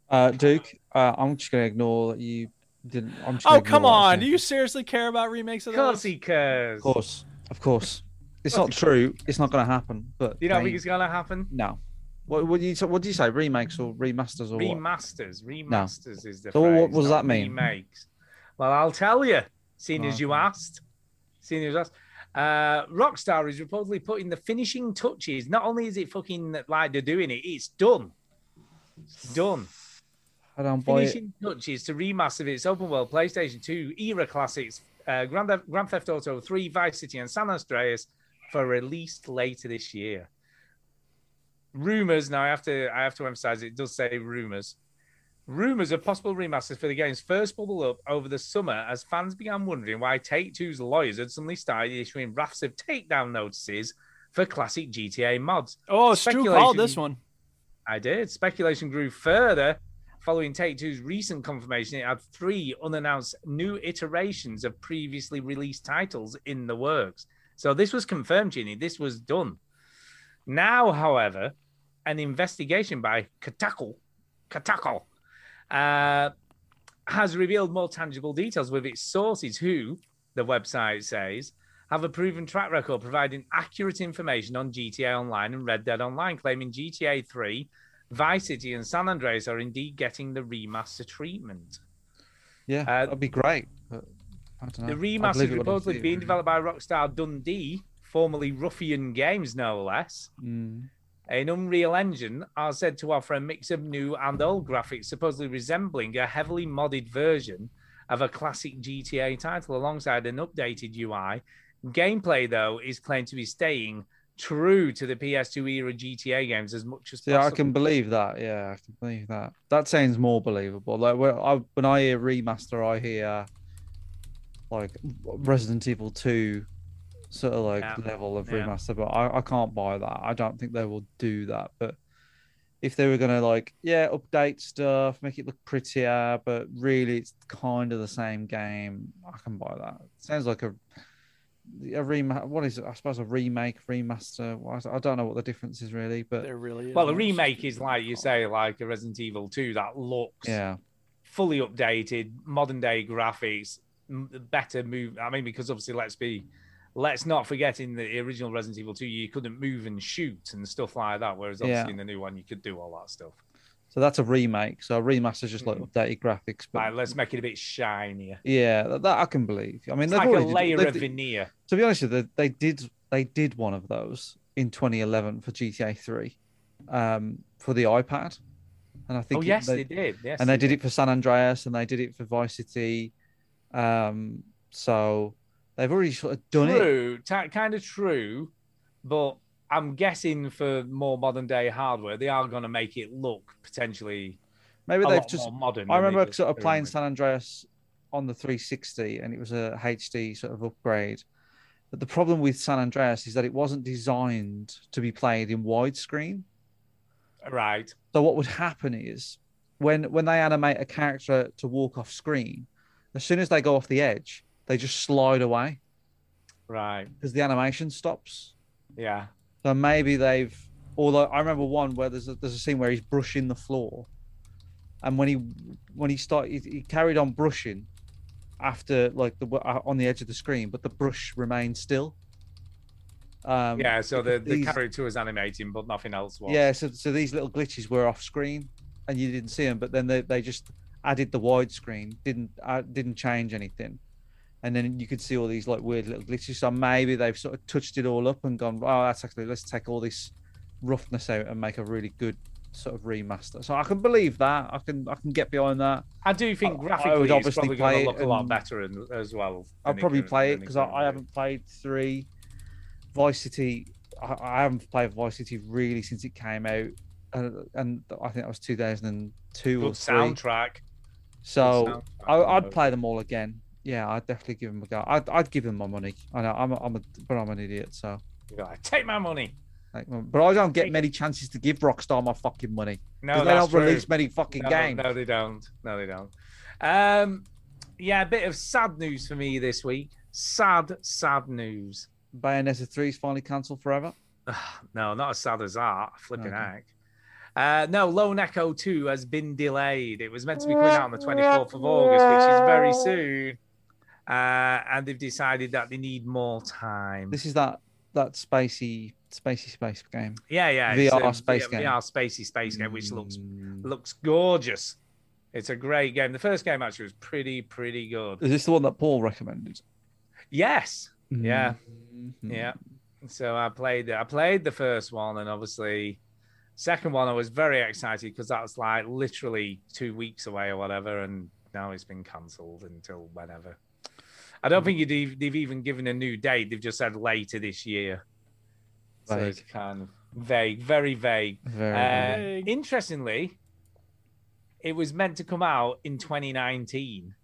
B: Uh, Duke, uh, I'm just gonna ignore that you didn't. I'm just gonna
A: Oh, come
B: ignore what
A: on.
B: I said.
A: Do you seriously care about remakes of
C: Of
A: those?
C: course he cares.
B: Of course, of course. It's not true. It's not gonna happen. But
C: You don't
B: they-
C: think it's going to happen?
B: no. What, what do you what do you say? Remakes or remasters or what?
C: Remasters. Remasters is the
B: So what- what
C: phrase,
B: does
C: not
B: that mean?
C: Remakes. Well, I'll tell you, seeing as you asked. Seeing as you asked. Uh, Rockstar is reportedly putting the finishing touches. Not only is it fucking like they're doing it, it's done. It's done.
B: I don't buy it.
C: finishing touches to remaster its open world PlayStation 2 era classics, uh, Grand, Theft- Grand Theft Auto 3, Vice City, and San Andreas for release later this year. Rumors. Now I have to I have to emphasize it does say rumors. Rumors of possible remasters for the games first bubbled up over the summer as fans began wondering why Take Two's lawyers had suddenly started issuing rafts of takedown notices for classic GTA mods.
A: Oh, Stu called this
C: Speculation-
A: one.
C: I did. Speculation grew further Following Take Two's recent confirmation, it had three unannounced new iterations of previously released titles in the works. So this was confirmed, Ginny. This was done. Now, however, an investigation by Kotaku, Kotaku, uh, has revealed more tangible details with its sources, who the website says have a proven track record providing accurate information on GTA Online and Red Dead Online, claiming GTA 3, Vice City, and San Andreas are indeed getting the remaster treatment.
B: Yeah, that'd be great. But Ah, I don't know.
C: Uh, The
B: I'd
C: remaster
B: leave it
C: is
B: when I see
C: reportedly
B: it.
C: being developed by Rockstar Dundee, formerly Ruffian Games, no less.
B: Mm.
C: An Unreal Engine are said to offer a mix of new and old graphics, supposedly resembling a heavily modded version of a classic GTA title alongside an updated UI. Gameplay, though, is claimed to be staying true to the PS2 era GTA games as much as
B: See,
C: possible.
B: I can believe that. Yeah, I can believe that. That sounds more believable. Like when I, when I hear remaster, I hear like Resident Evil Two sort of like
C: Yeah.
B: level of
C: Yeah.
B: remaster, but I, I can't buy that. I don't think they will do that. But if they were gonna like yeah update stuff, make it look prettier, but really it's kind of the same game, I can buy that. sounds like a a rema What is it? I suppose a remake, remaster. what- I don't know what the difference is really, but
A: There really is.
C: Well, a remake is like you say, like a Resident Evil 2 that looks
B: yeah.
C: fully updated, modern day graphics, m- better move. I mean, because obviously, let's be, let's not forget in the original Resident Evil 2, you couldn't move and shoot and stuff like that. Whereas obviously
B: Yeah.
C: in the new one, you could do all that stuff.
B: So that's a remake. So a remaster's just like updated graphics, but
C: Like, let's make Mm-hmm. it a bit shinier.
B: yeah, that, that I can believe. I mean,
C: It's
B: they've
C: like a
B: already d-
C: layer
B: they've
C: of
B: d-
C: veneer.
B: to be honest, with you, they, they did they did one of those in 2011 for GTA 3 um, for the iPad, and I think
C: Oh,
B: it-
C: yes, they, did. Yes.
B: and they did it for San Andreas, and they did it for Vice City. Um, so they've already sort of done it.
C: True, ta kind of true, but I'm guessing for more modern day hardware, they are going to make it look potentially
B: Maybe
C: a
B: they've
C: lot
B: just.
C: more modern.
B: I
C: than they
B: remember
C: just
B: sort of playing
C: originally.
B: San Andreas on the 360, and it was a HD sort of upgrade. But the problem with San Andreas is that it wasn't designed to be played in widescreen.
C: Right.
B: So what would happen is when when they animate a character to walk off screen, as soon as they go off the edge, they just slide away
C: Right.
B: because the animation stops.
C: Yeah.
B: So maybe they've. Although I remember one where there's a, there's a scene where he's brushing the floor, and when he when he started he, he carried on brushing after like the uh, on the edge of the screen, but the brush remained still. Um,
C: yeah. So the,
B: because
C: the
B: these-
C: character was animating, but nothing else was.
B: Yeah, so, so these little glitches were off screen, and you didn't see them. But then they, they just added the widescreen, didn't uh, didn't change anything, and then you could see all these like weird little glitches. So maybe they've sort of touched it all up and gone, oh, that's actually let's take all this roughness out and make a really good sort of remaster. So I can believe that. I can I can get behind that.
C: I do think
B: I- I
C: graphically
B: would
C: it's
B: obviously
C: probably going
B: play
C: to
B: it
C: look a lot
B: and-
C: better and, as well.
B: I'll
C: than
B: probably
C: current-
B: play it
C: than
B: because I, I
C: currently is.
B: haven't played three. Vice City, I, I haven't played Vice City really since it came out, and, and I think that was 2002
C: Good
B: or three.
C: soundtrack.
B: So
C: soundtrack
B: I,
C: on
B: I'd
C: those.
B: play them all again. Yeah, I'd definitely give them a go. I'd, I'd give them my money. I know I'm a, I'm a but I'm an idiot, so
C: You're like, Take my money.
B: like, but I don't
C: Hey.
B: get many chances to give Rockstar my fucking money
C: No,
B: 'cause
C: that's
B: they don't
C: true.
B: release many fucking
C: no,
B: games.
C: No, they don't. No, they don't. Um, yeah, a bit of sad news for me this week. Sad, sad news.
B: Bayonetta three is finally cancelled forever.
C: no, not as sad as that. Flipping
B: Okay.
C: heck. Uh, no, Lone Echo 2 has been delayed. It was meant to be coming out on the 24th of August, which is very soon. Uh, and they've decided that they need more time.
B: This is that that spacey spacey space game.
C: yeah, yeah.
B: VR
C: it's a
B: space
C: V-
B: game.
C: VR spacey space game, which looks
B: Mm.
C: looks gorgeous. It's a great game. The first game actually was pretty, pretty good.
B: Is this the one that Paul recommended?
C: Yes. Yeah.
B: Mhm.
C: Yeah. So I played I played the first one and obviously second one I was very excited because that was like literally two weeks away or whatever and now it's been cancelled until whenever. I don't think you'd, ev- they've even given a new date. They've just said later this year. So
B: Vague.
C: it's kind of vague, very vague.
B: Very. good.
C: Uh,
A: Vague.
C: interestingly, it was meant to come out in 2019.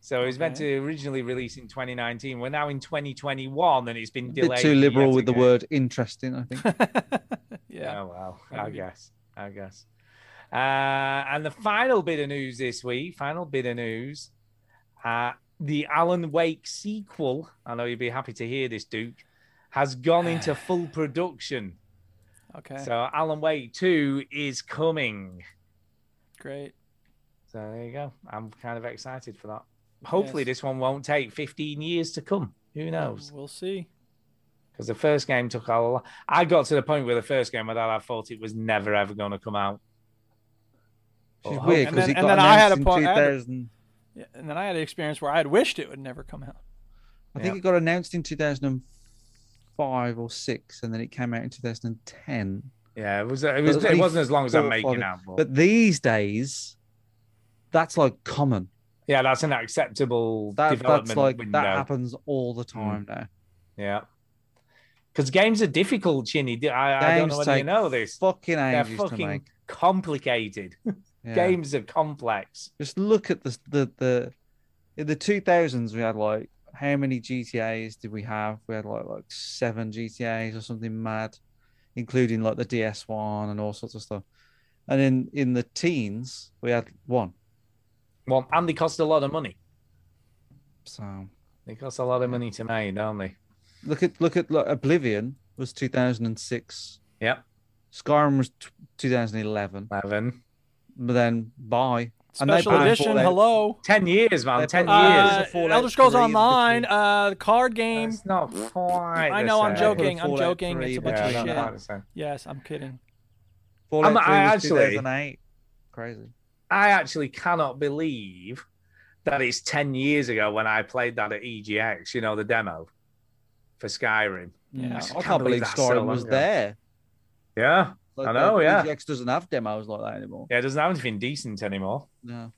C: So it was meant to originally release in 2019. We're now in 2021, and it's been
B: A
C: delayed.
B: bit too liberal
C: yet
B: with the
C: again.
B: word interesting, I think.
A: yeah.
C: Oh well, I
A: Maybe.
C: guess. I guess. Uh, and the final bit of news this week, final bit of news, uh, the Alan Wake sequel. I know you'd be happy to hear this, Duke, has gone into full production.
A: Okay.
C: So Alan Wake 2 is coming.
A: Great.
C: So there you go. I'm kind of excited for that. Hopefully, this one won't take 15 years to come. Who knows?
A: Um, We'll see.
C: Because the first game took a lot. I got to the point where the first game, my dad, I thought it was never ever going to come out.
B: Which is
C: Well,
B: weird
A: and
B: because
A: then-
B: he
A: and
B: got
A: then I had
B: announced
A: a
B: in
A: part- I had a-
B: 2000.
A: Yeah, and then I had an experience where I had wished it would never come out.
B: I think
C: Yeah.
B: it got announced in 2005 or six, and then it came out in 2010.
C: Yeah, it was. It, was, it wasn't as long as I'm making out. But,
B: But these days, that's like common.
C: yeah, that's an acceptable
B: That,
C: development
B: that's like
C: window. Hmm.
B: that happens all the time now.
C: Yeah, because games are difficult, Chinny. I, I don't
B: Games
C: know whether you
B: take
C: know this.
B: Fucking
C: They're
B: ages to
C: fucking
B: make.
C: complicated.
B: Yeah.
C: Games are complex.
B: Just look at the the the in the 2000s. We had like how many GTA's did we have? We had like like seven GTA's or something mad, including like the DS one and all sorts of stuff. And in in the teens, we had one.
C: Well, and they cost a lot of money.
B: So
C: They cost a lot of money to make, don't they?
B: look at look at like, Oblivion was 2006.
C: Yep.
B: Skyrim was t- 2011.
C: Eleven.
B: But then bye.
A: Special
B: banned
A: edition.
B: Fallout-
A: Hello.
C: Ten years, man.
B: They
C: Ten
B: put-
C: years.
A: Uh,
B: There's a Fallout
A: Elder Scrolls
B: 3 in
A: Online,
B: between.
A: uh, the card game.
C: It's not quite.
A: I
C: the
A: know, I'm
C: same.
A: joking. I'm
B: Fallout
A: joking. It's
B: 3
A: a bunch of
C: Yeah, I don't
A: shit.
C: know how to say.
A: Yes, I'm kidding.
B: Fallout
C: I'm-
B: 3
C: I
B: was
C: actually-
B: 2008. Crazy.
C: I actually cannot believe that it's 10 years ago when I played that at EGX, you know, the demo for Skyrim.
A: Yeah.
B: Mm. I
A: I
B: can't,
C: can't believe
B: believe
C: that's so
B: Skyrim
C: long
B: was
C: ago.
B: there.
C: Yeah.
B: Like,
C: I know,
B: the
C: yeah.
B: EGX doesn't have demos like that anymore.
C: Yeah, it doesn't have anything decent anymore.
B: No,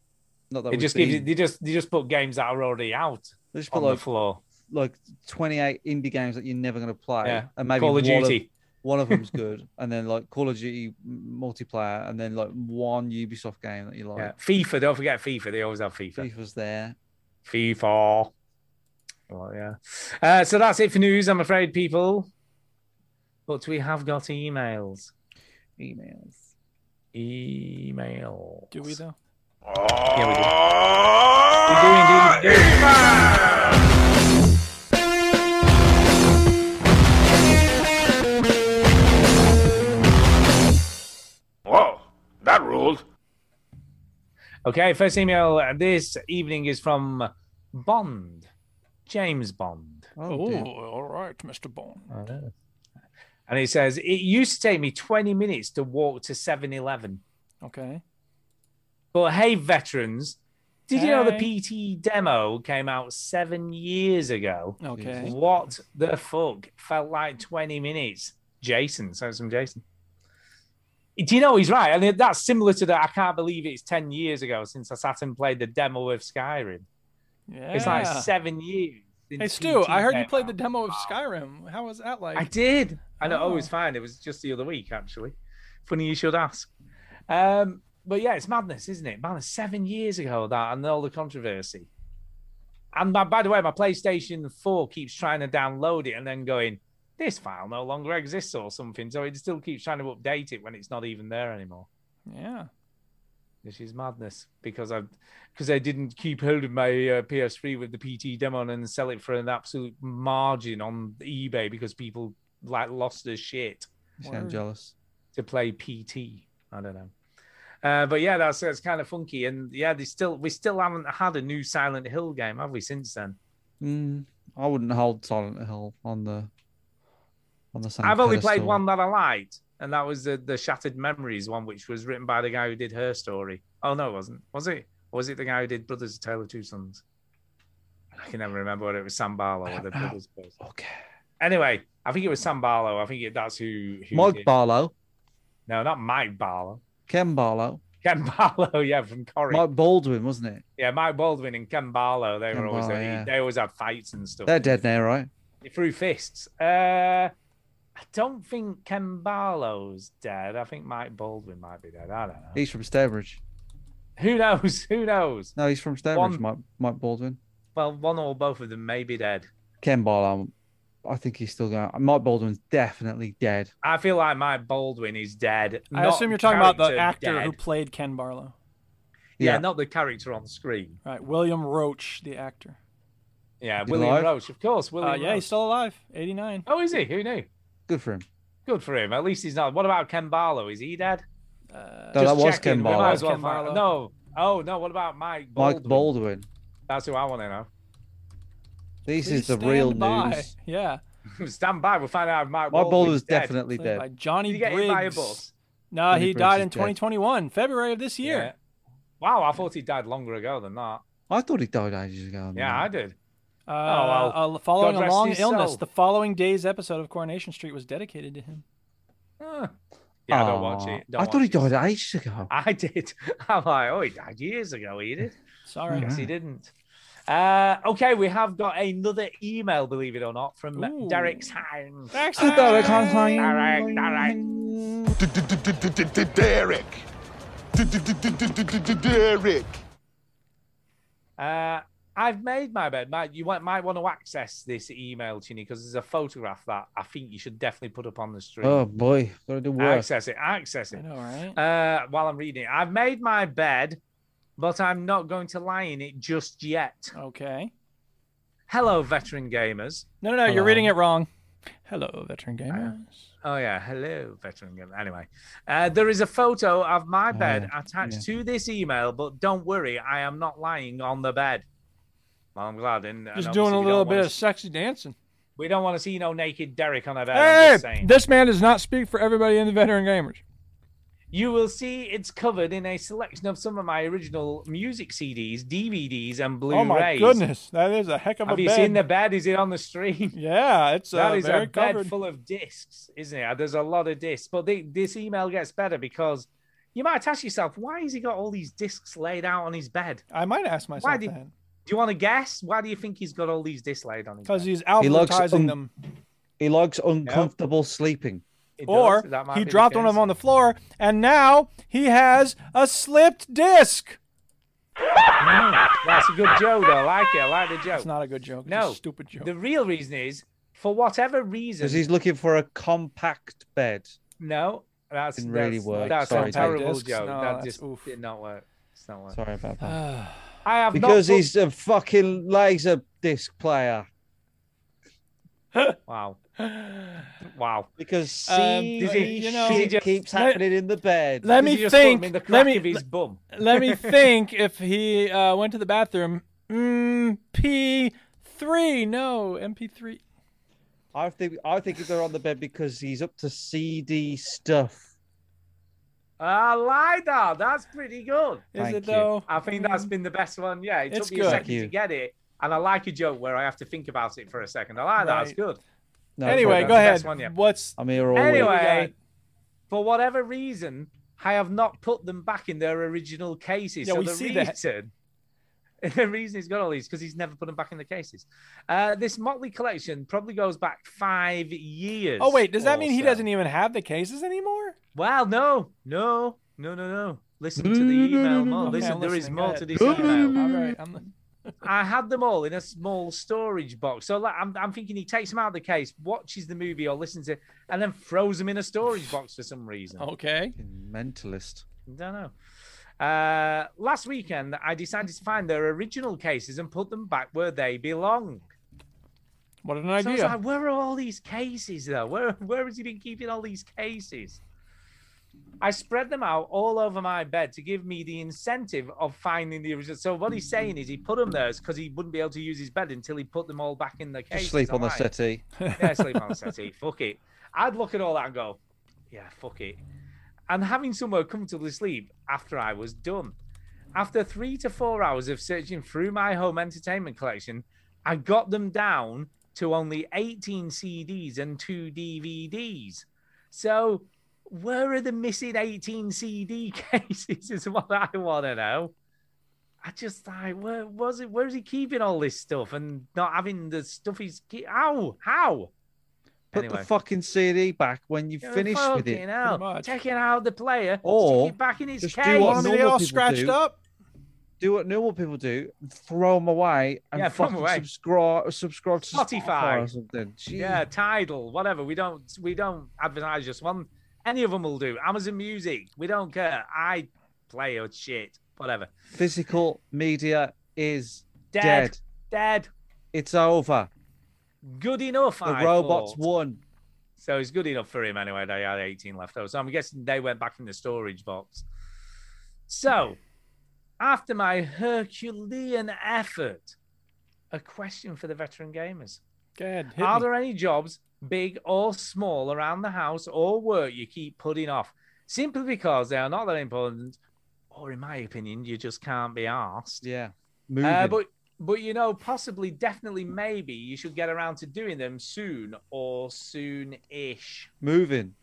B: not that
C: It
B: we've
C: just gives you,
B: seen.
C: they just they just put games that are already out
B: They just put
C: on the
B: like,
C: floor.
B: like 28 indie games that you're never going to play,
C: Yeah.
B: and maybe
C: Call of
B: one
C: Duty.
B: one of them's good, and then like Call of Duty multiplayer, and then like one Ubisoft game that you
C: Yeah.
B: like.
C: FIFA, don't forget FIFA. They always have FIFA.
B: FIFA's there.
C: FIFA. Oh, yeah. Uh, so that's it for news, I'm afraid, people. But we have got emails.
B: Emails.
C: Email.
A: Do we though?
C: Yeah, we do. We do indeed. we do.
F: Whoa, that ruled.
C: Okay, first email uh, this evening is from Bond, James Bond.
B: Oh, dear.
A: all right, Mr. Bond.
C: And he says, It used to take me 20 minutes to walk to 7 Eleven.
A: Okay.
C: But hey, veterans, did you know
A: Hey.
C: the PT demo came out seven years ago?
A: Okay.
C: What the fuck? Felt like 20 minutes. Jason, sounds from Jason. Do you know he's right? And that's similar to that. I can't believe it's 10 years ago since I sat and played the demo of Skyrim.
A: Yeah.
C: It's like seven years. since
A: Hey Stu,
C: PT
A: I heard you
C: came
A: played the
C: out.
A: demo of Skyrim. How was that like?
C: I did. I know. Oh.
A: Oh.
C: it was fine. It was just the other week, actually. Funny you should ask. Um, but yeah, it's madness, isn't it? Man, it's seven years ago that and all the controversy. And by, by the way, my PlayStation 4 keeps trying to download it and then going, this file no longer exists or something. So it still keeps trying to update it when it's not even there anymore.
A: Yeah.
C: This is madness because I because I didn't keep hold of my uh, PS3 with the PT demo and then sell it for an absolute margin on eBay because people like lost their shit
B: You sound
A: Word.
B: jealous.
C: to play PT. I don't know. Uh, but yeah, that's that's kind of funky, and yeah, they still we still haven't had a new Silent Hill game, have we? Since then,
B: Mm, I wouldn't hold Silent Hill on the on the same.
C: I've only played
B: pedestal.
C: one that I liked, and that was the the Shattered Memories one, which was written by the guy who did Her Story. Oh no, it wasn't. Was it? Or was it the guy who did Brothers: A Tale of Two Sons? I can never remember whether it was Sam Barlow or the Brothers. Brothers.
B: Okay.
C: Anyway, I think it was Sam Barlow. I think it, that's who. who
B: Mike
C: did-
B: Barlow,
C: no, not Mike Barlow.
B: Ken Barlow,
C: Ken Barlow, yeah, from Corrie.
B: Mike Baldwin, wasn't it?
C: Yeah, Mike Baldwin and Ken Barlow, they
B: Ken
C: were always
B: Barlow,
C: they-
B: yeah.
C: they always had fights and stuff.
B: They're dead now, right?
C: They threw fists. Uh, I don't think Ken Barlow's dead. I think Mike Baldwin might be dead. I don't know.
B: He's from Stairbridge.
C: Who knows? Who knows?
B: No, he's from Stairbridge.
C: One-
B: Mike Mike Baldwin,
C: Well, one or both of them may be dead.
B: Ken Barlow. I think he's still going. Mike Baldwin's definitely dead.
C: I feel like Mike Baldwin is dead.
A: I
C: not
A: assume you're talking about the
C: character
A: actor who
C: dead.
A: played Ken Barlow.
C: yeah.
B: Yeah.
C: not the character on screen.
A: Right, William Roach, the actor.
C: Yeah,
B: He's
C: William
B: alive?
C: Roach, of course. William
A: Uh, yeah, he's
C: Roach.
A: still alive. 89.
C: Oh, is he? Who knew?
B: Good for him.
C: Good for him. At least he's not. What about Ken Barlow? Is he dead?
A: Uh,
B: No, that
C: Just
B: was
C: checking.
B: Ken
C: We might
B: Barlow.
C: as well
A: Ken Barlow.
C: find- No. Oh no. What about Mike?
B: Mike
C: Baldwin?
B: Baldwin.
C: That's who I want to know.
B: This
A: Please
B: is the
A: stand
B: real
A: by.
B: news.
A: Yeah.
C: Stand by. We'll find out if
B: Mike
C: Mike. Baldwin's
B: Baldwin's
C: dead.
B: definitely
A: Played by
B: dead.
A: Johnny
C: Did he get
A: Briggs.
C: hit by a bus?
A: No,
B: Johnny
A: he
B: Briggs
A: died
B: is
A: in
B: dead.
A: 2021, February of this year.
C: Wow, I thought he died longer ago than that.
B: I thought he died ages ago.
C: Yeah,
B: man.
C: I did.
A: Uh,
C: Oh, well.
A: uh, following
C: God
A: a
C: rest
A: long
C: his
A: illness,
C: soul.
A: the following day's episode of Coronation Street was dedicated to him.
C: Huh. Yeah, I don't watch
B: Aw.
C: it. Don't
B: I thought he
C: watch it.
B: died ages ago.
C: I did. I'm like, oh, he died years ago. He did.
A: Sorry.
C: Yes, he didn't. Uh, okay, we have got another email, believe it or not, from
A: Ooh.
C: Derek Hines.
B: Derek Hines.
C: Derek, Derek.
F: Derek. Derek.
C: Uh, I've made my bed. Mike, you might, might want to access this email, Chini, because there's a photograph that I think you should definitely put up on the stream.
B: Oh boy, gotta do work.
C: access it. Access
A: I
C: it.
A: know, right?
C: Uh, while I'm reading it, I've made my bed, but I'm not going to lie in it just yet.
A: Okay.
C: Hello, veteran gamers.
A: No, no, no. You're
B: Hello.
A: reading it wrong. Hello, veteran gamers.
C: Oh yeah, hello, veteran gamer. Anyway, uh, there is a photo of my
A: Oh,
C: bed
B: yeah,
C: attached to this email, but don't worry, I am not lying on the bed. Well, I'm glad. And, and
A: Just doing a
C: obviously we
A: little
C: don't wanna
A: bit of
C: s-
A: sexy dancing.
C: we don't want to see no naked Derek on a bed. I'm
A: Hey,
C: just saying.
A: this man does not speak for everybody in the veteran gamers.
C: You will see it's covered in a selection of some of my original music CDs, DVDs, and Blu-rays.
A: Oh my goodness, that is a heck of
C: Have
A: a
C: you
A: bed.
C: seen the bed? Is it on the stream?
A: Yeah, it's uh,
C: That is
A: very
C: a bed
A: covered.
C: full of discs, isn't it? There's a lot of discs, but the, this email gets better because you might ask yourself, why has he got all these discs laid out on his bed?
A: I might ask myself
C: did-
A: that
C: Do you want to guess? Why do you think he's got all these discs laid on his
A: because
C: bed?
A: he's
B: looks um,
A: advertising
B: un-
A: them,
B: He likes uncomfortable sleeping.
C: It does,
A: or
C: that might
A: he
C: be the
A: dropped one of
C: case.
A: them on the floor, and now he has a slipped disc.
C: That's a good joke, though. I like it. I like the joke.
A: It's not a good joke. it's
C: Oh. no,
A: a stupid joke.
C: The real reason is, for whatever reason,
B: Because he's looking for a compact bed.
C: no, that's
B: Didn't really
C: that's-
B: work.
C: That's
B: Sorry,
C: a
B: Dave.
C: terrible
A: Discs, no,
C: joke. that
A: that's-
C: just
A: oof.
C: did not work. It's not work.
B: Sorry about that.
C: I have Uh, not
B: because
C: put-
B: he's a fucking laser disc player.
C: wow, wow.
B: Because
A: Um,
B: see,
A: does he- you know-
B: shit keeps
A: let-
B: happening in the bed.
A: Let
C: Did
A: me
C: you just put him
A: think.
C: in the
A: Let
C: crack
A: me
C: of his bum.
A: let me think if he uh, went to the bathroom. MP3. No, MP3.
B: I think I think they're on the bed because he's up to CD stuff.
C: I like that. That's pretty good.
A: Is
B: Thank
A: it
B: you.
A: though?
C: I think that's been the best one. Yeah, it
A: Mm-hmm. It's
C: took me
A: good.
C: a second to
B: Thank you.
C: get it. And I like a joke where I have to think about it for a second. I like that. It's
A: Right.
C: good.
B: No,
A: anyway,
B: sorry,
A: go
C: the
B: man.
A: ahead.
C: best one yet.
A: What's
B: I'm here all week.
A: got?
C: Anyway, for whatever reason, I have not put them back in their original cases.
A: Yeah,
C: so
A: we
C: the
A: see that.
C: reason, The reason he's got all these because he's never put them back in the cases. Uh, this Motley collection probably goes back five years.
A: Oh wait, does that
C: or
A: mean he
C: so.
A: doesn't even have the cases anymore?
C: Well, no, no, no, no, no. Listen to the email more.
A: Okay,
C: Oh, Listen,
A: I'm
C: there is
A: listening. Go
C: more
A: ahead.
C: to this email.
A: All right, I'm-
C: I had them all in a small storage box. So like, I'm, I'm thinking he takes them out of the case, watches the movie or listens to it, and then throws them in a storage box for some reason.
A: okay.
B: Fucking Mentalist.
C: don't know. Uh, last weekend, I decided to find their original cases and put them back where they belong.
A: What an
C: So I was
A: idea.
C: like, where are all these cases though? Where where has he been keeping all these cases? I spread them out all over my bed to give me the incentive of finding the original. So what he's saying is he put them there because he wouldn't be able to use his bed until he put them all back in the case.
B: Just sleep on the settee.
C: Yeah, sleep on the settee. Fuck it. I'd look at all that and go, yeah, fuck it. And having somewhere comfortable to sleep after I was done. After three to four hours of searching through my home entertainment collection, I got them down to only 18 CDs and two DVDs. So, where are the missing 18 CD cases? Is what I want to know. I just like, where was it? Where is he keeping all this stuff and not having the stuff he's keep? How? How?
B: Put the fucking CD back when you
C: Yeah,
B: finish with
C: fucking
B: it.
A: Pretty
C: Hell,
A: much.
C: taking out the player,
B: Or
C: stick it back in his
B: just
C: case.
B: do what
A: Want me to
B: normal
A: get all
B: people
A: scratched
B: do.
A: up?
B: do what normal people do, throw them away, and
C: Yeah, throw 'em
B: fucking
C: away.
B: subscribe, subscribe to Spotify,
C: Spotify.
B: or something. Jeez.
C: Yeah, Tidal, whatever. We don't we don't advertise just one. Any of them will do. Amazon Music, we don't care. I play or shit, whatever.
B: physical media is
C: Dead,
B: dead.
C: dead,
B: It's over.
C: good enough.
B: The
C: I
B: robots
C: thought.
B: won.
C: So it's good enough for him anyway. They had 18 left over. So I'm guessing they went back in the storage box. So after my Herculean effort, a question for the veteran gamers.
A: Go ahead. hit
C: Are
A: me.
C: there any jobs, big or small, around the house or work you keep putting off simply because they are not that important, or in my opinion, you just can't be asked?
B: Yeah, moving.
C: Uh, but but you know, possibly, definitely, maybe you should get around to doing them soon or soon-ish.
B: moving.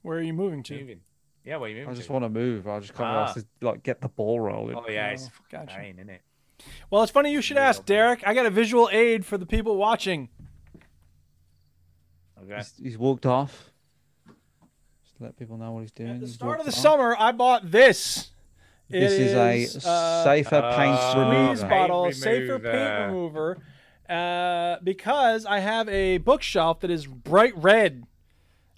A: Where are you moving to?
C: Moving. Yeah, what are you moving?
B: I just
C: to?
B: want to move. I just can't
C: Ah.
B: ask to like get the ball rolling.
C: Oh yeah, it's
A: Oh,
C: fucking
A: gotcha.
C: pain, isn't it?
A: Well, it's funny you should ask, Derek. I got a visual aid for the people watching.
C: Okay.
B: He's, he's walked off. Just let people know what he's doing.
A: At the
B: He's
A: start of
B: walked
A: the
B: off.
A: summer, I bought this. It
B: This is, a
A: uh,
B: safer
C: uh,
B: paint
A: squeeze
B: remover.
C: paint
A: bottle, safer paint remover, uh, because I have a bookshelf that is bright red,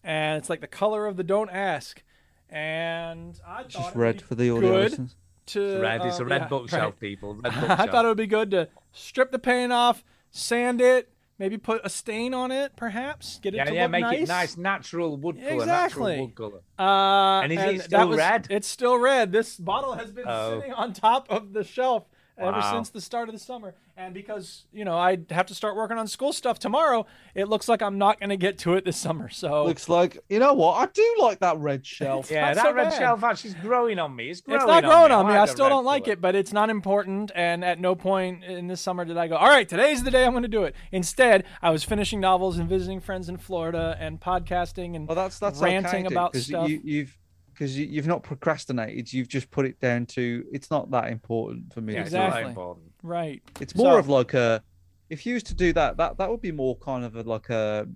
A: and it's like the color of the don't ask. And I thought
B: Just
A: it
B: red
A: would
B: for
A: be
B: the audio
A: good
B: listeners.
A: To,
C: Red. It's
A: uh,
C: a red
A: yeah,
C: bookshelf,
A: right.
C: people. Red bookshelf.
A: I thought it would be good to strip the paint off, sand it, maybe put a stain on it, perhaps get it
C: yeah,
A: to
C: yeah,
A: look
C: make
A: nice.
C: it nice, natural wood color.
A: Exactly.
C: Natural wood color.
A: Uh,
C: And is it
A: that
C: still
A: was,
C: red?
A: It's still red. This bottle has been
C: Oh.
A: sitting on top of the shelf ever
C: Wow.
A: since the start of the summer. And because you know I have to start working on school stuff tomorrow, it looks like I'm not going to get to it this summer. So
B: Looks like you know what? I do like that red shelf.
C: Yeah,
A: not
C: that
A: so
C: red
A: bad.
C: shelf actually is growing on me. It's growing.
A: it's not growing on me. I
C: like the
A: still
C: red
A: don't like
C: colour.
A: it, but it's not important. And at no point in this summer did I go, all right, today's the day I'm going to do it. Instead, I was finishing novels and visiting friends in Florida and podcasting and
B: Well, that's that's
A: ranting
B: okay, dude,
A: about
B: 'cause
A: stuff.
B: You, you've because you, you've not procrastinated. You've just put it down to it's not that important for me.
C: Yeah,
B: to
C: it's
B: do
C: not that
A: Exactly.
C: important.
A: right.
B: it. It's more
A: So-
B: of like a if you used to do that, that that would be more kind of a, like a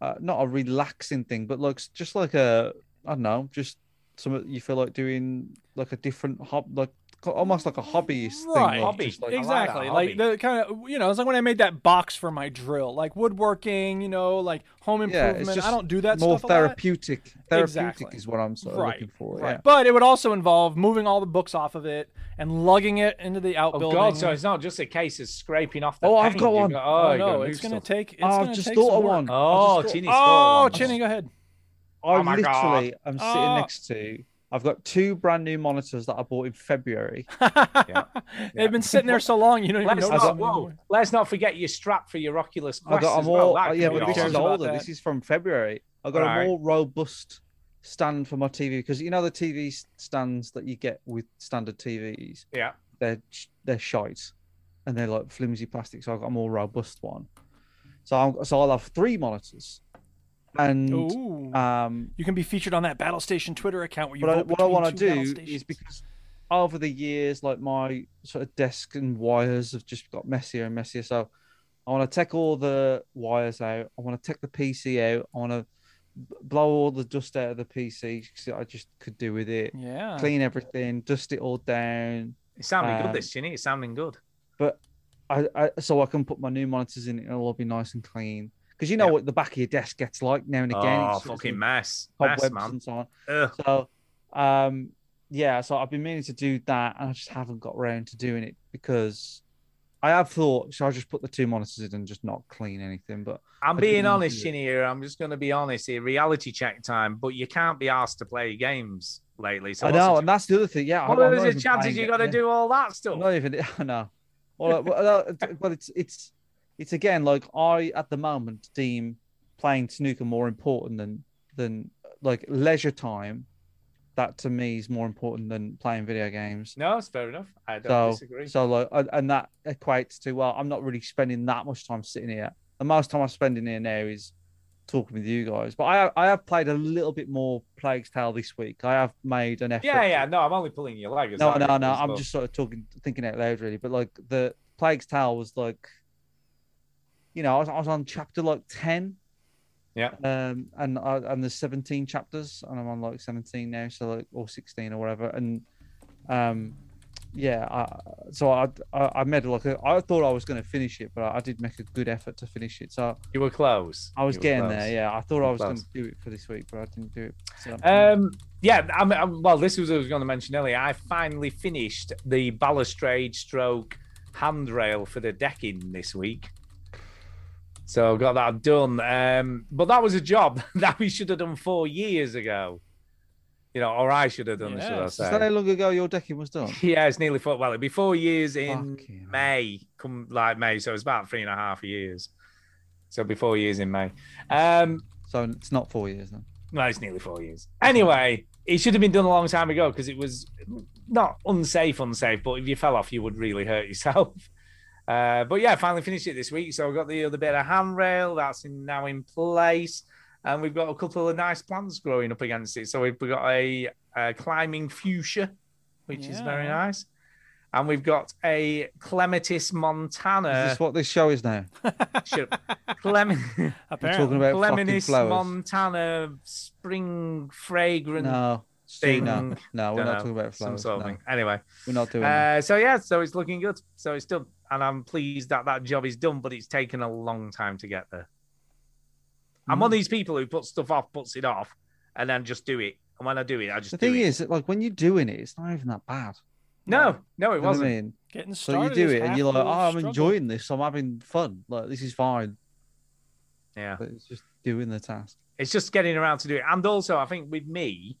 B: uh, not a relaxing thing, but like s- just like a I don't know, just some you feel like doing like a different hob like co- almost like a hobbyist
A: Right.
B: thing.
C: Hobby.
B: Just like,
C: I like that
A: exactly like,
C: hobby.
A: the kind of you know it's like when i made that box for my drill like woodworking you know like home
B: yeah,
A: improvement
B: it's just
A: i don't do that
B: more
A: stuff a lot.
B: therapeutic. Therapeutic
A: Exactly.
B: is what I'm sort of
A: right,
B: looking for.
A: right
B: Yeah.
A: but it would also involve moving all the books off of it and lugging it into the
C: Oh
A: outbuilding
C: God! So it's not just a case of scraping off the.
B: Oh, I've
C: paint.
B: got
C: You've
B: one.
C: oh,
A: oh
C: you've got
A: no
C: new
A: it's gonna
C: stuff.
A: take it's
B: Oh, I've
A: gonna
B: just
A: take
B: thought
A: some
B: of
A: work.
B: one.
C: Oh,
B: I've just thought-
C: Chinny's
A: oh
C: gone.
A: chinny go ahead
B: I
C: Oh my
B: literally am sitting
A: Oh.
B: next to. I've got two brand new monitors that I bought in February.
A: they've been sitting there so long you don't even
C: Let's
A: notice
C: not,
A: them
C: whoa,
A: anymore.
C: let's not forget your strap for your Oculus
B: I
C: Quest
B: got
C: as
B: a
C: well.
B: more. uh,
C: That
B: yeah,
C: could be
B: but
A: Who
B: this
A: cares
B: is
C: awesome.
A: about
B: older.
A: that?
B: This is from February. I got
C: Right.
B: a more robust stand for my TV because you know the TV stands that you get with standard TVs.
C: Yeah.
B: They're sh- they're shite, and they're like flimsy plastic. So I got a more robust one. So I'm, so I'll have three monitors, and
A: Ooh.
B: um,
A: you can be featured on that battle station twitter account where you
B: but I,
A: vote
B: what
A: between
B: I want
A: two
B: to
A: battle
B: do
A: stations.
B: is because over the years, like my sort of desk and wires have just got messier and messier. So I want to take all the wires out. I want to take the PC out. I want to blow all the dust out of the PC 'cause I just could do with it.
A: yeah
B: Clean everything, dust it all down.
C: It's sounding
B: Um,
C: good, this Chinny. It's sounding good.
B: But I, I so I can put my new monitors in it and it'll all be nice and clean. Because you know
C: Yeah.
B: what the back of your desk gets like now and again.
C: oh,
B: it's- it's
C: fucking
B: like
C: mess, mess,
B: cobwebs
C: man.
B: and so on.
C: Ugh.
B: So, um, yeah, so I've been meaning to do that, and I just haven't got around to doing it because I have thought, should I just put the two monitors in and just not clean anything? But
C: I'm
B: I
C: being
B: didn't
C: honest,
B: do it.
C: Chinny. Here, I'm just going to be honest here. Reality check time, but you can't be asked to play games lately. So
B: I
C: what's the
B: know,
C: ch-
B: and that's the other thing. Yeah, I'm-
C: what
B: I'm
C: are
B: not
C: the
B: even
C: chances
B: playing
C: you
B: it,
C: got to
B: yeah.
C: do all that stuff?
B: I'm not even. I know. Well, well, uh, but it's it's it's again like I at the moment deem playing snooker more important than than like leisure time. That to me is more important than playing video games.
C: No, it's fair enough. I don't
B: so
C: disagree.
B: so like and, and that equates to well i'm not really spending that much time sitting here the most time i'm spending here now is talking with you guys but i i have played a little bit more plague's tale this week i have made an effort
C: yeah, yeah.
B: to-
C: No, I'm only pulling your leg. as
B: no
C: I
B: no
C: reckon,
B: no
C: as
B: i'm
C: well.
B: just sort of talking thinking out loud really but like the plague's tale was like you know i was, I was on chapter like 10
C: Yeah.
B: um and I, and there's 17 chapters and i'm on like 17 now so like or 16 or whatever and um yeah, I, so I, I I made like a, I thought I was going to finish it, but I, I did make a good effort to finish it. So
C: You were close.
B: I was
C: You were
B: getting
C: close.
B: there. Yeah, I thought I was going to
C: Close.
B: do it for this week, but I didn't do it. So,
C: Um, yeah, I'm, i well, this was what I was going to mention earlier. I finally finished the balustrade stroke handrail for the decking this week. So got that done. Um, but that was a job that we should have done four years ago. You know, or I should have done, should I
A: Yes. Is
B: is
C: say.
B: that how long ago your decking was done?
C: Yeah, it's nearly four. Well, it'd be four years in
B: Fucking hell.
C: May, come like May. So it's about three and a half years. So it'll be four years in May. Um,
B: So it's not four years then.
C: well, it's nearly four years. Anyway, it should have been done a long time ago because it was not unsafe, unsafe, but if you fell off, you would really hurt yourself. Uh, but yeah, finally finished it this week. So I've got the other bit of handrail that's in, now in place. And we've got a couple of nice plants growing up against it. So we've got a, a climbing fuchsia, which is very
A: Yeah.
C: nice. And we've got a Clematis montana.
B: Is this what this show is now?
C: Shut up. Clem-
B: We're talking
A: Apparently.
B: about fucking
C: Clematis
B: flowers.
C: montana spring fragrance.
B: no, Stu, no,
C: thing.
B: no, we're
C: Don't
B: not
C: know,
B: talking about
C: some
B: flowers.
C: sort of
B: no.
C: thing. Anyway,
B: We're not doing. that.
C: uh, so yeah, so it's looking good. So it's done, and I'm pleased that that job is done, but it's taken a long time to get there. I'm
B: Mm.
C: one of these people who puts stuff off, puts it off, and then just do it. And when I do it, I just
B: The
C: do
B: thing
C: it.
B: is, that, like when you're doing it, it's not even that bad.
C: no, no, it
B: You know what I
C: wasn't.
B: mean?
A: Getting
B: So you
A: started.
B: do
A: is
B: it, and
A: half
B: you're like,
A: the
B: "Oh, I'm
A: struggle."
B: enjoying this. I'm having fun. Like this is fine."
C: Yeah,
B: But it's just doing the task.
C: it's just getting around to do it. And also, I think with me,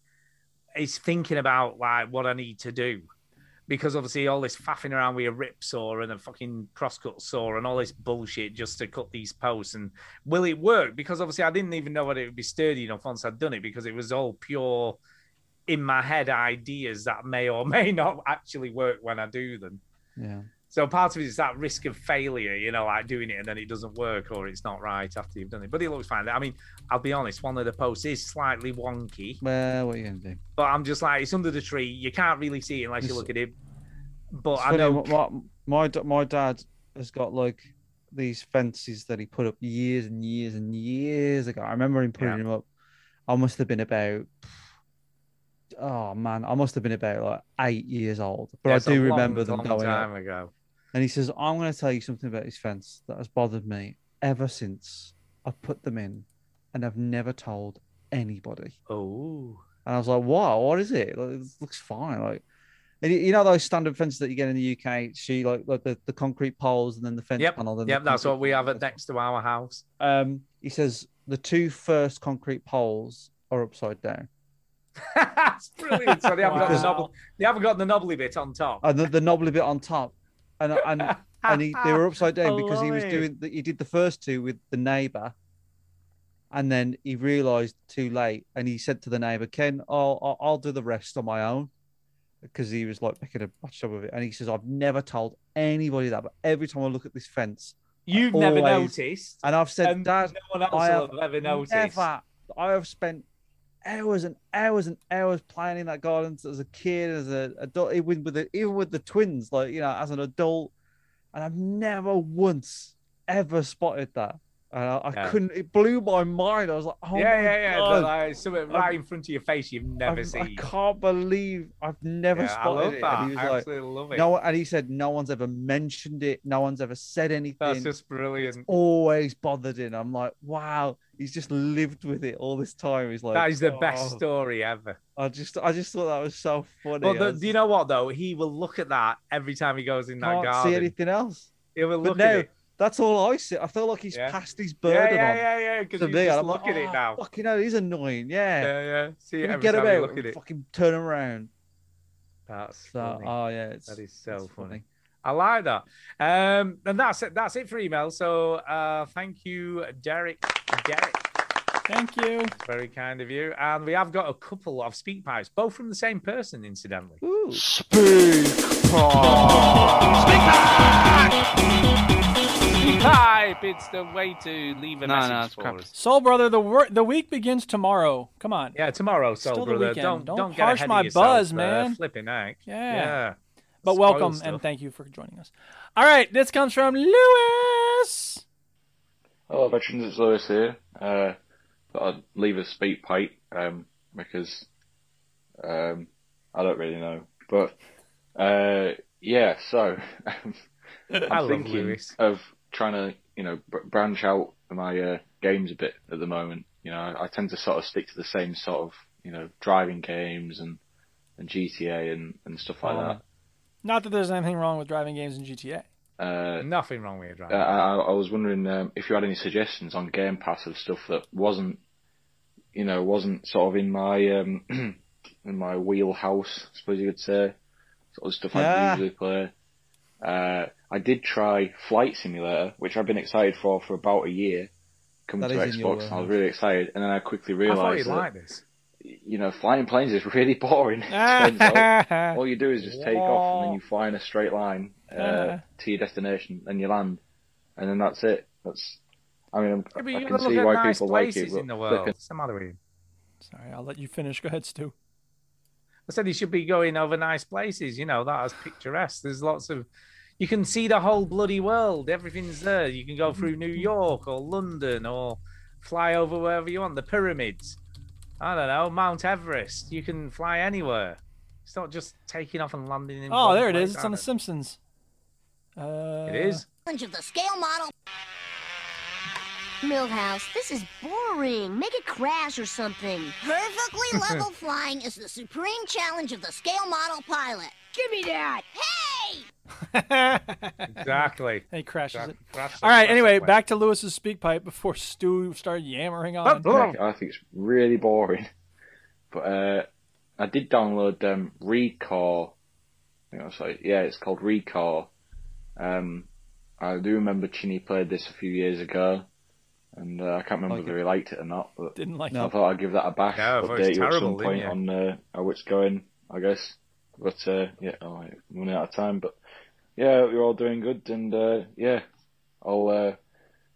C: it's thinking about like what I need to do. Because obviously, all this faffing around with a rip saw and a fucking crosscut saw and all this bullshit just to cut these posts. And will it work? Because obviously, I didn't even know whether it would be sturdy enough once I'd done it because it was all pure in my head ideas that may or may not actually work when I do them.
B: Yeah.
C: So part of it is that risk of failure, you know, like doing it and then it doesn't work or it's not right after you've done it. But it looks fine. I mean, I'll be honest, one of the posts is slightly wonky,
B: Well, what are you gonna do?
C: but I'm just like, it's under the tree. You can't really see it unless
B: It's-
C: you look at it. But
B: It's
C: I
B: funny,
C: know,
B: my, my da- my dad has got like these fences that he put up years and years and years ago. I remember him putting
C: Yeah.
B: them up. I must have been about oh man, I must have been about like eight years old. But
C: it's
B: I do
C: a long,
B: remember them
C: long
B: going up.
C: time ago.
B: And he says, I'm going to tell you something about his fence that has bothered me ever since I put them in and I've never told anybody.
C: Oh,
B: And I was like, wow, what is it? Like, it looks fine. Like, and you- you know those standard fences that you get in the UK? She like like the, the concrete poles and then the fence
C: yep.
B: panel. Then the
C: Yep, that's
B: concrete
C: what we have at
B: panel.
C: next to our house.
B: Um, he says the two first concrete poles are upside down.
C: that's brilliant. So they haven't, got the
A: Wow.
C: knob- they haven't got the knobbly bit on top.
B: And the, the knobbly bit on top, and and and he, they were upside down because he was
C: Blimey.
B: doing the, he did the first two with the neighbor and then he realized too late and he said to the neighbor ken i'll I'll- i'll do the rest on my own because he was like making a botch job of it and he says i've never told anybody that but every time i look at this fence
C: You've never
B: always-
C: noticed.
B: and i've said
C: and
B: dad
C: no one else
B: I
C: will
B: have
C: have ever noticed.
B: never i have spent hours and hours and hours playing in that garden as a kid as an adult even with the even with the twins like you know as an adult and i've never once ever spotted that and i, I
C: Yeah.
B: couldn't it blew my mind i was like oh
C: yeah,
B: my
C: yeah, yeah.
B: God.
C: They're Like, something right in front of your face you've never
B: I've- I
C: seen.
B: can't believe I've never
C: Yeah, I love
B: spotted it.
C: that.
B: And he was
C: I
B: like,
C: absolutely love it.
B: no, and he said no one's ever mentioned it. No one's ever said
C: That's
B: anything.
C: just brilliant.
B: Always bothered in. I'm like, wow, he's just lived with it all this time. He's like,
C: That is the best
B: "Oh."
C: story ever.
B: I just, I just thought that was so funny.
C: But
B: I
C: the,
B: was-
C: do you know what though? He will look at that every time he goes in that
B: can't
C: garden.
B: see anything else.
C: He
B: But
C: will look at
B: now
C: it.
B: that's all I see. I feel like he's
C: Yeah.
B: passed his
C: Yeah,
B: burden
C: yeah,
B: on
C: yeah, yeah. Because
B: to
C: you
B: me.
C: just
B: I'm
C: look
B: like,
C: at it
B: "Oh,
C: now.
B: Fucking hell, he's annoying.
C: Yeah,
B: Yeah,
C: yeah. See
B: Let
C: it
B: me
C: every
B: get
C: time
B: him
C: you
B: out
C: look
B: and
C: at it.
B: fucking turn around.
C: That's
B: So,
C: funny.
B: oh yeah, it's,
C: That is so
B: it's
C: funny. I like that. Um, and that's it. That's it for email. So uh, thank you, Derek. Derek.
A: Thank you.
C: That's very kind of you. And we have got a couple of speak pipes, both from the same person, incidentally.
B: Ooh.
C: Pipe, it's the way to leave a message for us.
A: Soul Brother, the wor- the week begins tomorrow. Come on.
C: Yeah, tomorrow, Soul
A: Still the
C: Brother.
A: weekend.
C: Don't,
A: Don't
C: don't get
A: harsh
C: ahead
A: my
C: of yourself,
A: buzz,
C: uh,
A: man.
C: flipping heck.
A: Yeah.
C: yeah.
A: But
C: Spoil
A: welcome and
C: stuff.
A: thank you for joining us. All right, this comes from Lewis.
K: Hello, veterans. It's Lewis here. Uh, thought I'd leave a speak pipe um, because um, I don't really know, but Uh, yeah, so um,
C: I
K: I'm
C: love
K: thinking
C: Lewis.
K: of trying to, you know, br- branch out my uh, games a bit at the moment. You know, I, I tend to sort of stick to the same sort of, you know, driving games and and GTA and and stuff like
A: Oh. Not that there's anything wrong with driving games in GTA.
K: that. Uh,
C: Nothing wrong with it,
K: I,
C: right?
K: I, I was wondering um, if you had any suggestions on Game Pass of stuff that wasn't, you know, wasn't sort of in my um, in my wheelhouse, I suppose you could say, sort of stuff
B: Ah.
K: I usually play. Uh, I did try Flight Simulator, which I've been excited for for about a year, come
B: That
K: to
B: is in your
K: Xbox, and I was
B: wheelhouse.
K: really excited, and then I quickly
C: I thought you'd
K: realised that
C: like this.
K: you know flying planes is really boring. Turns out all you do is just take off and then you fly in a straight line uh,
A: Yeah.
K: to your destination and you land, and then that's it. That's, I mean, I'm,
C: Yeah, but
K: I
C: you
K: can
C: look at
K: see why
C: nice
K: people like it.
C: places
K: But
C: in the world.
K: flipping-
C: Some other way.
A: Sorry, I'll let you finish. Go ahead, Stu.
C: I said you should be going over nice places. You know that is picturesque. There's lots of, you can see the whole bloody world. Everything's there. You can go
A: Mm-hmm.
C: through New York or London or fly over wherever you want. The pyramids. I don't know Mount Everest. You can fly anywhere. It's not just taking off and landing in.
A: Oh,
C: one
A: there it
C: place,
A: is. It's on The
C: are
A: Simpsons. Uh,
C: It It is.
J: Challenge of the scale model.
G: Millhouse, this is boring. Make it crash or something.
J: Perfectly level flying is the supreme challenge of the scale model pilot. Give me that. Hey!
C: Exactly.
A: And he crashes
C: Crash-
A: it.
C: crash it,
A: All right.
C: crash it,
A: Anyway,
C: plane.
A: back to Lewis's speak pipe before Stu started yammering on.
C: Oh,
K: I think it's really boring. But uh, I did download um, Recore. I think that's like- yeah, it's called Recore. Um, I do remember Chinny played this a few years ago, and uh, I can't remember
B: Like
K: whether he liked it or not. But
A: Didn't like
B: No.
K: I thought I'd give that a bash.
C: Yeah, I thought it was
K: update you at
C: terrible,
K: some point
C: didn't
K: on uh, how it's going, I guess. But uh, yeah, oh, I'm running out of time. But yeah, hope you're all doing good, and uh, yeah, I'll uh,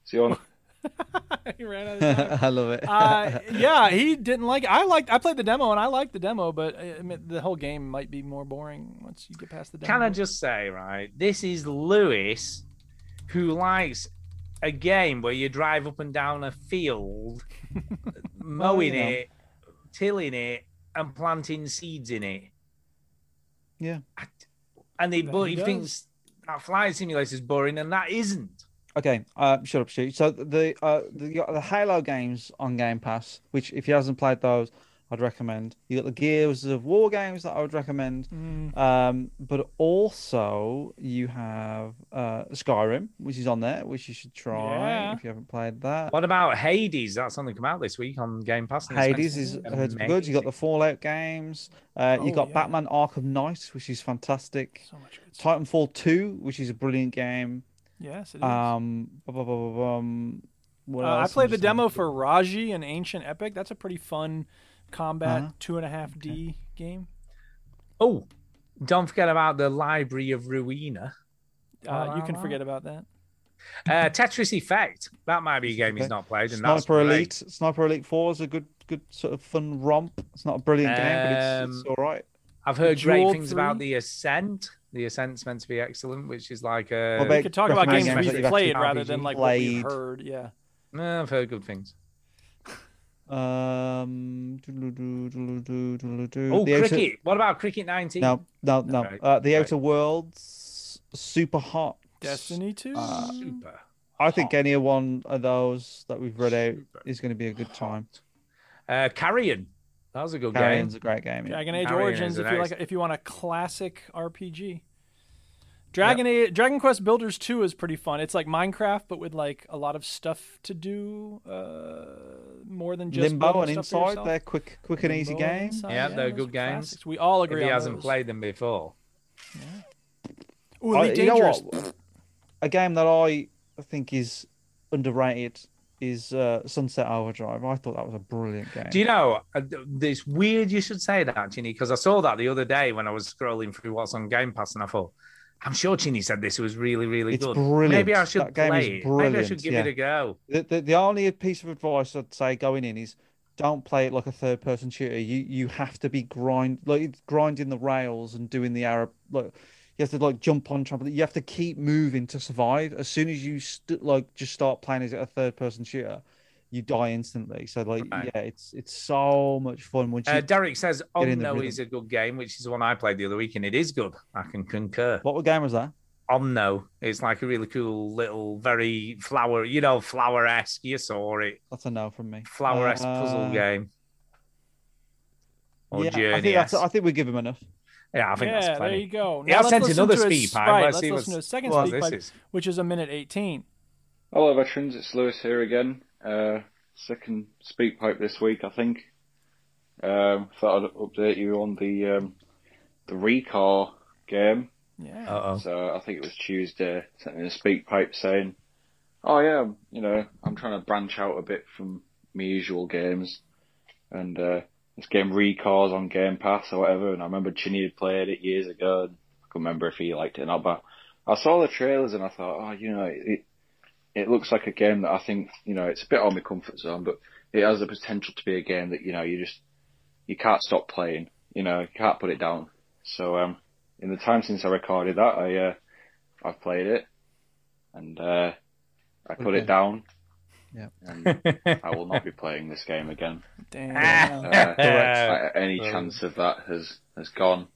K: see you on.
A: it. he ran out of time.
B: I love it.
A: uh, yeah, he didn't like. It. I liked. I played the demo and I liked the demo, but uh, I I mean, the whole game might be more boring once you get past the demo.
C: Can I just say, right? This is Lewis who likes a game where you drive up and down a field, mowing
B: you know.
C: it, tilling it, and planting seeds in it.
B: Yeah.
C: I- And he,
A: But
C: but
A: he
C: he
A: does.
C: thinks that flight simulator is boring, and that isn't.
B: Okay, uh, shut up, shoot. So the uh, the, you got the Halo games on Game Pass, which if you hasn't played those, I'd recommend. You got the Gears of War games that I would recommend.
A: Hmm. Mm,
B: Um, but also you have uh, Skyrim, which is on there, which you should try
A: Yeah.
B: if you haven't played that.
C: What about Hades? That's only come out this week on Game Pass. and it's
B: Hades is
C: amazing.
B: heard to be good. You got the Fallout games. Uh, you
A: Oh,
B: got
A: yeah.
B: Batman Arkham Knight, which is fantastic.
A: So much good. Stuff.
B: Titanfall Two, which is a brilliant game.
A: Yes, it is.
B: Um, bu- bu- bu- bu- bum, um, what
A: Uh, I
B: else? I'm
A: played the
B: just thinking.
A: demo for Raji and Ancient Epic. That's a pretty fun combat
B: Uh-huh.
A: two and a half D game.
C: Oh, don't forget about the Library of Ruina.
A: Uh, you
C: Oh,
A: can
C: wow.
A: forget about that.
C: Uh, Tetris Effect. That might be a game he's
B: Okay.
C: not played. And that's
B: Sniper
C: great.
B: Elite. Sniper Elite Four is a good, good sort of fun romp. It's not a brilliant game, but it's, it's
C: Um,
B: all right.
C: I've heard great
A: Jewel
C: things about
A: three?
C: the Ascent. The Ascent's meant to be excellent, which is like uh, a.
B: What about-
A: We could talk about games
B: recommend
C: games that
A: we've
C: you've
A: played
C: actually
A: rather than like what we've
B: played.
A: heard. Yeah.
C: uh, I've heard good things.
B: Um, doodaloo, doodaloo, doodaloo, doodaloo.
C: Oh,
B: The Outer-
C: cricket! What about Cricket 19?
B: No, no, no.
C: Right,
B: Uh, the
C: right.
B: Outer Worlds, Super Hot.
A: Destiny 2.
B: Uh,
C: Super.
B: I think
C: Hot.
B: any one of those that we've read out
C: Super
B: is going to be a good time.
C: Uh, Carrion. That was a good
B: Carrion's
C: game.
B: a great game. yeah.
A: Dragon Age
C: Marion
A: Origins
C: is
A: if
C: an
A: you
C: ace.
A: like if you want a classic RPG. Dragon Age Dragon Quest Builders 2 is pretty fun. It's like Minecraft but with like a lot of stuff to do uh more than just
B: Limbo
A: building
B: and
A: stuff for
B: Inside,
A: yourself.
B: they're quick, quick and easy
A: Limbo and
B: games.
A: Inside,
C: Yeah, they're
A: those
C: good
A: are
C: games.
A: classics. We all
C: If
A: agree
C: he
A: on
C: hasn't
A: those.
C: played them before. Oh,
A: Ooh,
B: I-
A: Elite
B: you know
A: Dangerous.
B: what? A game that I think is underrated is uh, Sunset Overdrive. I thought that was a brilliant game.
C: Do you know? uh, th- It's weird you should say that, Chinny, because I saw that the other day when I was scrolling through what's on Game Pass, and I thought, I'm sure Chinny said this was really, really
B: It's
C: good. Maybe I
B: brilliant.
C: should
B: That game is
C: play it. Maybe I
B: brilliant,
C: should give it
B: yeah.
C: a go.
B: the, the the only piece of advice I'd say going in is don't play it like a third person shooter. You you have to be grind like it's grinding the rails and doing the Arab like you have to like jump on trampoline. You have to keep moving to survive. As soon as you st- like just start playing as a third person shooter, you die instantly. So like, yeah, it's it's so much fun once you.
C: Uh, Derek says
B: get in the
C: Omno
B: rhythm.
C: is a good game, which is the one I played the other week, and it is good. I can concur.
B: What game was that?
C: Omno. It's like a really cool little, very flower, you know, flower esque. You saw it.
B: That's a no from me.
C: Flower esque
B: Uh,
C: puzzle game. Or
B: yeah,
C: journey.
B: I think, that's, I think we give him enough.
C: Yeah, I think that's
A: yeah, there
C: plenty.
A: you go.
C: Yeah, I'll
A: let's
C: send you
A: listen
C: another
A: to his-
C: speed pipe.
A: Right,
C: Let's
A: let's,
C: see what's-
A: listen to a second
C: what
A: speed
C: this
A: pipe,
C: is.
A: which is a minute 18.
K: Hello, veterans. It's Lewis here again. Uh, second speak pipe this week, I think. Um, thought I'd update you on the um, the Recar game.
A: Yeah.
C: Uh-oh.
K: So I think it was Tuesday. Sent me a speak pipe saying, "Oh yeah, you know, I'm trying to branch out a bit from my usual games, and uh, this game Recar's on Game Pass or whatever." And I remember Chinny had played it years ago. And I can remember if he liked it or not, but I saw the trailers and I thought, "Oh, you know, it." it it looks like a game that I think you know it's a bit on my comfort zone, but it has the potential to be a game that you know you just you can't stop playing. You know, you can't put it down. So um, in the time since I recorded that, I uh, I've played it, and uh, I put
B: Okay.
K: it down.
B: Yeah.
K: And I will not be playing this game again.
A: Damn.
K: Uh,
C: Correct.
K: a- any chance of that has has gone,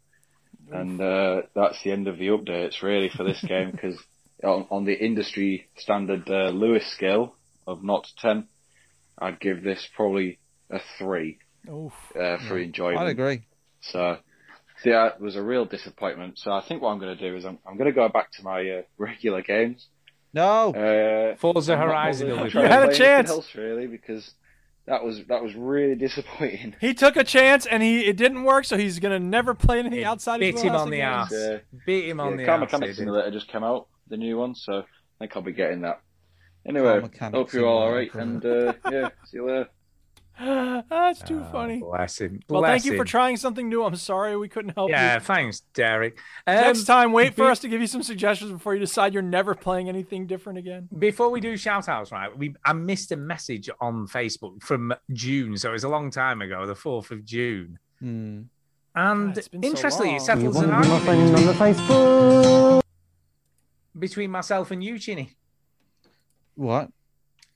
K: and uh, that's the end of the updates really for this game because on, on the industry standard uh, Lewis scale of not ten, I'd give this probably a three
A: Oof.
K: uh, for enjoyment.
B: I'd agree.
K: So, so yeah, it was a real disappointment. So I think what I'm going to do is I'm, I'm going to go back to my uh, regular games.
B: No.
K: Uh,
C: Forza
K: I'm not
C: Horizon.
K: bothered
C: will be
K: trying
A: You
K: to
A: had a
K: play anything
A: chance.
K: Else really, because that was that was really disappointing.
A: He took a chance and he it didn't work, so he's gonna never play anything outside
C: Bit
A: his
C: him
A: wheelhouse
C: on the
A: again.
C: ass.
K: Yeah.
C: Beat him on
K: yeah,
C: the
K: Car
C: ass.
K: Mechanic
C: it did.
K: Simulator just came out, the new one, so I think I'll be getting that.
B: Car
K: Anyway,
B: Mechanic
K: hope you're all alright, and
B: Simulator.
K: uh, yeah, see you later.
A: That's too
C: Oh,
A: funny.
C: Bless him.
A: Well,
C: Bless
A: thank you for
C: him.
A: trying something new. I'm sorry we couldn't help
C: Yeah,
A: you.
C: thanks, Derek.
A: Next
C: Um,
A: time, wait for
C: be-
A: us to give you some suggestions before you decide you're never playing anything different again.
C: before we do shout outs, right? We I missed a message on Facebook from June, so it was a long time ago, the 4th of June.
B: Hmm.
C: And
A: God, it's been so
C: interestingly,
A: long.
C: it settles an argument between, between myself and you, Chinny.
B: What?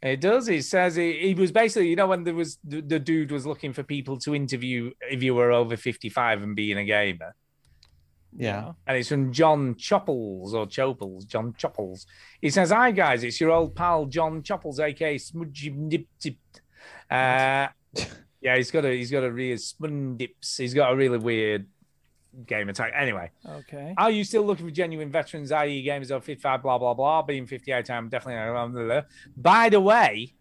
C: It does. It says he, he was basically, you know, when there was the, the dude was looking for people to interview if you were over 55 and being a gamer.
B: Yeah.
C: And it's from John Chopples or Chopels, John Chopples. He says, Hi guys, it's your old pal John Chopples, aka Smudgy Nip Dip. Uh, yeah, he's got a he's got a real Smundips. He's got a really weird game attack. Anyway.
A: Okay.
C: Are you still looking for genuine veterans, i.e., gamers of 55, blah, blah, blah, being 58? I'm definitely not. blah, blah, blah. By the way,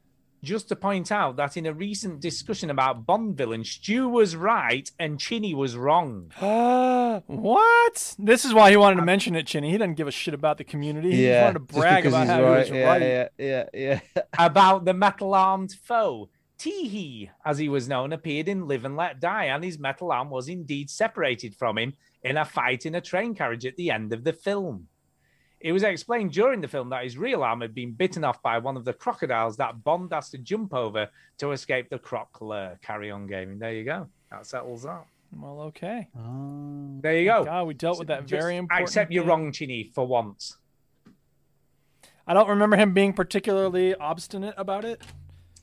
C: just to point out that in a recent discussion about Bond villains, Stu was right and Chinny was wrong.
A: Uh, what? This is why he wanted to mention it, Chinny. He didn't give a shit about the community. He just
B: Yeah.
A: wanted to
B: just
A: brag
B: because
A: about
B: he's
A: how
B: right.
A: he was
B: yeah,
A: right.
B: Yeah, yeah, yeah.
C: about the metal armed foe. Teehee, as he was known, appeared in Live and Let Die, and his metal arm was indeed separated from him in a fight in a train carriage at the end of the film. It was explained during the film that his real arm had been bitten off by one of the crocodiles that Bond has to jump over to escape the croc lure. Carry on gaming. There you go. That settles that.
A: Well, okay.
B: Oh.
C: There you go.
A: God, we dealt with that
C: Just
A: very important.
C: accept you're
A: thing.
C: wrong, Chini, for once.
A: I don't remember him being particularly obstinate about it.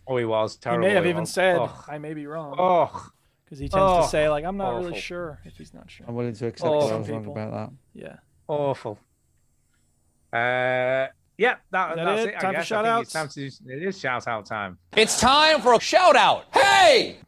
C: Oh, he was
A: He
C: terrible.
A: may have even
C: was. Oh.
A: said,
C: Ugh.
A: "I may be wrong,"
C: Ugh.
A: because he tends
C: oh,
A: to say, "Like I'm not really
C: awful.
A: sure if he's not sure."
B: I'm willing to accept
C: Oh.
B: that I
A: Some
B: was wrong
A: people.
B: about that.
A: Yeah.
C: Awful. Uh, yeah,
A: that
C: that, that's
A: it?
C: it.
A: Time for
C: I guess. I think it's
A: shout-outs?
C: time to do- It is shout out time.
L: It's time for a shout out. Hey!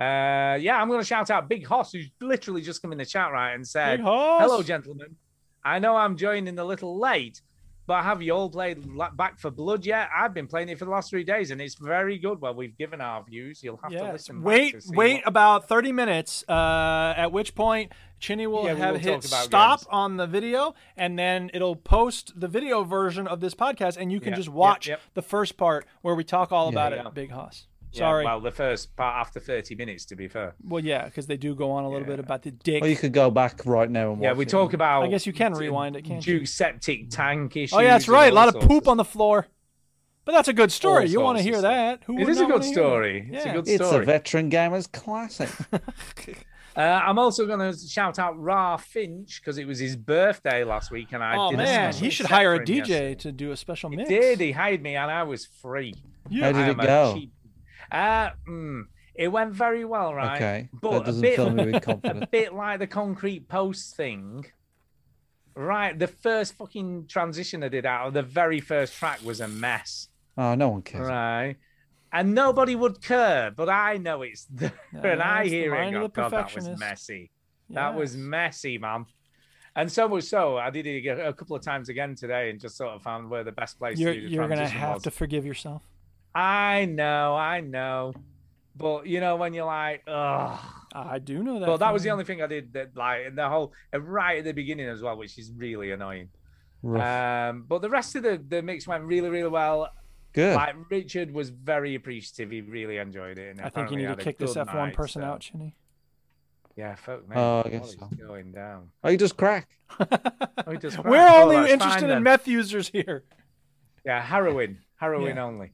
C: Uh, yeah, I'm going to shout out Big Hoss, who's literally just come in the chat right and said,
A: Big Hoss!
C: "Hello, gentlemen. I know I'm joining a little late, but have you all played La- Back for Blood yet? I've been playing it for the last three days, and it's very good. Well, we've given our views. You'll have to
A: Yes.
C: listen. back
A: Wait,
C: to see
A: wait
C: what-
A: about 30 minutes, uh, at which point Chinny will
C: Yeah, we
A: have
C: will
A: hit
C: talk about
A: stop
C: games.
A: on the video, and then it'll post the video version of this podcast, and you can
C: Yeah,
A: just
C: yeah,
A: watch
C: yeah.
A: the first part where we talk all about
C: Yeah.
A: it, Big Hoss.
C: Yeah,
A: Sorry. well,
C: well, the first part after 30 minutes, to be fair.
A: yeah, because they do go on a little bit about the
C: Oh,
A: dick.
B: Or you could go back right now and watch
C: Yeah, we
B: it.
C: talk about.
A: I guess you can rewind it, can't you?
C: Duke's septic tank issues.
A: Oh, yeah, that's
C: and
A: right. A
C: all
A: lot of
C: sorts
A: poop on the floor. But that's a good story.
C: All
A: You want
C: sorts
A: to
C: of
A: hear
C: stuff.
A: that. Who
C: It
A: would
C: is a
A: not
C: good
A: wanna hear that?
C: story. It's a
A: Yeah.
C: good
B: It's a
C: story.
B: veteran gamers classic.
C: Uh, I'm also going to shout out Ra Finch because it was his birthday last week, and I
A: oh
C: did
A: man,
C: a
A: he
C: special
A: should
C: set
A: hire
C: for
A: a
C: him
A: DJ
C: yesterday.
A: to do a special
C: He
A: mix.
C: did. He hired me, and I was free.
A: Yeah. How did
C: I
A: it
C: am a
A: go?
C: cheap- Uh, mm, it went very well, right?
B: Okay, that
C: but a
B: doesn't
C: bit,
B: fill me with
C: a
B: confidence.
C: bit like the concrete post thing. Right, the first fucking transition I did out of the very first track was a mess.
B: Oh, no one cares.
C: Right. And nobody would care, but I know it's there, and I
A: it's the
C: hear it.
A: mind
C: and
A: of
C: go,
A: the
C: God, that was
A: perfectionist."
C: messy. That was messy, man. And so much so, I did it a couple of times again today, and just sort of found where the best place
A: You're
C: to do the
A: you're gonna
C: transition
A: have
C: was.
A: to forgive yourself.
C: I know, I know, but you know when you're like, ugh.
A: I do know that.
C: But that was the
A: feeling.
C: only thing I did that, like the whole right at the beginning as well, which is really annoying.
B: Rough.
C: Um, but the rest of the, the mix went really, really well.
B: Good.
C: Like Richard was very appreciative. He really enjoyed it. And
A: I think you need to kick this F1 person out, Chinny.
C: Yeah, fuck me.
B: Oh, I
C: What
B: guess
C: is
B: so.
C: going down?
B: Oh, you just crack.
C: Oh, he does crack.
A: We're
C: Oh,
A: only
C: that's fine
A: interested in
C: then.
A: meth users here.
C: Yeah, heroin, heroin
A: Yeah.
C: only.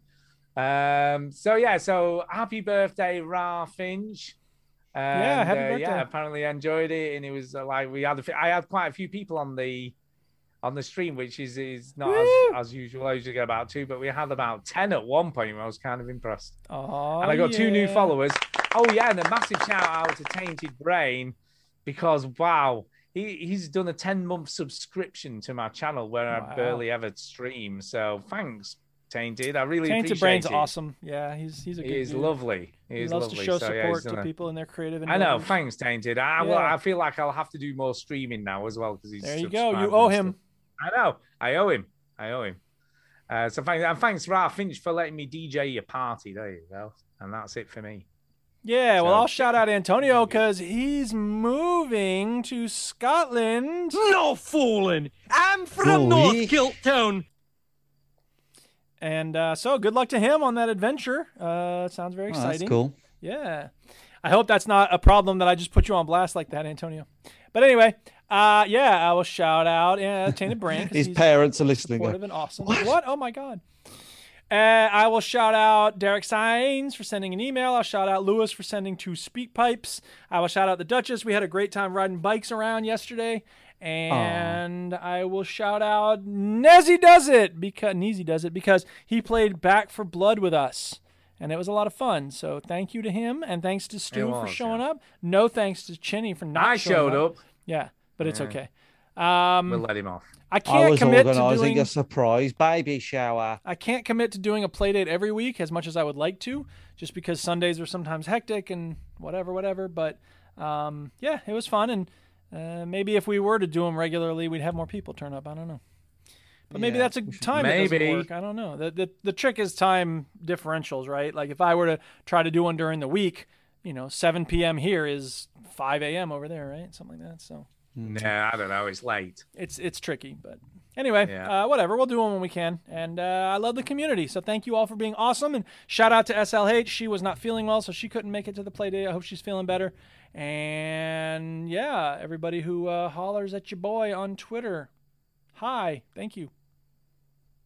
C: Um, so yeah, so happy birthday, Ra Finch. And,
A: Yeah, happy
C: uh, yeah,
A: birthday.
C: apparently enjoyed it, and it was uh, like we had. A, f- I had quite a few people on the on the stream, which is is not as, as usual. I usually get about two, but we had about ten at one point. Where I was kind of impressed,
A: Oh,
C: and I got two new
A: yeah.
C: followers. Oh yeah, and a massive shout out to Tainted Brain because wow, he, he's done a ten month subscription to my channel where I
A: Wow.
C: barely ever stream. So thanks, Tainted. I really
A: Tainted
C: appreciate
A: Brain's
C: it.
A: awesome. Yeah, he's he's a good
C: He is
A: dude.
C: lovely. He is
A: loves
C: lovely.
A: to show
C: So, yeah, he's
A: support
C: done
A: to
C: a-
A: people in their creative.
C: I know.
A: endeavors.
C: Thanks, Tainted. I well,
A: Yeah.
C: I feel like I'll have to do more streaming now as well because he's.
A: There you go. You
C: subscribed
A: owe
C: and
A: him.
C: stuff. I know. I owe him. I owe him. Uh, so thanks, and thanks, Ralph Finch, for letting me DJ your party. There you go. And that's it for me.
A: Yeah, well,
C: So-
A: I'll shout out Antonio because he's moving to Scotland. No fooling. I'm
B: from North Fooling.
A: Town. And uh, so, good luck to him on that adventure. Uh, it sounds very
B: Oh, that's
A: exciting.
B: cool.
A: Yeah. I hope that's not a problem that I just put you on blast like that, Antonio. But anyway, uh, yeah, I will shout out uh, Tainted Brand. 'cause
B: His
A: he's-
B: parents are listening.
A: supportive
B: going,
A: and awesome. What? Oh my god. Uh, I will shout out Derek Sines for sending an email. I'll shout out Lewis for sending two speak pipes. I will shout out the Duchess. We had a great time riding bikes around yesterday. And I will shout out Nezzy does it because Nezzy does it because he played Back for Blood with us. And it was a lot of fun. So thank you to him and thanks to Stu for
C: was,
A: showing up. No thanks to Chinny for not
C: I
A: showing
C: showed up.
A: Yeah, but it's
C: Yeah.
A: okay. Um,
C: We'll let him off.
A: I
B: I
A: can't
B: was
A: commit to
B: organising
A: doing
B: a surprise baby shower.
A: I can't commit to doing a play date every week as much as I would like to, just because Sundays are sometimes hectic and whatever, whatever. But um, yeah, it was fun, and uh, maybe if we were to do them regularly, we'd have more people turn up. I don't know, but maybe
B: Yeah,
A: that's a time that
C: Maybe.
A: doesn't work. I don't know. The, the the trick is time differentials, right? Like if I were to try to do one during the week, you know, 7 p.m. here is 5 a.m. over there, right? Something like that. So
C: No, I don't know. It's late.
A: it's it's tricky, but anyway,
C: Yeah.
A: uh, whatever. We'll do them when we can, and uh, I love the community. So thank you all for being awesome, and shout out to SLH. She was not feeling well, so she couldn't make it to the play day. I hope she's feeling better. And yeah, everybody who uh, hollers at your boy on Twitter, hi, thank you.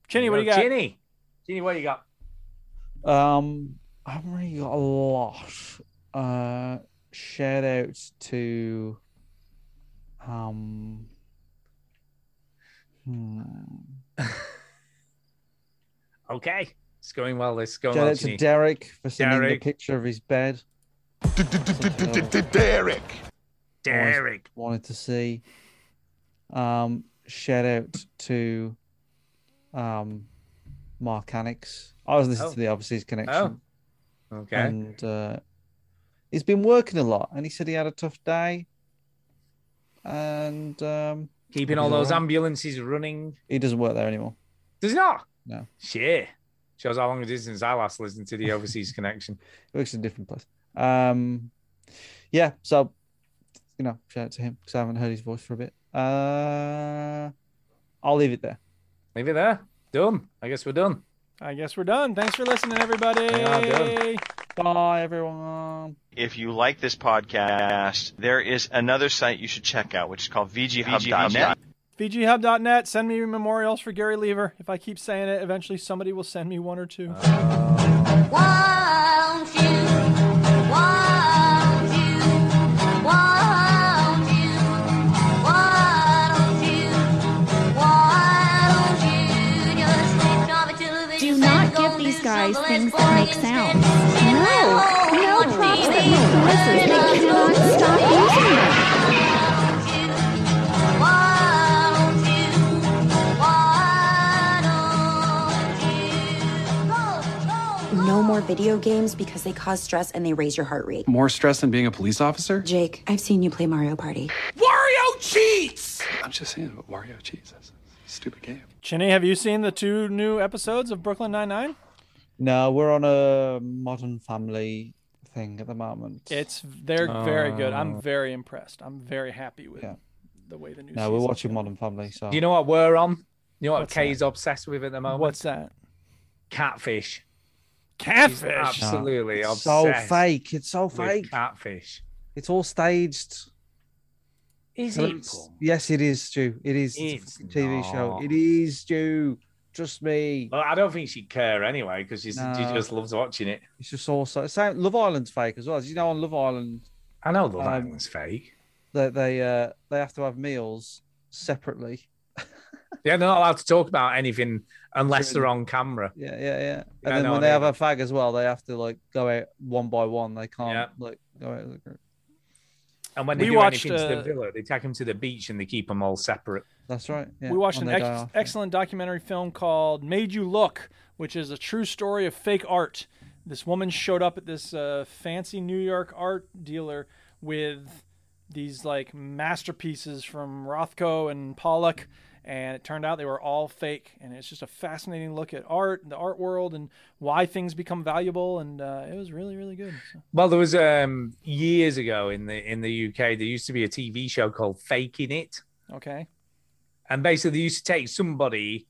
A: Chinny, what do you got?
C: Ginny. Ginny, what do you got?
B: Um, I haven't really got a lot. Uh, shout out to, um, hmm.
C: Okay. It's going well. It's going
B: shout
C: well.
B: out to
C: Ginny.
B: Derek for sending
C: Derek.
B: the picture of his bed.
F: Derek.
B: always
C: Derek.
B: wanted to see. Um, shout out to um, Mark Annex. I was listening
C: Oh.
B: to the Overseas Connection,
C: Okay.
B: and uh, he's been working a lot. And he said he had a tough day, and um,
C: Keeping all those ambulances running.
B: he doesn't work there anymore.
C: Does it not?
B: No.
C: Shit. Shows how long it is since I last listened to the Overseas Connection.
B: He works in a different place. Um, yeah, so you know, shout out to him because I haven't heard his voice for a bit. Uh, I'll leave it there.
C: Leave it there. Done. I guess we're done.
A: I guess we're done. Thanks for listening, everybody.
C: Yeah, done.
B: Bye, everyone.
M: If you like this podcast, there is another site you should check out, which is called VGHub.net.
A: VGHub.net. VGHub.net. Send me memorials for Gary Lever. If I keep saying it, eventually somebody will send me one or two.
J: Won't you? Won't you? Won't
N: these things to make sound. No, no props that make noises. They cannot stop using them.
O: No more video games because they cause stress and they raise your heart rate.
P: More stress than being a police officer?
O: Jake, I've seen you play Mario Party.
L: Wario cheats!
P: I'm just saying, but Wario cheats. That's a stupid game.
A: Chinny, have you seen the two new episodes of Brooklyn Nine Nine?
B: No, we're on a Modern Family thing at the moment.
A: It's they're very good. I'm very impressed. I'm very happy with
B: Uh, Yeah.
A: the way the new.
B: No, we're
A: season's
B: watching Modern Family. So
C: Do you know what we're on? You know what
A: What's
C: Kay's obsessed with at the moment?
A: What's that?
C: Catfish.
A: Catfish.
C: Absolutely
B: It's so
C: obsessed.
B: fake. It's so
C: with
B: fake.
C: Catfish.
B: It's all staged.
C: Is
B: Well,
C: it?
B: it's- Yes, it is, Stu. It is. It's a TV show.
C: not.
B: It is, Stu. Trust me.
C: Well, I don't think she'd care anyway because she
B: No.
C: just loves watching it.
B: It's just also same, Love Island's fake as well. As you know, on Love Island,
C: I know Love Island's fake.
B: They they uh, they have to have meals separately.
C: Yeah, they're not allowed to talk about anything unless they're on camera.
B: Yeah, yeah, yeah.
C: Yeah,
B: And then
C: no,
B: when
C: I
B: they
C: know
B: have a fag as well, they have to like go out one by one. They can't like go out as a group.
C: And when they
A: We
C: do
A: watched,
C: anything to the
A: uh,
C: villa, they take them to the beach and they keep them all separate.
B: That's right.
A: we watched an
B: on their day
A: ex-
B: off.
A: excellent documentary film called Made You Look, which is a true story of fake art. This woman showed up at this uh, fancy New York art dealer with these like masterpieces from Rothko and Pollock, and it turned out they were all fake. And it's just a fascinating look at art and the art world and why things become valuable. And uh, it was really, really good. So-
C: Well, there was um years ago in the in the UK, there used to be a TV show called Faking It.
A: okay.
C: And basically, they used to take somebody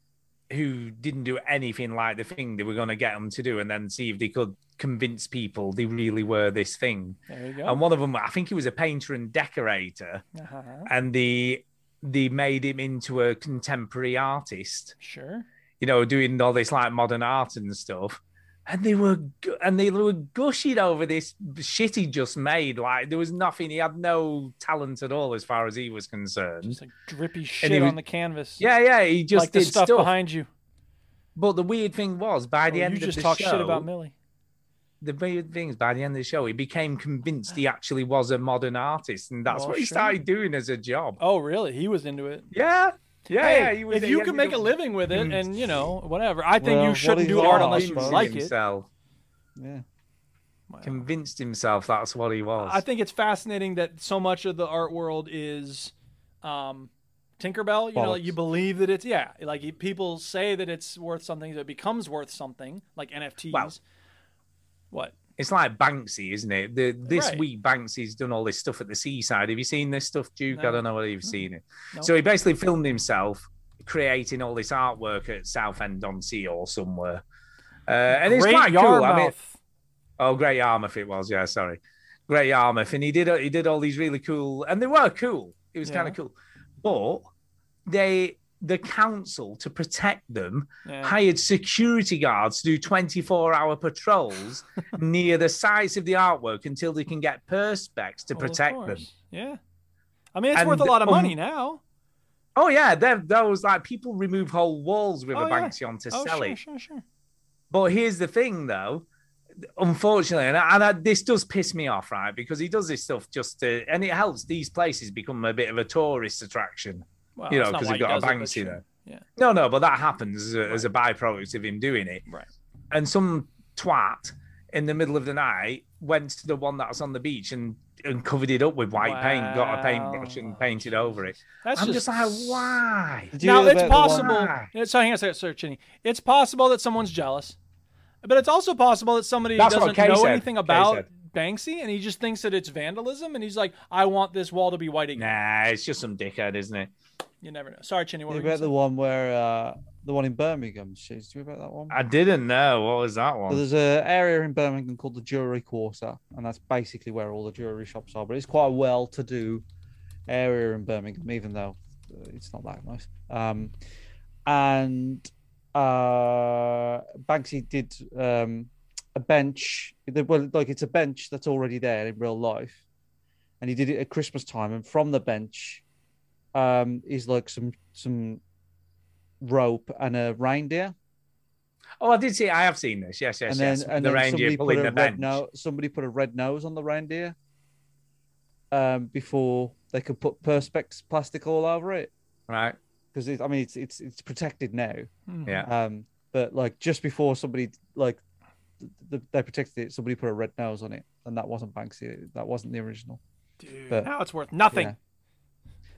C: who didn't do anything like the thing they were going to get them to do and then see if they could convince people they really were this thing.
A: There you go.
C: And one of them, I think he was a painter and decorator,
A: uh-huh.
C: and they, they made him into a contemporary artist,
A: Sure.
C: you know, doing all this like modern art and stuff. And they were gu- and they were gushing over this shit he just made. Like there was nothing. He had no talent at all, as far as he was concerned.
A: Drippy
C: Mm-hmm. he
A: shit
C: was-
A: on the canvas.
C: Yeah, yeah, he just
A: like the
C: did
A: stuff,
C: stuff.
A: behind you.
C: But the weird thing was, by the
A: Oh,
C: end
A: you just
C: of the
A: talk
C: show,
A: shit about Millie.
C: the weird thing is, by the end of the show, he became convinced he actually was a modern artist, and that's
A: Oh,
C: what he
A: sure.
C: started doing as a job.
A: Oh, really? He was into it.
C: Yeah, yeah,
A: Hey,
C: yeah. He was,
A: if
C: he
A: you
C: had
A: can
C: to Mm.
A: make
C: do-
A: a living with it, and you know, whatever. I think
C: Well,
A: you
C: what
A: shouldn't
C: he
A: do art unless you
C: convinced
A: like it.
C: himself,
B: Yeah.
C: Convinced himself that's what he was.
A: I think it's fascinating that so much of the art world is um, Tinkerbell. You know, like
C: Bollocks.
A: you believe that it's yeah. Like you- people say that it's worth something, so it becomes worth something, like NFTs. what?
C: It's like Banksy, isn't it? The, this
A: Right.
C: week, Banksy's done all this stuff at the seaside. Have you seen this stuff, Duke?
A: No.
C: I don't know whether you've seen it.
A: No.
C: So he basically filmed himself creating all this artwork at Southend on Sea or somewhere. Uh, and it's
A: Great
C: quite cool. I mean,
A: Yarmouth.
C: oh, Great Yarmouth it was. Yeah, sorry, Great Yarmouth. And he did he did all these really cool, and they were cool. It was kind
A: Yeah.
C: of cool, but they the council to protect them
A: Yeah.
C: hired security guards to do 24 hour patrols near the sites of the artwork until they can get perspex to
A: Well, Oh, of
C: protect them.
A: course. Yeah. I mean, it's worth a
C: And,
A: lot of
C: um,
A: money now.
C: Oh yeah, there there was like people remove whole walls with
A: Oh,
C: a
A: yeah.
C: Banksy on to
A: oh,
C: sell
A: sure,
C: it.
A: Sure, sure.
C: But here's the thing, though. Unfortunately, and, I, and I, this does piss me off, right? Because he does this stuff just to, and it helps these places become a bit of a tourist attraction,
A: Well,
C: you
A: that's
C: know,
A: not
C: because
A: why
C: you've
A: he
C: got a
A: does it, but
C: Banksy
A: sure.
C: there.
A: Yeah.
C: No, no, but that happens as a, as a byproduct of him doing it.
A: Right.
C: And some twat in the middle of the night went to the one that was on the beach and, and covered it up with white paint, got a paintbrush and painted over it.
A: That's
C: I'm
A: just-
C: just, like, why?
A: Now it's possible.
C: Why?
A: So hang on a second, Sir Chinny. It's possible that someone's jealous, but it's also possible that somebody
C: That's what
A: doesn't
C: Kay
A: know
C: said.
A: anything
C: Kay
A: about
C: said.
A: Banksy, and he just thinks that it's vandalism, and he's like, "I want this wall to be white again."
C: Nah, it's just some dickhead, isn't it?
A: You never know. Sorry, Chinny. What
B: You
A: were you
B: about the one where uh, the one in Birmingham? Shoes. Do you about that one?
C: I didn't know. What was that one?
B: So there's an area in Birmingham called the Jewelry Quarter, and that's basically where all the jewelry shops are. But it's quite a well-to-do area in Birmingham, even though uh, it's not that nice. Um, and uh, Banksy did um, a bench. the- Well, like it's a bench that's already there in real life, and he did it at Christmas time. And from the bench um, is like some some rope and a reindeer.
C: Oh, I did see. I have seen this. Yes, yes,
B: and
C: yes.
B: then, and
C: the
B: then
C: reindeer
B: somebody put
C: pulling
B: a red
C: the bench.
B: nose. Somebody put a red nose on the reindeer um, before they could put perspex plastic all over it.
C: Right.
B: Because I mean, it's it's it's protected now.
C: Hmm. Yeah.
B: Um, but like just before somebody like th- th- they protected it, somebody put a red nose on it, and that wasn't Banksy. That wasn't the original.
A: Dude,
B: But-
A: now it's worth nothing.
B: Yeah.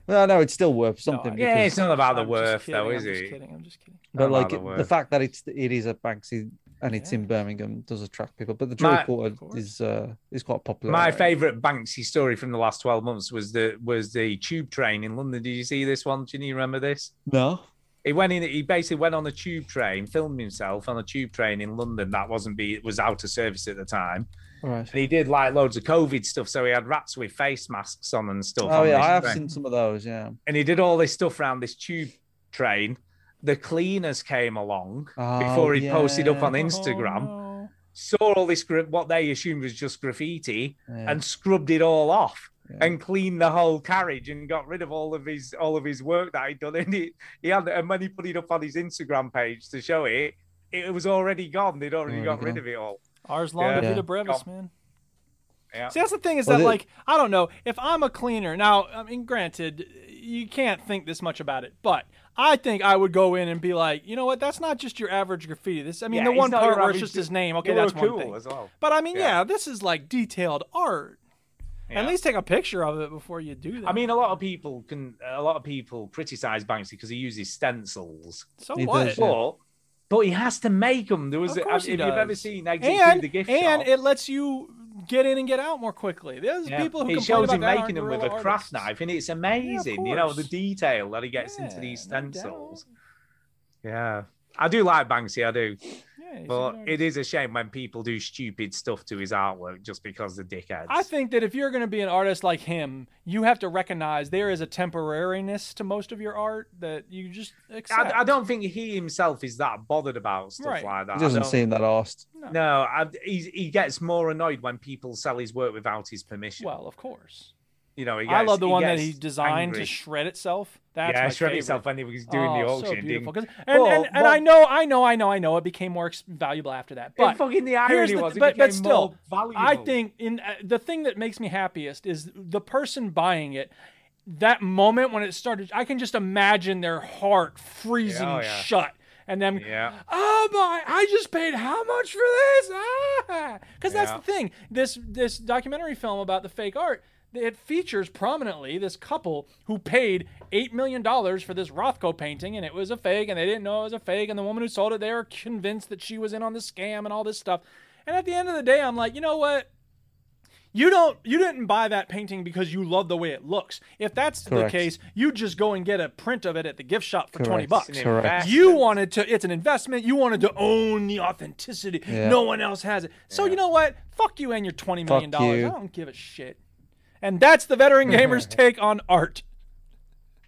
B: Well, no, it's still worth something.
C: yeah,
B: because-
C: it's not about the
A: I'm just
C: worth, though,
A: kidding,
C: is
A: I'm
C: it?
A: Just kidding. I'm just kidding.
B: But
C: Oh,
B: like
C: no,
B: it-
C: they
B: the
C: were.
B: fact that it's it is a Banksy and it's in Birmingham does attract people. But the
C: My-
B: Drury Quarter is uh, is quite popular.
C: My
B: area.
C: favourite Banksy story from the last twelve months was the was the tube train in London. Did you see this one? Do you remember this?
B: No.
C: He went in. He basically went on a tube train, filmed himself on a tube train in London. That wasn't be it was out of service at the time.
B: Right.
C: And he did like loads of COVID stuff. So he had rats with face masks on and stuff.
B: Oh
C: on
B: yeah,
C: this
B: I have
C: train.
B: seen some of those. Yeah.
C: and he did all this stuff around this tube train. The cleaners came along
B: Oh,
C: before he posted up on
B: yeah.
C: Instagram,
A: Oh,
C: saw all this gra- what they assumed was just graffiti,
B: Yeah.
C: and scrubbed it all off. And cleaned the whole carriage and got rid of all of his all of his work that he'd done. And he, he had and when he put it up on his Instagram page to show it, it was already gone. They'd already
A: Already
C: got rid
A: gone.
C: of it all.
A: Ours long
C: Yeah.
A: yeah.
C: Yeah.
A: vita brevis, man.
C: Yeah.
A: See, that's the thing is
B: Well,
A: that,
B: the-
A: like, I don't know if I'm a cleaner. Now, I mean, granted, you can't think this much about it, but I think I would go in and be like, you know what? That's not just your average graffiti. This, I mean,
C: Yeah,
A: the
C: he's
A: one
C: not
A: part
C: your
A: where it's
C: average-
A: just his name. Okay,
C: they
A: that's
C: were
A: one
C: cool
A: thing.
C: as well.
A: But I mean, yeah.
C: Yeah.
A: this is like detailed art. At
C: Yeah.
A: least take a picture of it before you do that.
C: I mean, a lot of people can a lot of people criticize Banksy because he uses stencils.
A: so
B: he
A: what?
B: does, yeah.
C: But but he has to make them. There was
A: Of
C: a,
A: course
C: if
A: he
C: you've
A: does.
C: ever seen Exit
A: and
C: Through the Gift
A: and
C: Shop,
A: it lets you get in and get out more quickly. There's
C: yeah,
A: people who
C: it
A: complain
C: shows
A: about
C: him
A: that aren't
C: making them with a
A: guerrilla
C: craft
A: artists.
C: knife, and it's amazing. you know the
A: course.
C: detail that he gets into
A: Yeah,
C: these
A: no doubt.
C: stencils. yeah, I do like Banksy. I do,
A: Yeah, he's a
C: but
A: good
C: it is a shame when people do stupid stuff to his artwork just because they're dickheads.
A: I think that if you're going to be an artist like him, you have to recognize there is a temporariness to most of your art that you just accept.
C: I, I don't think he himself is that bothered about stuff
A: Right.
C: like that.
B: It
C: I
B: doesn't
C: don't-
B: seem that arsed.
C: No, I, he's, he gets more annoyed when people sell his work without his permission.
A: well, of course.
C: you know, he
A: I
C: gets-
A: love the one that
C: gets
A: he designed
C: angry.
A: to shred itself. That's
C: yeah,
A: my
C: shred
A: favorite.
C: himself when he was doing the
A: Oh, so
C: auction.
A: beautiful.
C: didn't
A: 'Cause-
C: he?
A: And,
C: Well,
A: and, and
C: well,
A: I know, I know, I know, I know. It became more ex- valuable after that. But
C: and fucking the
A: here's
C: irony
A: the-
C: was, it
A: but, but
C: became
A: still,
C: more valuable.
A: I think in uh, the thing that makes me happiest is the person buying it. That moment when it started, I can just imagine their heart freezing
C: Yeah, oh, yeah.
A: shut, and them,
C: Yeah.
A: oh my, I just paid how much for this? Ah, because that's
C: Yeah.
A: the thing. This this documentary film about the fake art. It features prominently this couple who paid eight million dollars for this Rothko painting, and it was a fake, and they didn't know it was a fake, and the woman who sold it, they were convinced that she was in on the scam and all this stuff. And at the end of the day, I'm like, you know what? You don't you didn't buy that painting because you love the way it looks. If that's
B: Correct.
A: the case, you just go and get a print of it at the gift shop for 20
B: Correct.
A: bucks.
C: It's an
B: Correct.
C: investment.
A: You wanted to it's an investment. You wanted to own the authenticity.
B: Yeah.
A: No one else has it. So you know what? Fuck you and your 20 million
B: Fuck
A: dollars.
B: you.
A: I don't give a shit. And that's the veteran gamer's take on art.